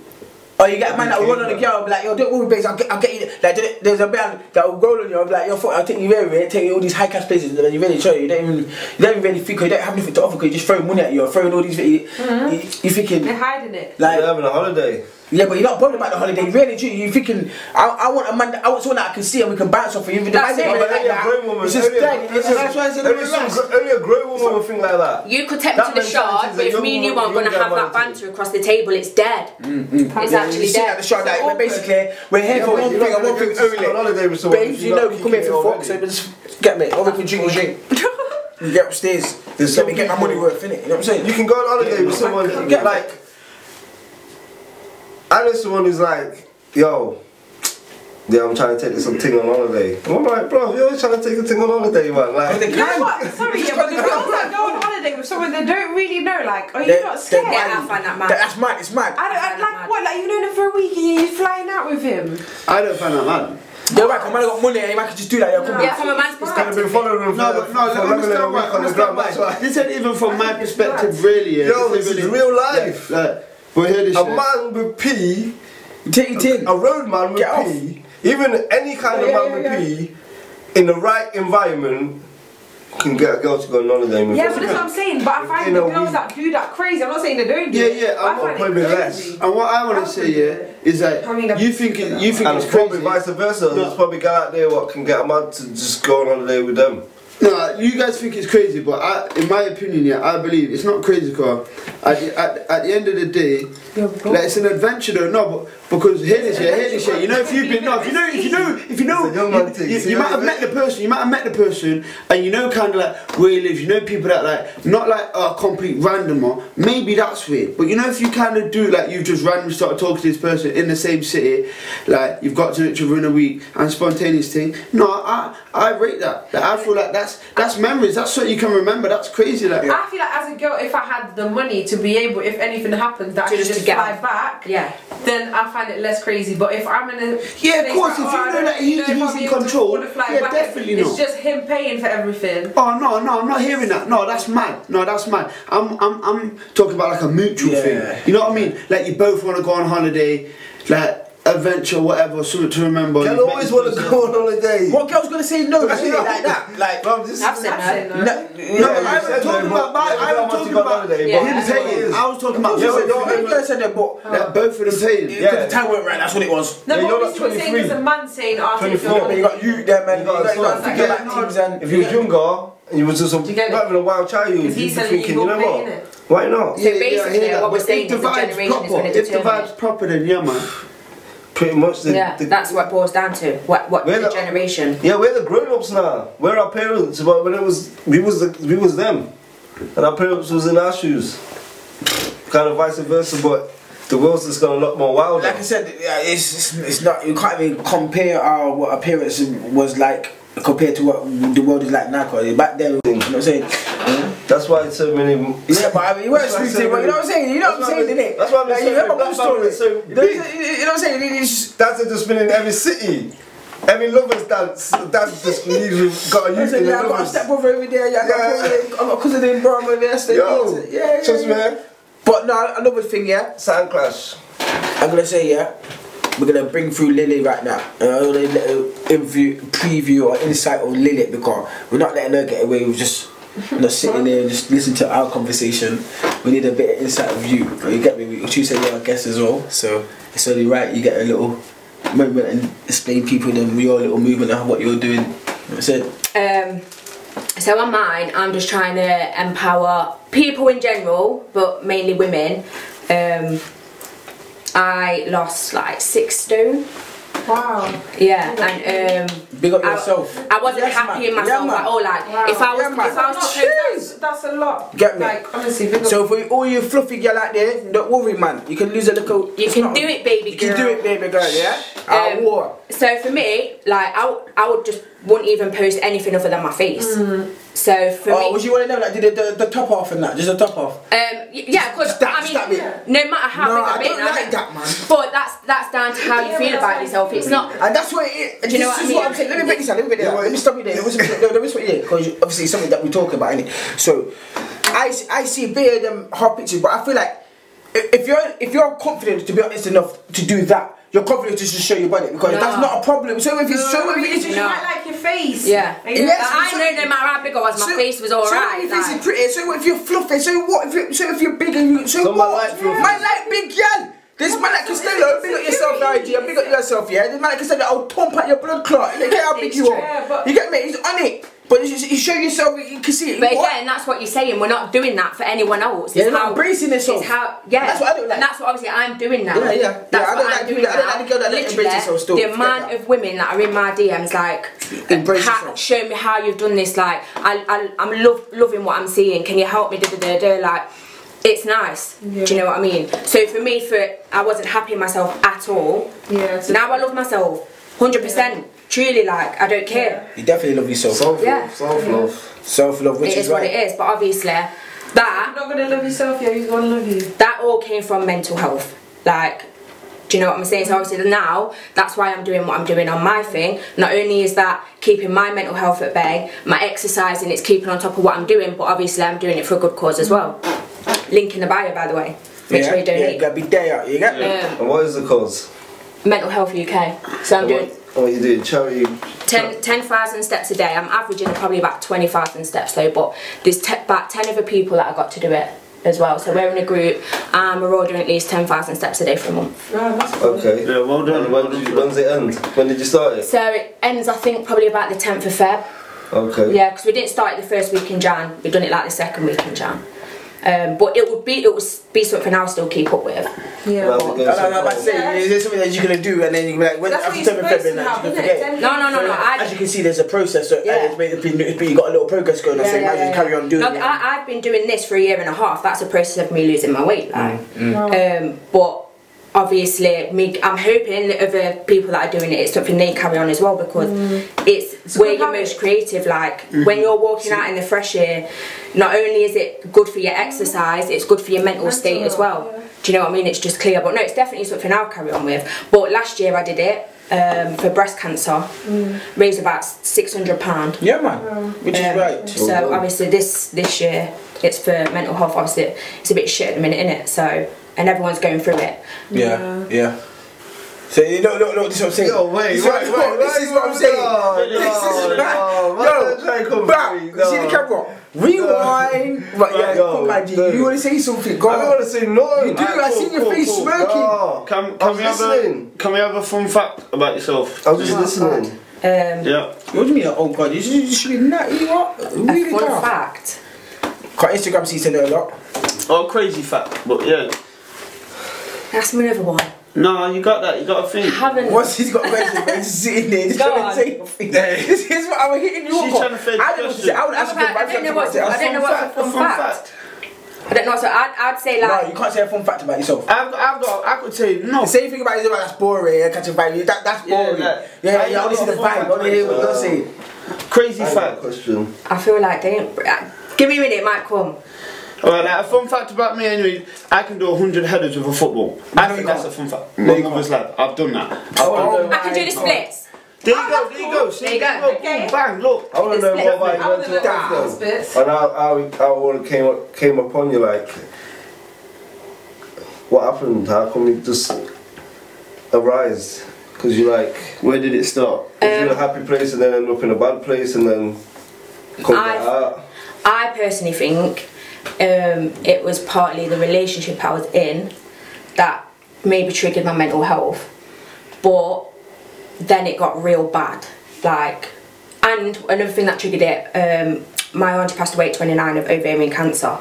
F: Or you get a man that will run on the girl and be like, yo, don't worry, babes, I'll get, I'll get you. Like, there- there's a man that will roll on you and be like, yo, fuck, I'll take you everywhere, take you all these high class places, and then you really show you. You don't even, you don't even really think, you don't have anything to offer because you're just throwing money at you, or throwing all these. You,
J: Mm-hmm.
F: you, you thinking,
D: they're hiding it.
B: They're
F: like,
B: having a holiday.
F: yeah, but you're not bothered about the holiday, really, do you? You're thinking, I, I want a man, that, I want someone that I can see and we can bounce off of. You're
J: That's it,
B: Oh, but only a grown woman.
F: It's just
B: only a-
F: dead. It's just- That's why I said
B: only some
F: relax.
B: gr- Only a grown woman would think like that.
J: You could take me
B: That
J: to the
B: mentality
J: shard,
B: is
J: but
B: a
J: if me and you
B: young
J: aren't
B: woman,
J: gonna have
B: young
J: that
B: man.
J: banter across the table, it's dead. It's
F: You
J: actually
F: see at the
J: dead.
F: show that we're basically we're here
B: Yeah,
F: for
B: but
F: one
B: you're
F: thing
B: not
F: and one
B: gonna
F: thing
B: go to a holiday
F: only.
B: with someone
F: Babes,
B: if
F: you
B: you're
F: know
B: not
F: we come here
B: kicking it
F: for fuck,
B: already.
F: so just get me. Or we can drink and drink. You get upstairs.
B: There's some
F: Let me get my
B: people-
F: money worth in it. You know what I'm saying?
B: You can go on holiday with someone
F: Yeah.
B: like. I know someone who's like, yo, yeah, I'm trying to take this thing on holiday. And I'm like, bro, you're always trying to take a thing on holiday, man. Like,
F: They
D: You know
F: can.
D: what? Sorry, yeah, but the girls that go on holiday with someone they don't really know, like, are you
F: They're-
D: not
F: they're
D: scared?
J: Yeah,
F: mad.
J: I find that mad.
F: That's mad. It's mad.
D: I don't, I, like what? Like you know him for a week and you're flying out with him.
E: I don't find that mad.
F: They're like, I'm got money. and I can just do that. Yo, come on.
J: Yeah, from a man's
B: I've
J: perspective.
B: been following him
E: No,
B: for,
E: but no,
B: for
E: look,
B: longer than a
E: understand why,
B: week on the ground.
E: understand
B: That's
E: why.
B: why.
E: This ain't even from my perspective,
D: nuts.
E: really. yeah.
B: Yo,
E: ain't
B: this is
E: really-
B: real life.
E: Like, like, but here this
B: A
E: shit.
B: man with pee,
F: Take it in.
B: a road man with
F: Get off.
B: pee, even any kind
F: Yeah,
B: of man
F: yeah, yeah,
B: with pee, in the right environment, can get a girl to go on holiday with.
D: Yeah, but that's what I'm saying. But I
B: In
D: find
B: a
D: the girls
B: week.
D: that do that crazy. I'm not saying they don't do
E: Yeah,
D: it.
E: yeah, I'm
D: but I
E: not
D: find it
B: probably less.
D: crazy.
E: And what I want
D: I
E: to say,
D: wouldn't do
E: yeah,
D: it.
E: is that
D: I mean, I-
E: you think it, you think
B: And
E: it's
B: it's probably
E: crazy.
B: vice versa.
E: No.
B: There's probably a guy out there what can get a man to just go on holiday with them.
E: No, you guys think it's crazy, but I, in my opinion, yeah, I believe it's not crazy, car. At the, at, at the end of the day, like it's an adventure, though. No, but because here this year, here this year, you know, if you've been, no, if you know, if you know, if you know,
B: It's a young man
E: you,
B: thing,
E: you-
B: see
E: you
B: what
E: might
B: I
E: have
B: mean?
E: met the person, you might have met the person, and you know, kind of like where he lives. You know, people that like not like are complete randomer. Maybe that's weird, but you know, if you kind of do like you've just randomly started talking to this person in the same city, like you've got to know each other in a week and spontaneous thing. No, I I rate that. Like, I feel like that's that's memories. That's what you can remember. That's crazy. Like
D: I feel like as a girl, if I had the money to be able, if anything happens, that I
J: To
D: could
J: just
D: just,
J: get
D: fly
J: off.
D: back.
J: Yeah.
D: Then I find it less crazy. But if I'm in a
E: Yeah, of
D: place
E: course, if
D: where,
E: you
D: I
E: know
D: don't
E: that he-
D: know if I'll
E: he's
D: be
E: in
D: able to
E: control,
D: afford to fly
E: yeah,
D: back,
E: definitely
D: It's
E: not.
D: just him paying for everything.
E: Oh no no I'm not hearing that no that's mad no that's mad I'm I'm, I'm talking about like a mutual
F: Yeah.
E: thing you know what I mean like you both want to go on holiday like adventure whatever something to remember
B: Can
E: You've met
B: always
E: this
B: want to
E: person.
B: go on holiday.
F: What girl's gonna say no to shit like that? Like,
B: Bro, this
J: I've
B: is-
J: said that.
D: That's it,
F: no,
D: no?
F: no, I
B: you said
F: was talking
B: no,
F: about,
B: but-
F: I
B: but
F: was
B: once you
F: talking
B: go on
F: about.
B: holiday,
J: Yeah.
B: but
E: him
B: this is what it
E: paying
B: is.
E: I was talking about
F: Yeah,
B: Yeah,
F: but
B: but
F: no,
B: don't-
F: I said that, but
E: like both of them paying
F: because the time went right. That's what it was.
D: No,
B: Yeah,
D: but
B: you're not
D: what you're saying
B: 23.
D: is a man saying, "I'll take
B: 24.
F: But
D: your money."
F: you got you there, man. You got, you got to
B: Yeah,
F: forget about teams and
B: If you was younger and you was just a,
D: you get it?
B: having a wild child, you'd
D: Is he
B: be
D: selling
B: thinking,
D: you
B: you know
D: more
B: what?
D: pay, innit?
B: Why not?
J: So basically, what we're saying
E: if
J: is the
E: vibe's
J: generation is
E: proper,
J: gonna
E: if the
J: determine
E: vibe's proper then yeah man
B: Pretty much the.
J: Yeah,
B: the-
J: that's what it boils down to. What what
B: We're
J: the
B: the-
J: generation.
B: yeah, we're the grown ups now. We're our parents. But when it was, we was the, we was them, and our parents was in our shoes. Kind of vice versa, but the world's just gone a lot more wild.
F: like I said, yeah, it's, it's it's not you can't even compare our what appearance was like compared to what the world is like now. 'cause back then, you know what I'm saying?
B: That's why so many.
F: Yeah, but I mean, you weren't
B: That's why I
F: speaking
B: said
F: to but you know what I'm saying? You know what I'm
B: that's why
F: saying,
B: I-
F: innit?
B: that's why I'm
F: like,
B: saying
F: you have a
B: black
F: good
B: man
F: story.
B: is so
F: You know
B: big.
F: what I'm saying? It- It's,
B: That's just been in every city. Every lovers dance, that's just needs got a
F: I'm
B: youth in
F: saying,
B: the
F: yeah, I got a
B: lovers.
F: stepbrother over there, yeah, I got,
B: Yeah.
F: a brother, I got a cousin in Burma, yeah, so
B: Yo,
F: yeah, yeah, yeah,
B: trust me,
F: yeah.
B: eh?
F: But no, another thing, yeah,
B: Sound clash.
F: I'm gonna say, yeah, we're gonna bring through Lily right now. And I'm gonna let her interview, preview or insight of Lily because we're not letting her get away with just you know, sitting there and just listening to our conversation. We need a bit of insight of you. You get me? We choose your guest as well, so it's only right you get a little moment and explain people then your little movement and what you're doing. You know what I'm saying?
J: Um, So on mine, I'm just trying to empower people in general, but mainly women. Um, I lost like six stone.
D: Wow.
J: Yeah, and um,
F: Big up
J: I-
F: yourself.
J: I, wasn't
F: Yes,
J: happy
F: man.
J: in myself
F: Yeah, man.
J: at all. Like
F: Wow.
J: if I was,
F: Yeah, man.
J: if I was,
D: That's, that's, that's a lot.
F: Get me?
D: Like, honestly, big up-
F: So for all you fluffy girl out there, don't worry, man. You can lose a little.
J: You
F: it's
J: can
F: not-
J: do it, baby
F: You can do
J: girl.
F: it, baby girl. Yeah. I
J: Um,
F: wore.
J: So for me, like I, w- I would just wouldn't even post anything other than my face. So for
F: Oh,
J: me,
F: would you want to know like did the, the, the top off and that? Just the top off.
J: um, y- yeah, because
F: Stop-
J: I mean,
F: stop it.
J: no matter how
F: No,
J: big
F: I
J: I've been,
F: don't
J: I've
F: like
J: been-
F: that, man.
J: But that's that's down to how you
F: Yeah,
J: feel
F: but
J: about yourself. It's not.
F: And that's what it is.
J: Do you
F: this
J: know what I
F: is
J: mean?
F: what I'm saying. Let me break this down. Let me break this down. Let me stop you there. Let me, stop- no, let me stop you there because obviously it's something that we talk about, innit? So I, s- I see bigger than hot pictures, but I feel like i- if you're if you're confident to be honest enough to do that, your confidence is to show your body because
J: No.
F: that's not a problem. So if it's so
D: No,
F: if it's
D: you
J: No.
D: might like your face.
J: Yeah.
D: Like, you-
F: Yes,
J: I
F: so-
J: know no matter how big I was, my face was alright.
F: So if your face
J: like-
F: is pretty. So if you're fluffy. So what? If you, so if you're big and you. So,
B: So my
F: what?
B: light fluffy.
F: Man like big girl. This man like Costello, big up yourself, Nigel. Big up yourself, yeah. This man like Costello, I'll pump out your blood clot. Look at how big you
D: Yeah,
F: are.
D: but-
F: You get me? He's on it. But you you show yourself, you can see it.
J: But
F: What?
J: again, that's what you're saying. We're not doing that for anyone else.
F: Yeah,
J: It's
F: they're not
J: how-
F: embracing themself.
J: It's how, yeah.
F: That's what I don't like.
J: And that's what obviously I'm doing now.
F: Yeah, yeah. Yeah,
J: That's
F: I
J: what
F: don't like
J: I'm
F: doing
J: doing
F: that. I don't
J: now.
F: like the girl that don't
J: Literally,
F: embrace herself still.
J: The
F: Forget
J: amount
F: that.
J: of women that are in my DMs like,
F: Embrace
J: ha-
F: yourself.
J: show me how you've done this. Like, I, I, I'm love, loving what I'm seeing. Can you help me? Da, da, da, da. Like, it's nice. Do you know what I mean? So for me, for I wasn't happy in myself at all.
D: Yeah.
J: So now I love myself, hundred percent. Truly, like I don't care.
F: You definitely love yourself. Self
J: Yeah.
X: Self love.
F: Self love, which
J: It is
F: why.
J: what it is. But obviously,
D: You're
J: that
D: not gonna love yourself, yeah. Who's gonna love you?
J: that all came from mental health. Like, do you know what I'm saying? So obviously now that's why I'm doing what I'm doing on my thing. Not only is that keeping my mental health at bay, my exercising, it's keeping on top of what I'm doing, but obviously I'm doing it for a good cause as well. Link in the bio, by the way. Make
F: yeah,
J: sure
F: yeah,
J: you donate.
F: gotta be there. out, You get me?
J: Um,
B: And what is the cause?
J: Mental Health UK. So I'm
B: And
J: doing
B: what, what you doing? Charity?
J: 10 10,000 steps a day. I'm averaging probably about 20,000 steps though, but there's te- about 10 other people that I got to do it as well. So we're in a group and we're all doing at least 10,000 steps a day for a month.
D: No, that's cool.
B: Okay. Yeah, well done. And when did you, when's it end? When did you start it?
J: So it ends, I think, probably about the 10th of Feb.
B: Okay.
J: Yeah, because we didn't start it the first week in Jan. We've done it like the second week in Jan. Um, but it would be it would be something I'll still keep up with.
D: Yeah.
B: Well, we're
F: I
B: going
F: don't know about
B: so
F: saying, is there something that you're gonna do and then you're like, when
D: That's what
F: after
D: you're
F: seven
D: supposed
F: February,
D: to
F: like,
D: have,
F: you
D: isn't
F: forget.
D: it? Ten
J: No, no, no, no. I,
F: As you can see, there's a process, so
J: Yeah.
F: yeah. it's basically, but you got a little progress going on, so you might as well carry on doing
J: Look,
F: it.
J: I, I've been doing this for a year and a half. That's a process of me losing my weight. Like,
F: Mm,
J: um, but obviously, me, I'm hoping that other people that are doing it, it's something they carry on as well because it's,
D: Mm. It's a
J: where
D: good
J: you're
D: habit.
J: most creative. Like
F: Mm-hmm.
J: when you're walking out in the fresh air, not only is it good for your exercise, it's good for your mental,
D: Mm. Mental
J: state as
D: health,
J: well.
D: yeah.
J: Do you know what I mean? It's just clear. But no, it's definitely something I'll carry on with. But last year I did it. Um, for breast cancer,
D: Mm.
J: raised about six hundred pound.
F: Yeah, man, which is
J: Um,
F: right.
J: So obviously this this year it's for mental health. Obviously it's a bit shit at the minute, innit? So and everyone's going through it.
F: Yeah, yeah. So you know, no, no, this is what I'm saying.
B: Yo, wait,
F: this is what-
B: wait, wait,
F: this
B: wait,
F: is what I'm
B: no,
F: saying.
B: no,
F: this is back.
B: no, man, don't try and
F: yo,
B: come
F: back.
B: for me,
F: You see the
B: no.
F: camera? Rewind. Right, yeah,
B: yo,
F: come on, G.
B: no.
F: You want to say something? Go
B: I don't want
F: on.
B: to say no.
F: You do. I
B: Alright,
F: seen
B: cool,
F: your
B: cool,
F: face
B: cool.
F: smirking.
B: No.
E: Can,
B: I
E: can
B: was
E: we have
B: listening.
E: a can we have a fun fact about yourself?
B: I was just listening.
J: Um,
E: Yeah.
F: What do you mean? Oh God, you should, you should be not. You are really
J: a fun
F: tough.
J: fact.
F: Got Instagram sees to know a lot.
E: Oh, crazy fact, but yeah.
J: That's me another one.
E: No, you got that. You got to think.
J: I haven't.
F: Once he's got questions, man, he's sitting there, just
J: Go
F: trying to
J: on.
F: say nothing. This is what I'm hitting you
E: She's
F: up on.
E: trying to fake
F: I don't know what to say. I would
J: I
F: ask
J: don't
F: you
J: know- I don't know what's- I don't know what's a
E: a
J: fun fact. I don't know. So I'd, I'd say
F: No,
J: like
F: you can't say a fun fact about yourself.
E: I've, got- I've got. I could say no.
F: The same thing about Israel, that's boring, yeah, catching value, that, that's
E: Yeah,
F: boring.
E: like-
F: Yeah, yeah,
E: I
F: yeah,
E: know
F: only see the
E: what
F: vibe,
E: fuck
F: only hear what you're
E: I'm
F: saying.
E: Crazy
B: I got a
E: fact.
B: question.
J: I feel like they ain't. uh, Give me a minute, it might come.
E: Alright, like a fun fact about me anyway, I can do 100 headers with a football. I
F: No,
E: think
F: you
E: that's a
F: can't.
E: fun fact.
F: No,
E: My
F: you
E: mother's lad, I've done that.
F: Oh,
J: I can do the splits.
E: There you go, there you go, see,
J: There you go.
E: Boom, bang, look.
B: I want to know
J: It's
B: what
J: lit.
B: like
D: I
B: went
D: wanna
B: to
D: know about
B: lockdown
D: those bits.
B: and how how how all it came up- came upon you like. What happened? How come it just arise? Because you like
X: Where did it start?
B: you're in a happy place and then end up in a bad place and then come
J: I-
B: back out.
J: I personally think um, it was partly the relationship I was in that maybe triggered my mental health, but then it got real bad. Like, and another thing that triggered it, um, my auntie passed away at 29 of ovarian cancer,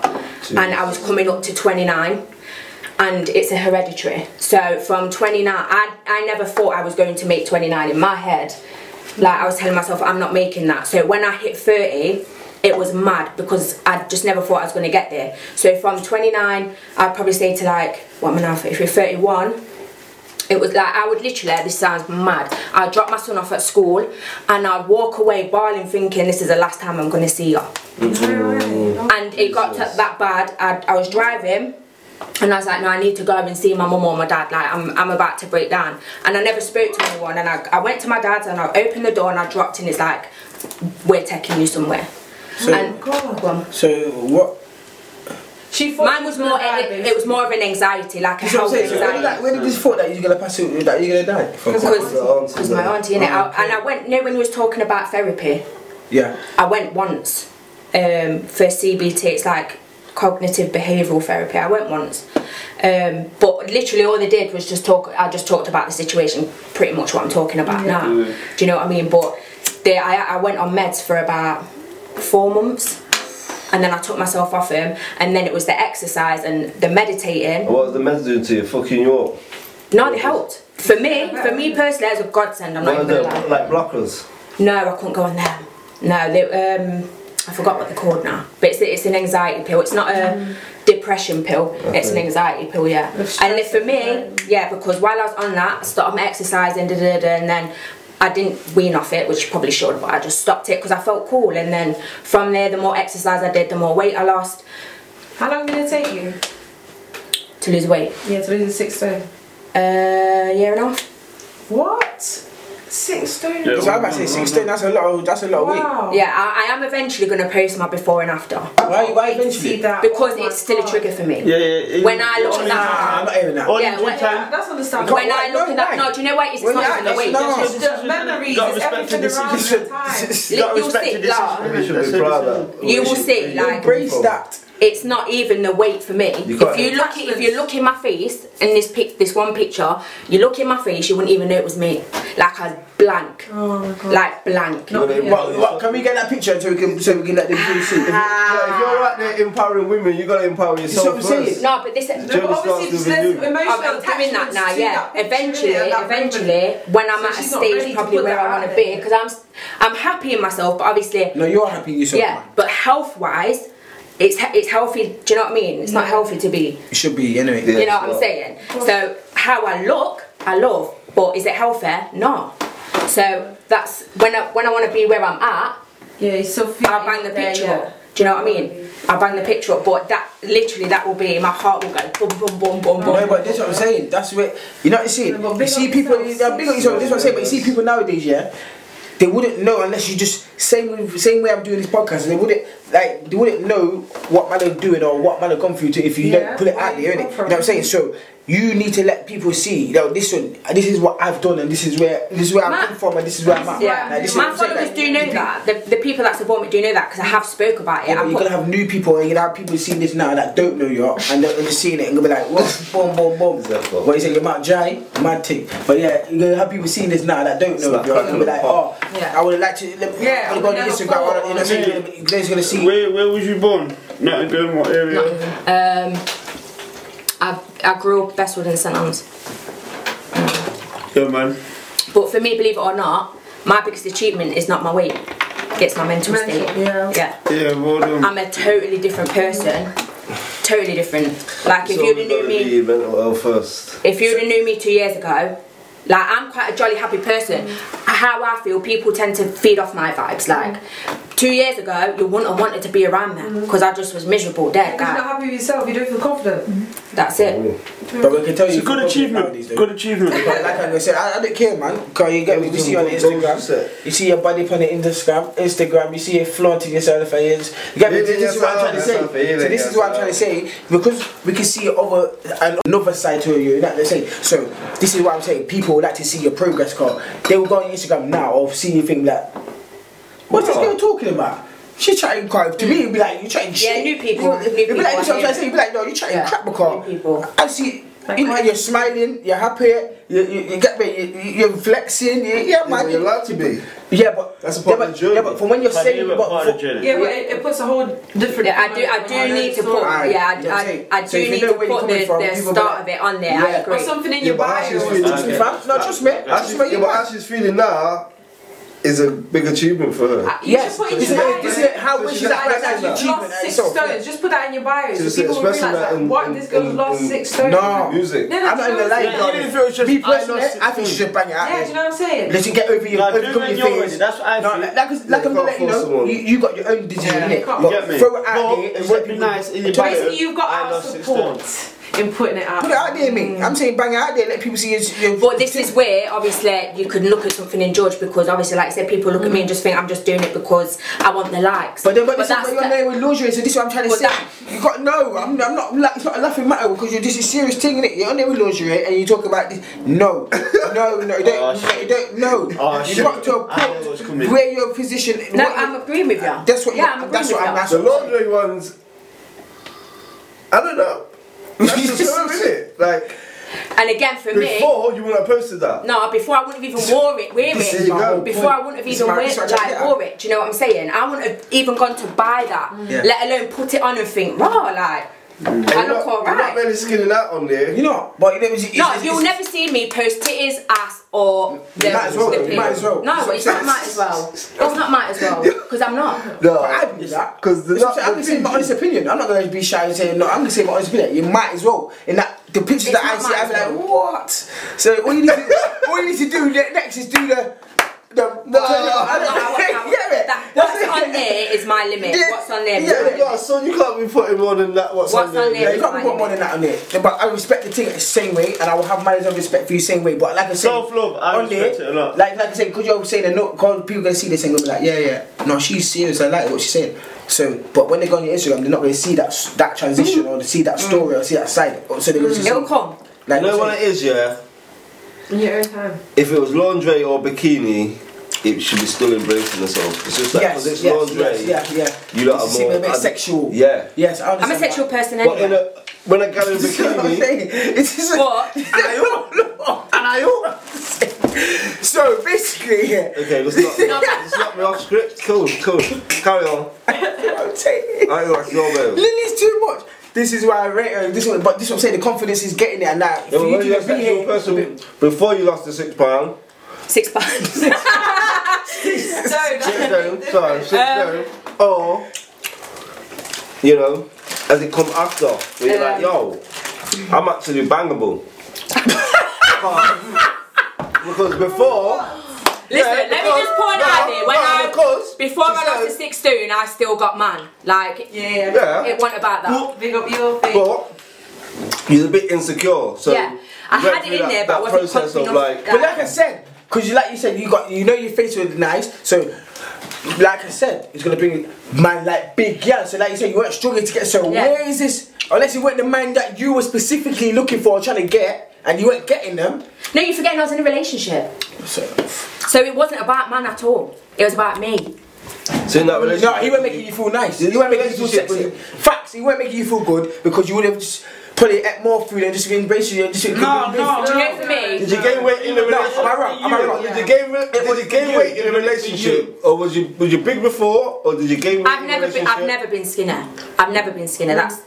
J: and I was coming up to 29. And it's a hereditary. So from 29, I, I never thought I was going to make 29 in my head. Like I was telling myself, I'm not making that. So when I hit 30, it was mad because I just never thought I was going to get there. So from 29, I'd probably say to like, what am I now, if you're 31, it was like I would literally. This sounds mad. I'd drop my son off at school, and I'd walk away bawling, thinking this is the last time I'm going to see her. And it got to that bad. I, I was driving, and I was like, no, I need to go and see my mum or my dad. Like I'm, I'm about to break down. And I never spoke to anyone. And I, I went to my dad's, and I opened the door, and I dropped in. It's like, we're taking you somewhere.
F: So-
J: and Go on.
F: So what?
D: She
J: thought Mine was more. It, it was more of an anxiety, like a
F: That's what I'm
J: health
F: saying. So where did
J: anxiety.
F: that? Where did this thought that you're gonna pass it? That you're gonna die? From-
J: Because
F: from
J: because
F: the
J: my
F: aunties,
J: auntie Oh, in it, and I went. You know when you was talking about therapy,
F: Yeah.
J: I went once um, for CBT. It's like cognitive behavioural therapy. I went once, um, but literally all they did was just talk. I just talked about the situation, pretty much what I'm talking about
Z: Yeah.
J: now.
Z: Yeah.
J: Do you know what I mean? But they, I, I went on meds for about four months. And then I took myself off him, and then it was the exercise and the meditating.
B: What was the meds doing to you? Fucking you up.
J: No, they helped. For me, for me personally, as a godsend, I'm not
B: What are
J: even gonna
B: they,
J: lie.
B: like blockers?
J: No, I couldn't go on them. No, they, um, I forgot what they're called now. But it's, it's an anxiety pill. It's not a depression pill. It's an
D: Okay.
J: anxiety pill, yeah. And if for me, yeah, because while I was on that, I started my exercising, da, da, da, and then I didn't wean off it, which you probably should, but I just stopped it because I felt cool. And then from there, the more exercise I did, the more weight I lost
D: How long did it take you?
J: to lose weight.
D: Yeah, to lose the six stone.
J: Uh, year and a half.
D: What? Six stone?
F: So I'm about to say sixteen. That's a lot. Of, that's a lot of weight.
J: Yeah, I, I am eventually going to post my before and after.
F: Why? Why eventually?
J: Because it's still a trigger for me.
F: Yeah, yeah, yeah.
J: When I look at
F: Nah,
J: that,
F: I'm not hearing that. Only
J: Yeah,
F: due
J: when,
F: time.
D: That's understandable.
J: When I
D: Why?
J: look
D: No,
J: at that,
D: why?
J: no, do you know what? It's
D: When
J: not
D: you
J: even the
D: act-
J: weight.
D: no.
J: it's just
D: The memories, it's
J: Gotta respect
D: everything
J: the decision.
D: around that time.
J: You'll see, like, you will see, like, It's not even the weight for me.
D: You
J: if
D: can't-
J: you look, at, if you look in my face in this pic, this one picture, you look in my face, you wouldn't even know it was me. Like I was blank,
D: Oh
J: like blank.
F: What, what, can we get that picture so we can so we can let the people see?
J: Ah.
B: If you're out there empowering women, you gotta empower yourself first.
J: No, but this.
B: No, but obviously there's
D: emotional
J: I'm doing that now.
D: attachments to
J: Yeah,
D: that picture,
J: eventually,
D: yeah, that
J: eventually, when I'm
D: So
J: at a
D: she's not ready
J: stage,
D: to
J: probably
D: put
J: where
D: that
J: I
D: out
J: want to be, because I'm, s- I'm happy in myself, but obviously,
F: No, you're happy in yourself.
J: yeah. But health wise, it's he- it's healthy. Do you know what I mean? It's not healthy to be.
F: It should be anyway.
J: you know what I'm saying? So how I look, I love, but is it healthy? No. So that's when I when I want to be where I'm at.
D: Yeah, so I
J: bang the
D: there,
J: picture
D: yeah.
J: up. Do you know what I mean? I bang the picture up, but that literally that will be my heart will go boom boom boom boom boom.
F: No, but that's what I'm saying. That's where you know what I'm saying. You see people. Yeah, big on yourself. That's what I'm saying. But you see people nowadays, yeah. They wouldn't know unless you just same with- same way I'm doing this podcast. They wouldn't like they wouldn't know what man are doing or what man are gone through to if you
D: Yeah,
F: don't put it out there, innit? You know what I'm saying? So you need to let people see. You know, this one, this is what I've done, and this is where this is where I've come from, and this is where I'm at.
J: Yeah,
F: Like, this is what
J: my
F: I'm saying,
J: followers
F: like,
J: do know that. The, the people that support me do know that because I have spoke about it.
F: Yeah,
J: I
F: but you're
J: put-
F: gonna have new people, and you're gonna have people seeing this now that don't know you, and they're, and they're seeing it and gonna be like, what? Boom, boom, boom. What you say? You're mad dry, mad tick. But yeah, you're gonna have people seeing this now that don't know
B: Slap
F: you, and gonna be like,
B: crack
F: oh,
B: on
F: I would like to. Let me,
B: Yeah,
F: I'm gonna go
B: I
F: on
B: would
F: Instagram.
B: never
F: or- You know what I'm saying? You're gonna be- They're just gonna see.
E: Where, where was you born? Nottingham, what area?
J: Um, I, I grew up Bestwood and St Anne's.
E: Yeah, man.
J: But for me, believe it or not, my biggest achievement is not my weight. It's my mental
D: Mental,
J: state. Yeah.
E: Yeah, well done.
J: I'm a totally different person. Totally different. Like if
B: So
J: you'd
B: we've
J: have
B: gotta
J: knew
B: be
J: me
B: mental health first.
J: if you would have knew me two years ago, like I'm quite a jolly happy person. How I feel, people tend to feed off my vibes. Like two years ago, you wouldn't have wanted to be around me
F: Mm-hmm.
J: because I just was miserable, dead
D: Because you're
J: guy.
D: not happy with yourself, you don't feel confident.
J: That's it.
F: But we can tell you.
J: It's a good
F: achievement.
E: good achievement.
F: But like I said, I, I don't care, man. Cause you get me. We see you on Instagram. You see your body on the Instagram. Instagram. You see you flaunting yourself for years. You get me.
B: Feeling
F: This is what I'm trying to say.
B: yourself, feeling
F: So this is what I'm trying to say because we can see other an- another side to you. You know what I'm saying. So this is what I'm saying. People would like to see your progress. Cause they will go on Instagram now or see you think like, what's this girl talking about? She chatting crap to me. It'd be like you chatting
J: Yeah,
F: shit.
J: new people,
F: It'd be
J: new
F: like this. What
J: people,
F: I'm trying to say. It'd be like no, you chatting crap because I see. You know, you're smiling, you're happy, you, you, you get me, you, you- you're flexing, you, yeah, man.
X: you're allowed to be.
F: Yeah, but
X: That's a part
F: yeah,
X: of
F: but,
X: the journey.
F: Yeah, but from when you're
X: Part of
F: saying,
X: the-
F: but
X: part of
F: for-
X: the journey.
D: Yeah, but it, it puts a whole different.
J: Yeah, I do. I do need to put.
F: Alright,
J: Yeah,
F: you know what I'm
J: I,
F: saying?
J: I,
F: So
J: I
F: if
J: do
F: you
J: need
F: know
J: to
F: where you're
J: put
F: coming
J: the,
F: from,
J: the
F: people will be
J: start
F: like-
J: of it on there. I
F: Yeah.
J: agree.
F: Or
D: something in
X: Yeah, but how she's feeling,
F: Trust me, fam. No, trust me.
X: how she's-
F: Trust me.
X: yeah, but how she's feeling now is a big achievement for her.
D: You
F: Yes,
D: should put it
F: this
D: in your
F: is
D: bio.
F: this is how
X: she's
F: wishes that
X: expressing that.
F: that's an
D: You've
F: achievement
D: lost
F: in
D: six
F: itself. yeah.
D: stones. Just put that in your bio.
X: She's
D: So people will realise
X: expressing that
D: that.
X: in-
D: What
X: in-
D: this girl's
X: in-
D: lost
X: in-
D: six stones.
F: No.
X: Music.
D: No, no,
F: I'm not
D: do you
F: even
D: know what
F: lying,
D: I'm
F: dog.
D: saying?
E: Even if it was just
F: Me
E: I lost
F: personally,
E: six
F: I think she should bang it out.
D: Yeah,
F: there.
D: do you know what I'm saying?
F: Let you get over your
Y: Nah, do
F: overcome
Y: when
F: your
Y: you're
F: fears.
Y: ready, that's what I
F: no,
Y: feel.
F: like, like, like I'm
X: can't
F: letting you
X: force
F: know,
X: someone.
F: you, you got your own decision
D: Yeah,
F: in
D: you
F: it.
D: can't.
F: But
E: Get me?
F: throw it out
E: But
F: there and
E: it
F: let
E: would be
F: people-
E: nice in your
F: Put
E: bio.
F: it
D: Basically, you've got
E: I
D: our
E: lost six
D: support in putting it out.
F: out there, mate. I'm saying bang it out there, let people see your.
J: But this is where obviously you could look at something and judge because obviously, like I said, people look at me and just think I'm just doing it because I want the likes.
F: But then, but, this is
J: that's
F: where your
J: the-
F: name with lingerie, so this is what I'm trying to
J: But
F: say.
J: that-
F: you got no, I'm, I'm not. la- It's not a laughing matter because you're, this is a serious thing, innit? You're on there with lingerie and you talk about this. No, no, no,
E: Oh,
F: you don't, no,
E: shit.
F: you don't. No,
E: Oh,
F: you
E: shit.
F: got to a
E: I know what's coming.
F: point where your position.
J: No,
F: what you-
J: I'm agreeing with you.
F: That's what.
J: Yeah,
F: you,
J: I'm
F: that's what.
J: agreeing with
F: I'm,
J: you.
F: that's
X: The
F: what.
X: laundry ones, I don't know. That's just her, innit? Like,
J: And again, for me,
X: before, you wouldn't have posted that.
J: No, before I wouldn't have even wore it, wear
X: This is
J: it.
X: your goal.
J: Before I wouldn't have
F: This
J: even
F: man-
J: wear,
F: this man-
J: like,
F: yeah.
J: wore it. Do you know what I'm saying? I wouldn't have even gone to buy that,
F: Yeah. Mm.
J: let alone put it on and think, wow, like, I
X: You're
J: look
X: not, you're not
J: alright.
X: really skinning out on there.
F: You know, but it was.
J: No, you'll never see me post titties, ass, or the
F: might as well,
J: the
F: you
J: pig.
F: might as well.
J: No,
F: That's
J: but
F: what
J: it's
F: I'm
J: not might as well. It's not might as well because I'm not.
X: No,
F: I believe that.
X: Because the,
F: That's what I'm saying, I'm
X: the,
F: gonna say my honest opinion. I'm not gonna be shy and say no. I'm gonna say my honest opinion. You might as well. In that the pictures
J: It's
F: that
J: not
F: I see,
J: might
F: I'm
J: as well.
F: like, what? So all you need, to, all you need to do ne- next is do the the. No, I
J: No,
F: don't,
J: I won't- I
F: yeah,
J: won't.
F: mate.
J: That-
F: That's
J: what's
F: it.
J: on there is my limit.
F: Yeah.
J: What's on there? is
F: Yeah,
J: my
F: yeah.
J: limit.
X: no, Oh, son, you can't be putting more than that. What's,
J: What's on
F: Yeah,
J: there?
F: you can't put more than that on there. Yeah, But I respect the thing the same way, and I will have my own respect for you same way. But like I said,
E: Self-love, I
F: on
E: respect
F: there,
E: it a lot.
F: Like like I said, because you're saying that no, cause people gonna see this and gonna be like, yeah, yeah, no, she's serious. I like what she's saying. So, but when they go on your Instagram, they're not gonna see that s- that transition or see that story or see that side. Or- So they're gonna just
J: It'll
F: see,
J: Mm-hmm. come.
F: like
B: You know what it
F: saying,
B: is, yeah?
D: In your own time.
B: If it was laundry or bikini, it should be still embracing herself. It's just that
F: yes,
B: for this
F: yes,
B: laundry,
F: yes, yeah, yeah.
B: you lot are
F: It's a
B: more-
F: bit
B: I-
F: sexual.
B: yeah.
F: Yes, I
J: I'm a
F: understand
J: sexual
F: that.
J: person
B: But in
J: anyway.
B: a, when I got in
F: This is what I'm
B: bikini,
F: saying. It's just a-
J: But
F: and I also so basically yeah,
B: okay, let's not, let's not be off script. Cool, cool. Carry on.
F: I'm saying
B: I think that's your baby.
F: Lily's too much. This is why I rate her. This one, but this one say the confidence is getting there now.
B: Yeah,
F: For
B: but
F: you
B: when
F: to
B: you're a
F: be
B: sexual
F: here-
B: person, before you lost the six pound,
J: Six pounds.
D: No, that's-
B: six stone, sorry, six stone,
J: Um,
B: or you know, as it come after, where you're like, yo, I'm actually bangable.
X: Because before,
J: Listen, let me just point out here. When
X: no,
J: I
X: because
J: before I
X: she
J: lost to
X: said-
J: six stone, I still got man. Like
D: Yeah.
X: Yeah.
J: it wasn't about that.
D: Big up your thing.
B: But you're a bit insecure, so
J: yeah, I
B: you went
J: had it
B: through
J: in
B: that-
J: there, but I
B: that
J: wasn't
B: process
J: confident
B: of
J: enough
B: like.
J: that-
F: But like I said, because you like you said, you got you know your face was nice, so like I said, it's gonna bring man like big yeah. So like you said, you weren't struggling to get. So
J: Yeah.
F: where is this? Unless you weren't the man that you were specifically looking for, or trying to get, and you weren't getting them.
J: No, you're forgetting I was in a relationship,
F: So
J: so it wasn't about man at all. It was about me.
B: So in that
F: no,
B: relationship,
F: he weren't making you feel nice.
B: This
F: He weren't making you feel
B: relationship
F: sexy.
B: was-
F: Facts. He weren't making you feel good because you would have just probably ate more food and just embraced you and just.
Y: No, no,
J: Do you
Y: no.
J: know for me?
B: did you gain weight in the
F: No, am I
B: relationship?
F: wrong? Am I wrong?
B: Did you gain, re- did you gain weight in a relationship, or was you was you big before, or did you gain weight
J: I've
B: in
J: never
B: a
J: been.
B: relationship?
J: I've never been skinner. I've never been skinner. That's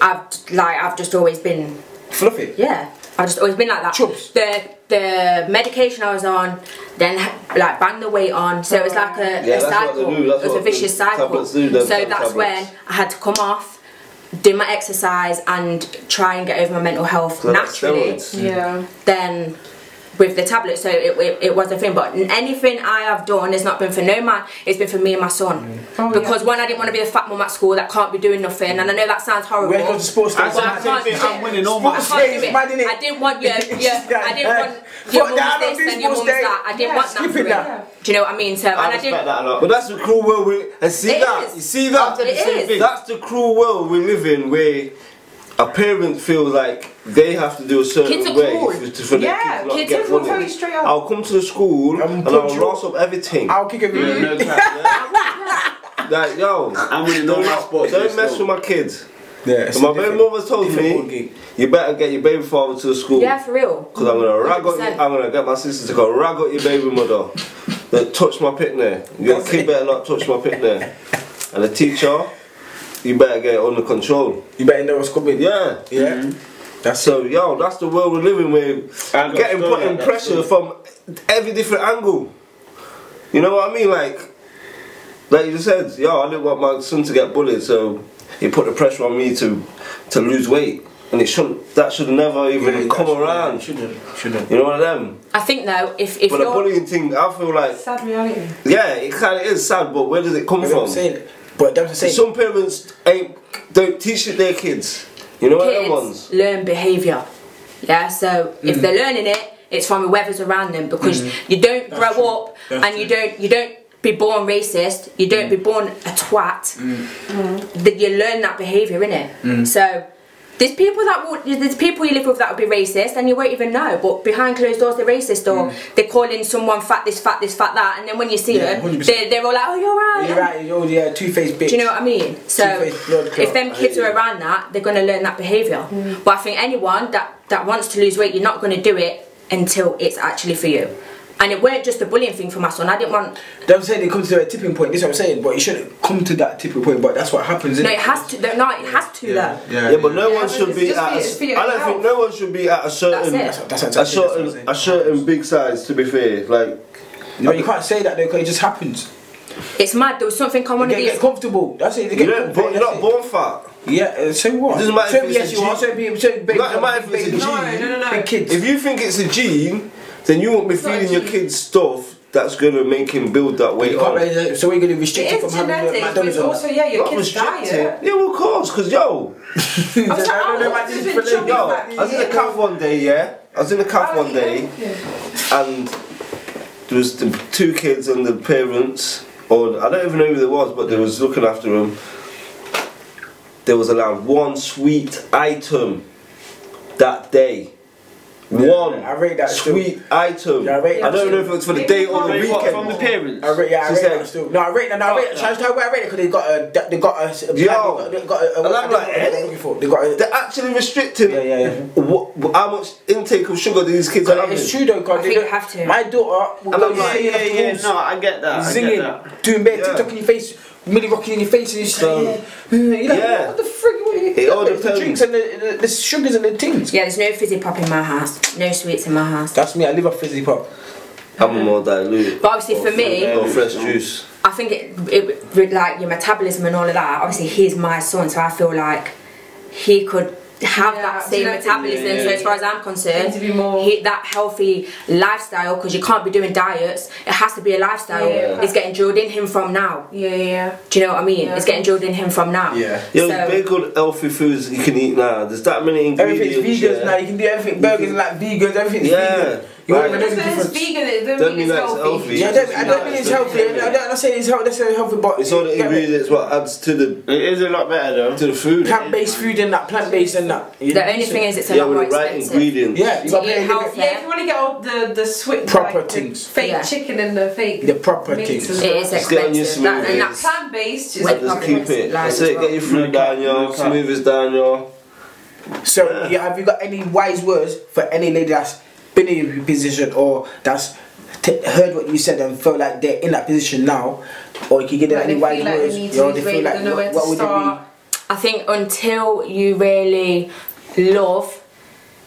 J: I've like I've just always been
F: Fluffy.
J: Yeah, I just always been like that.
F: Chubs.
J: The the medication I was on, then like bang the weight on, so it was like a,
B: Yeah,
J: a
B: that's what
J: cycle.
B: they do, that's
J: it was a
B: what the
J: vicious cycle.
B: tablets do,
J: So
B: them type
J: that's
B: tablets.
J: when I had to come off, do my exercise, and try and get over my mental health
B: So that's
J: naturally.
B: steroids.
D: Yeah.
J: Then. With the tablet, so it, it, it was a thing. But anything I have done has not been for no man. It's been for me and my son.
D: Oh, yeah.
J: because one, I didn't want to be a fat mum at school that can't be doing nothing, and I know that sounds horrible.
F: When it comes to sports
J: but
F: days,
J: I
F: I'm
J: can't
E: thinking
J: do
E: I'm
J: it.
E: winning all
J: But
E: my
J: I
F: sports
J: can't do
F: days,
J: it.
F: mad, innit?
J: I didn't want your, your I didn't want
F: Fuck
J: your
F: that, I
J: mum's
F: don't do
J: this and your
F: sports
J: mum's
F: days.
J: that. I didn't
F: Yeah,
J: want that.
F: skipping
J: for me.
F: that.
J: Do you know what I mean? So
E: I
J: and I
E: respect
J: didn't.
E: that a lot.
B: But that's the cruel world we and see
J: It
B: that
J: is.
B: you see that
J: It is.
B: that's the cruel world we live in where a parent feels like they have to do a certain
J: Kids are
B: way
J: cruel.
B: for- for their
D: Yeah,
B: kids not
D: kids
B: get
D: are cruel,
B: bullied.
D: very straight up.
B: I'll come to the school
F: I'm
B: and
F: put
B: I'll
F: you-
B: loss up everything.
F: I'll kick a
E: Yeah,
F: you.
E: no cap, yeah.
B: like yo,
E: I'm winning all my sports.
B: don't
E: days
B: mess
E: still.
B: with my kids. Yeah,
J: it's
B: my
J: a
B: baby
J: different-
B: mother's told me you better get your baby father to school.
J: Yeah, for real.
B: Because I'm gonna rag up,
J: 100%.
B: I'm gonna get my sister to go rag up your baby mother that touched my pit there. Your kid better not touch my pit there. And the teacher, you better get it under control.
F: You better know what's coming.
B: Yeah.
F: Yeah.
B: That's so yo, that's the world we're living with.
Y: I've got
B: Getting
Y: a story
B: put in
Y: like that, so-
B: pressure from every different angle. You know what I mean? Like like you just said, yo, I didn't want my son to get bullied, so he put the pressure on me to to lose weight. And it shouldn't that should never even come around. Shouldn't shouldn't. You know what I mean?
J: I think though, if if
B: but the
J: you're
B: bullying thing, I feel like
D: Sad reality.
B: yeah, it kind of is sad, but where does it come
F: But
B: from?
F: I'm saying- but that's what I'm saying.
B: Some parents ain't don't teach it their kids. You know what them ones.
J: kids learn behaviour. Yeah, so if
B: Mhm.
J: they're learning it, it's from whoever's around them because
B: Mm-hmm.
J: you don't grow up
B: That's
J: and you don't you don't be born racist, you
B: Mm.
J: don't be born a twat. That you learn that behaviour innit?
Z: Mhm.
B: Mm.
J: So there's people that will, there's people you live with that will be racist and you won't even know, but behind closed doors they're racist
B: Mm.
J: or they're calling someone fat this, fat this, fat that, and then when you see
F: Yeah,
J: them,
F: 100%.
J: they're, they're all like, oh, you're right.
F: You're right, you're yeah, two faced bitch.
J: Do you know what I mean? So
F: Two-faced blood
J: if
F: clot.
J: them
F: I
J: kids
F: hate
J: are
F: you.
J: around that, they're going to learn that behaviour.
F: Mm.
J: But I think anyone that, that wants to lose weight, you're not going to do it until it's actually for you. And it weren't just a bullying thing for my son. I didn't want.
F: That's what I'm saying, it comes to a tipping point, this is what I'm saying, but you shouldn't come to that tipping point, but that's what happens.
J: No,
F: innit?
J: it has to. No, no, it has to though.
B: Yeah, but no one should be at. a-
J: it's for your
B: I don't think no one should be at a certain,
F: That's it. That's what-
B: a
F: that's what I'm
B: certain, a certain big size. To be fair, like
F: No, you can't say that though, because it just happens.
J: It's mad. There was something on one
F: You
J: of
F: get,
J: these.
F: get comfortable. That's it.
B: You don't- but you're not born fat.
F: Yeah. uh, So what?
B: It doesn't matter
F: So
B: if it's
F: yes,
B: a
F: you are.
B: gene.
F: So be, so big,
B: It doesn't matter if it's a
F: big-
B: gene. If you think it's a gene, then you won't be feeding your kids stuff that's gonna make him build that weight
F: You can't
B: on.
F: raise it, so we're going to restrict it from having a McDonald's. or that.
B: Not restrict it. Yeah, well, of course, because yo.
F: I was like, oh, I don't know about this for them.
B: Yo, I was in the calf one day, yeah? I was in the calf
D: Oh,
B: one day, and there was the two kids and the parents, or I don't even know who they was, but they was looking after them. There was allowed one sweet item that day. One
F: I rate that still.
B: sweet item. I,
F: rate that
B: don't know if
F: still.
B: it was for the day or the
F: Rate what,
B: weekend.
F: from the
B: parents?
F: I rate, yeah, I
B: She
F: rate
B: said-
F: that still. No, I rate that. No, I rate that. Shall I tell you why I rate it? Because they got a, they got a, they got a, they got a,
B: And I'm like,
F: they got a-
B: eh?
F: They got a,
B: They're actually restricting What, how much intake of sugar these kids are having.
F: It's true though, because they have to. My daughter will
B: And
F: go
B: I'm like,
F: singing
B: yeah,
F: off the
B: yeah,
F: walls.
B: no, I get that, I get
F: Singing,
B: that.
F: doing bare
B: Yeah.
F: TikTok in your face, Millie rocking in your face, and you're just like, yeah. You're like,
B: Yeah.
F: what the frick? What you,
B: It all
F: it's the
B: depends.
F: drinks and the, the, the sugars and the things.
J: Yeah, there's no fizzy pop in my house. No sweets in my house.
F: That's me. I live off fizzy pop.
B: I'm more diluted.
J: But obviously for me-
B: or fresh juice.
J: I think it, it with like your metabolism and all of that. Obviously, he's my son, so I feel like he could have that same
D: genetically,
J: metabolism.
D: yeah,
J: So
D: yeah.
J: as far as I'm concerned, he, that healthy lifestyle because you can't be doing diets. It has to be a lifestyle.
D: Yeah, yeah.
J: It's getting drilled in him from now.
D: Yeah, yeah.
J: Do you know what I mean?
D: Yeah.
J: It's getting drilled in him from now.
B: Yeah. Yo,
J: So-
B: there's very good healthy foods you can eat now. There's that many ingredients.
F: Everything's vegans
B: yeah.
F: now. You can do everything. Burgers like vegans. Everything's
B: Yeah.
F: vegan. You won't even know
D: Just
F: the
D: because
F: difference.
D: it's vegan, it don't,
B: Don't
D: mean
B: mean
D: it's
B: that's
D: healthy.
B: healthy.
F: Yeah, I don't, I don't mean it's healthy. I don't, I don't say it's healthy. That's healthy, but
B: It's all the
F: Yeah, but-
B: ingredients what adds to the.
E: It is a lot better though.
B: To the food.
F: plant-based food and that plant-based and that. you
J: The
F: know,
J: only
F: so-
J: thing is it's a lot more expensive.
F: Yeah, you got to pay a little bit-
D: Yeah, if you want to get all the the sweet
F: Proper
D: like, the
F: things.
D: fake
J: Yeah.
D: chicken and the fake
F: The proper
D: meat
F: things.
D: as
J: It
D: well.
J: is Just get on your expensive. That- and that smoothies.
D: plant based is
B: Like, just keep it. That's it. Get your fruit down, yo. Smoothies down, yo.
F: So yeah. have you got any wise words for any lady that's been in your position or that's t- heard what you said and felt like they're in that position now, or you can give them
J: Like,
F: any
J: they
F: wise
J: feel like they
F: words,
J: need
F: you know, they
J: to lose
F: feel
J: weight,
F: like
J: they don't know
F: what,
J: where
F: what
J: to
F: would it
J: start. I think until you really love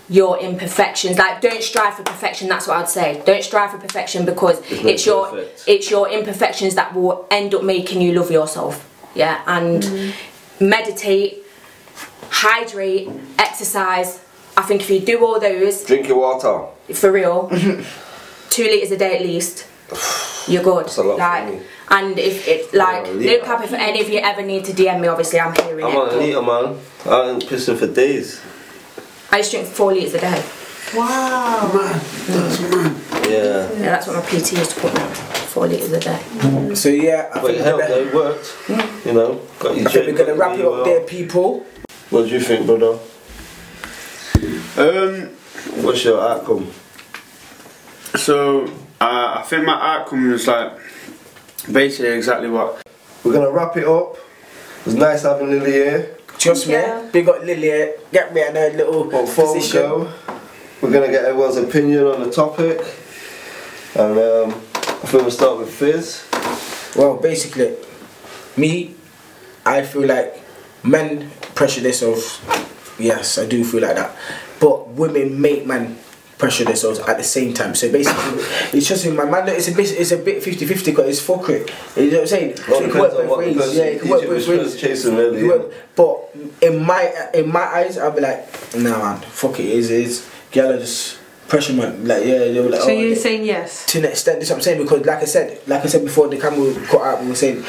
J: your imperfections, like don't strive for perfection. That's what I'd say. Don't strive for perfection because
Z: no
J: it's your it's your imperfections that will end up making you love yourself. Yeah, and meditate, hydrate, exercise. I think if you do all those
B: Drink your water.
J: for real, two liters a day at least, you're good.
B: That's a lot for
J: like,
B: me. Oh,
J: and if it like
B: Yeah,
J: look
B: yeah.
J: up if any of you ever need to DM me, obviously I'm here in
B: I'm on a
J: it.
B: eater, man. I ain't pissing for days.
J: I used to drink four liters a day.
D: Wow.
X: Oh.
B: Yeah.
J: Yeah, that's what my PT used to put me on. Four liters a day.
F: be? So yeah, I
B: But it
F: think
B: helped,
F: that-
B: though. It worked. You know, got your
F: I think we're
B: drink.
F: gonna wrap it up there, people.
B: What do you think, brother?
E: Um,
B: What's your outcome?
E: So uh, I think my outcome is like basically exactly what
B: We're gonna wrap it up. It was nice having Lily here.
F: Trust me. Big up Lily. Get me in a little
B: Before we
F: position.
B: go, we're gonna get everyone's opinion on the topic, and um, I feel we'll start with Fizz.
F: Well, basically, me, I feel like men pressure themselves. Yes, I do feel like that. But women make men pressure themselves at the same time. So basically, it's just in my mind. It's a bit, it's a bit 50 50 because it's fuckery. You know what I'm saying?
B: Well,
F: so it
B: depends
F: can work
B: on
F: both
B: what the
F: ways.
B: person-
F: Yeah, it can
B: each
F: work
B: of
F: both
B: us
F: ways.
B: was chasing, really,
F: It can work- But in my in my eyes, I'll be like, nah, man, fuck it. Is is girl just pressure man? Like yeah, they were like.
D: So
F: oh,
D: you're
F: yeah
D: saying yes?
F: to an extent. That's what I'm saying because, like I said, like I said before, the camera cut out. We were saying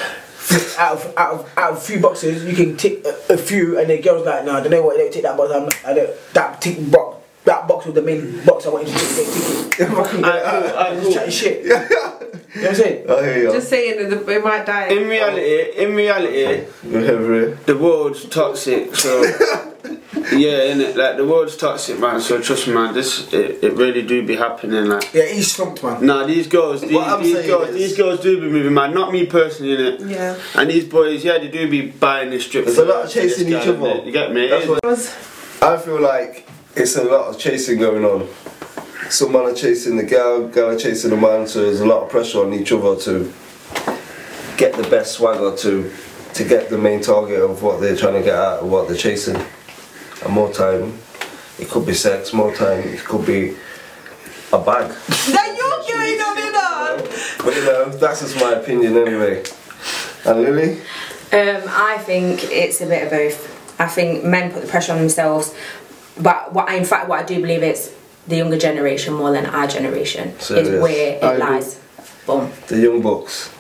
F: out of out of out of a few boxes, you can tick a, a few, and the girls like, no, I don't know what they tick that box. I'm, I don't that tick box. That box was the main box I wanted to tick. They tick it. Fucking just chatting shit. you know what I'm saying?
B: I hear Oh, you.
D: Just saying that it might die.
E: In reality, in reality, the world's toxic. So yeah, innit? Like the world's toxic, man. So trust me, man. This it, it really do be happening. Like
F: yeah, he's slumped, man.
E: Nah, these girls, these,
F: I'm
E: these
F: saying
E: girls,
F: is-
E: these girls do be moving, man. Not me personally, innit?
D: Yeah.
E: And these boys, yeah, they do be buying this strip.
B: There's a lot of chasing each other.
E: You get me? It
B: That's
E: is-
B: what- I feel like it's a lot of chasing going on. Some man are chasing the gal, gal are chasing the man, so there's a lot of pressure on each other to get the best swagger to to get the main target of what they're trying to get at and what they're chasing. And more time, it could be sex, more time, it could be a bag.
D: Then you're doing it on.
B: But you know, that's just my opinion anyway. And Lily?
J: Um, I think it's a bit of both. I think men put the pressure on themselves, but what I, in fact what I do believe is the younger generation more than our generation is
B: Serious.
J: where it
B: I agree.
J: lies. Boom.
B: The Young Bucks.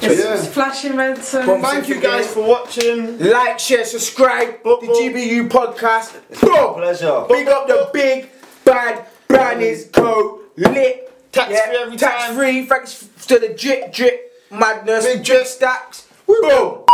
D: It's flashing red. So
F: Well, thank you guys
E: for watching.
F: Like, share, subscribe. The GBU podcast.
B: Pleasure.
F: Big up the big bad brand is go lit.
E: Tax free
F: every Tax free. Thanks to the drip drip madness. Big drip stacks. Boom.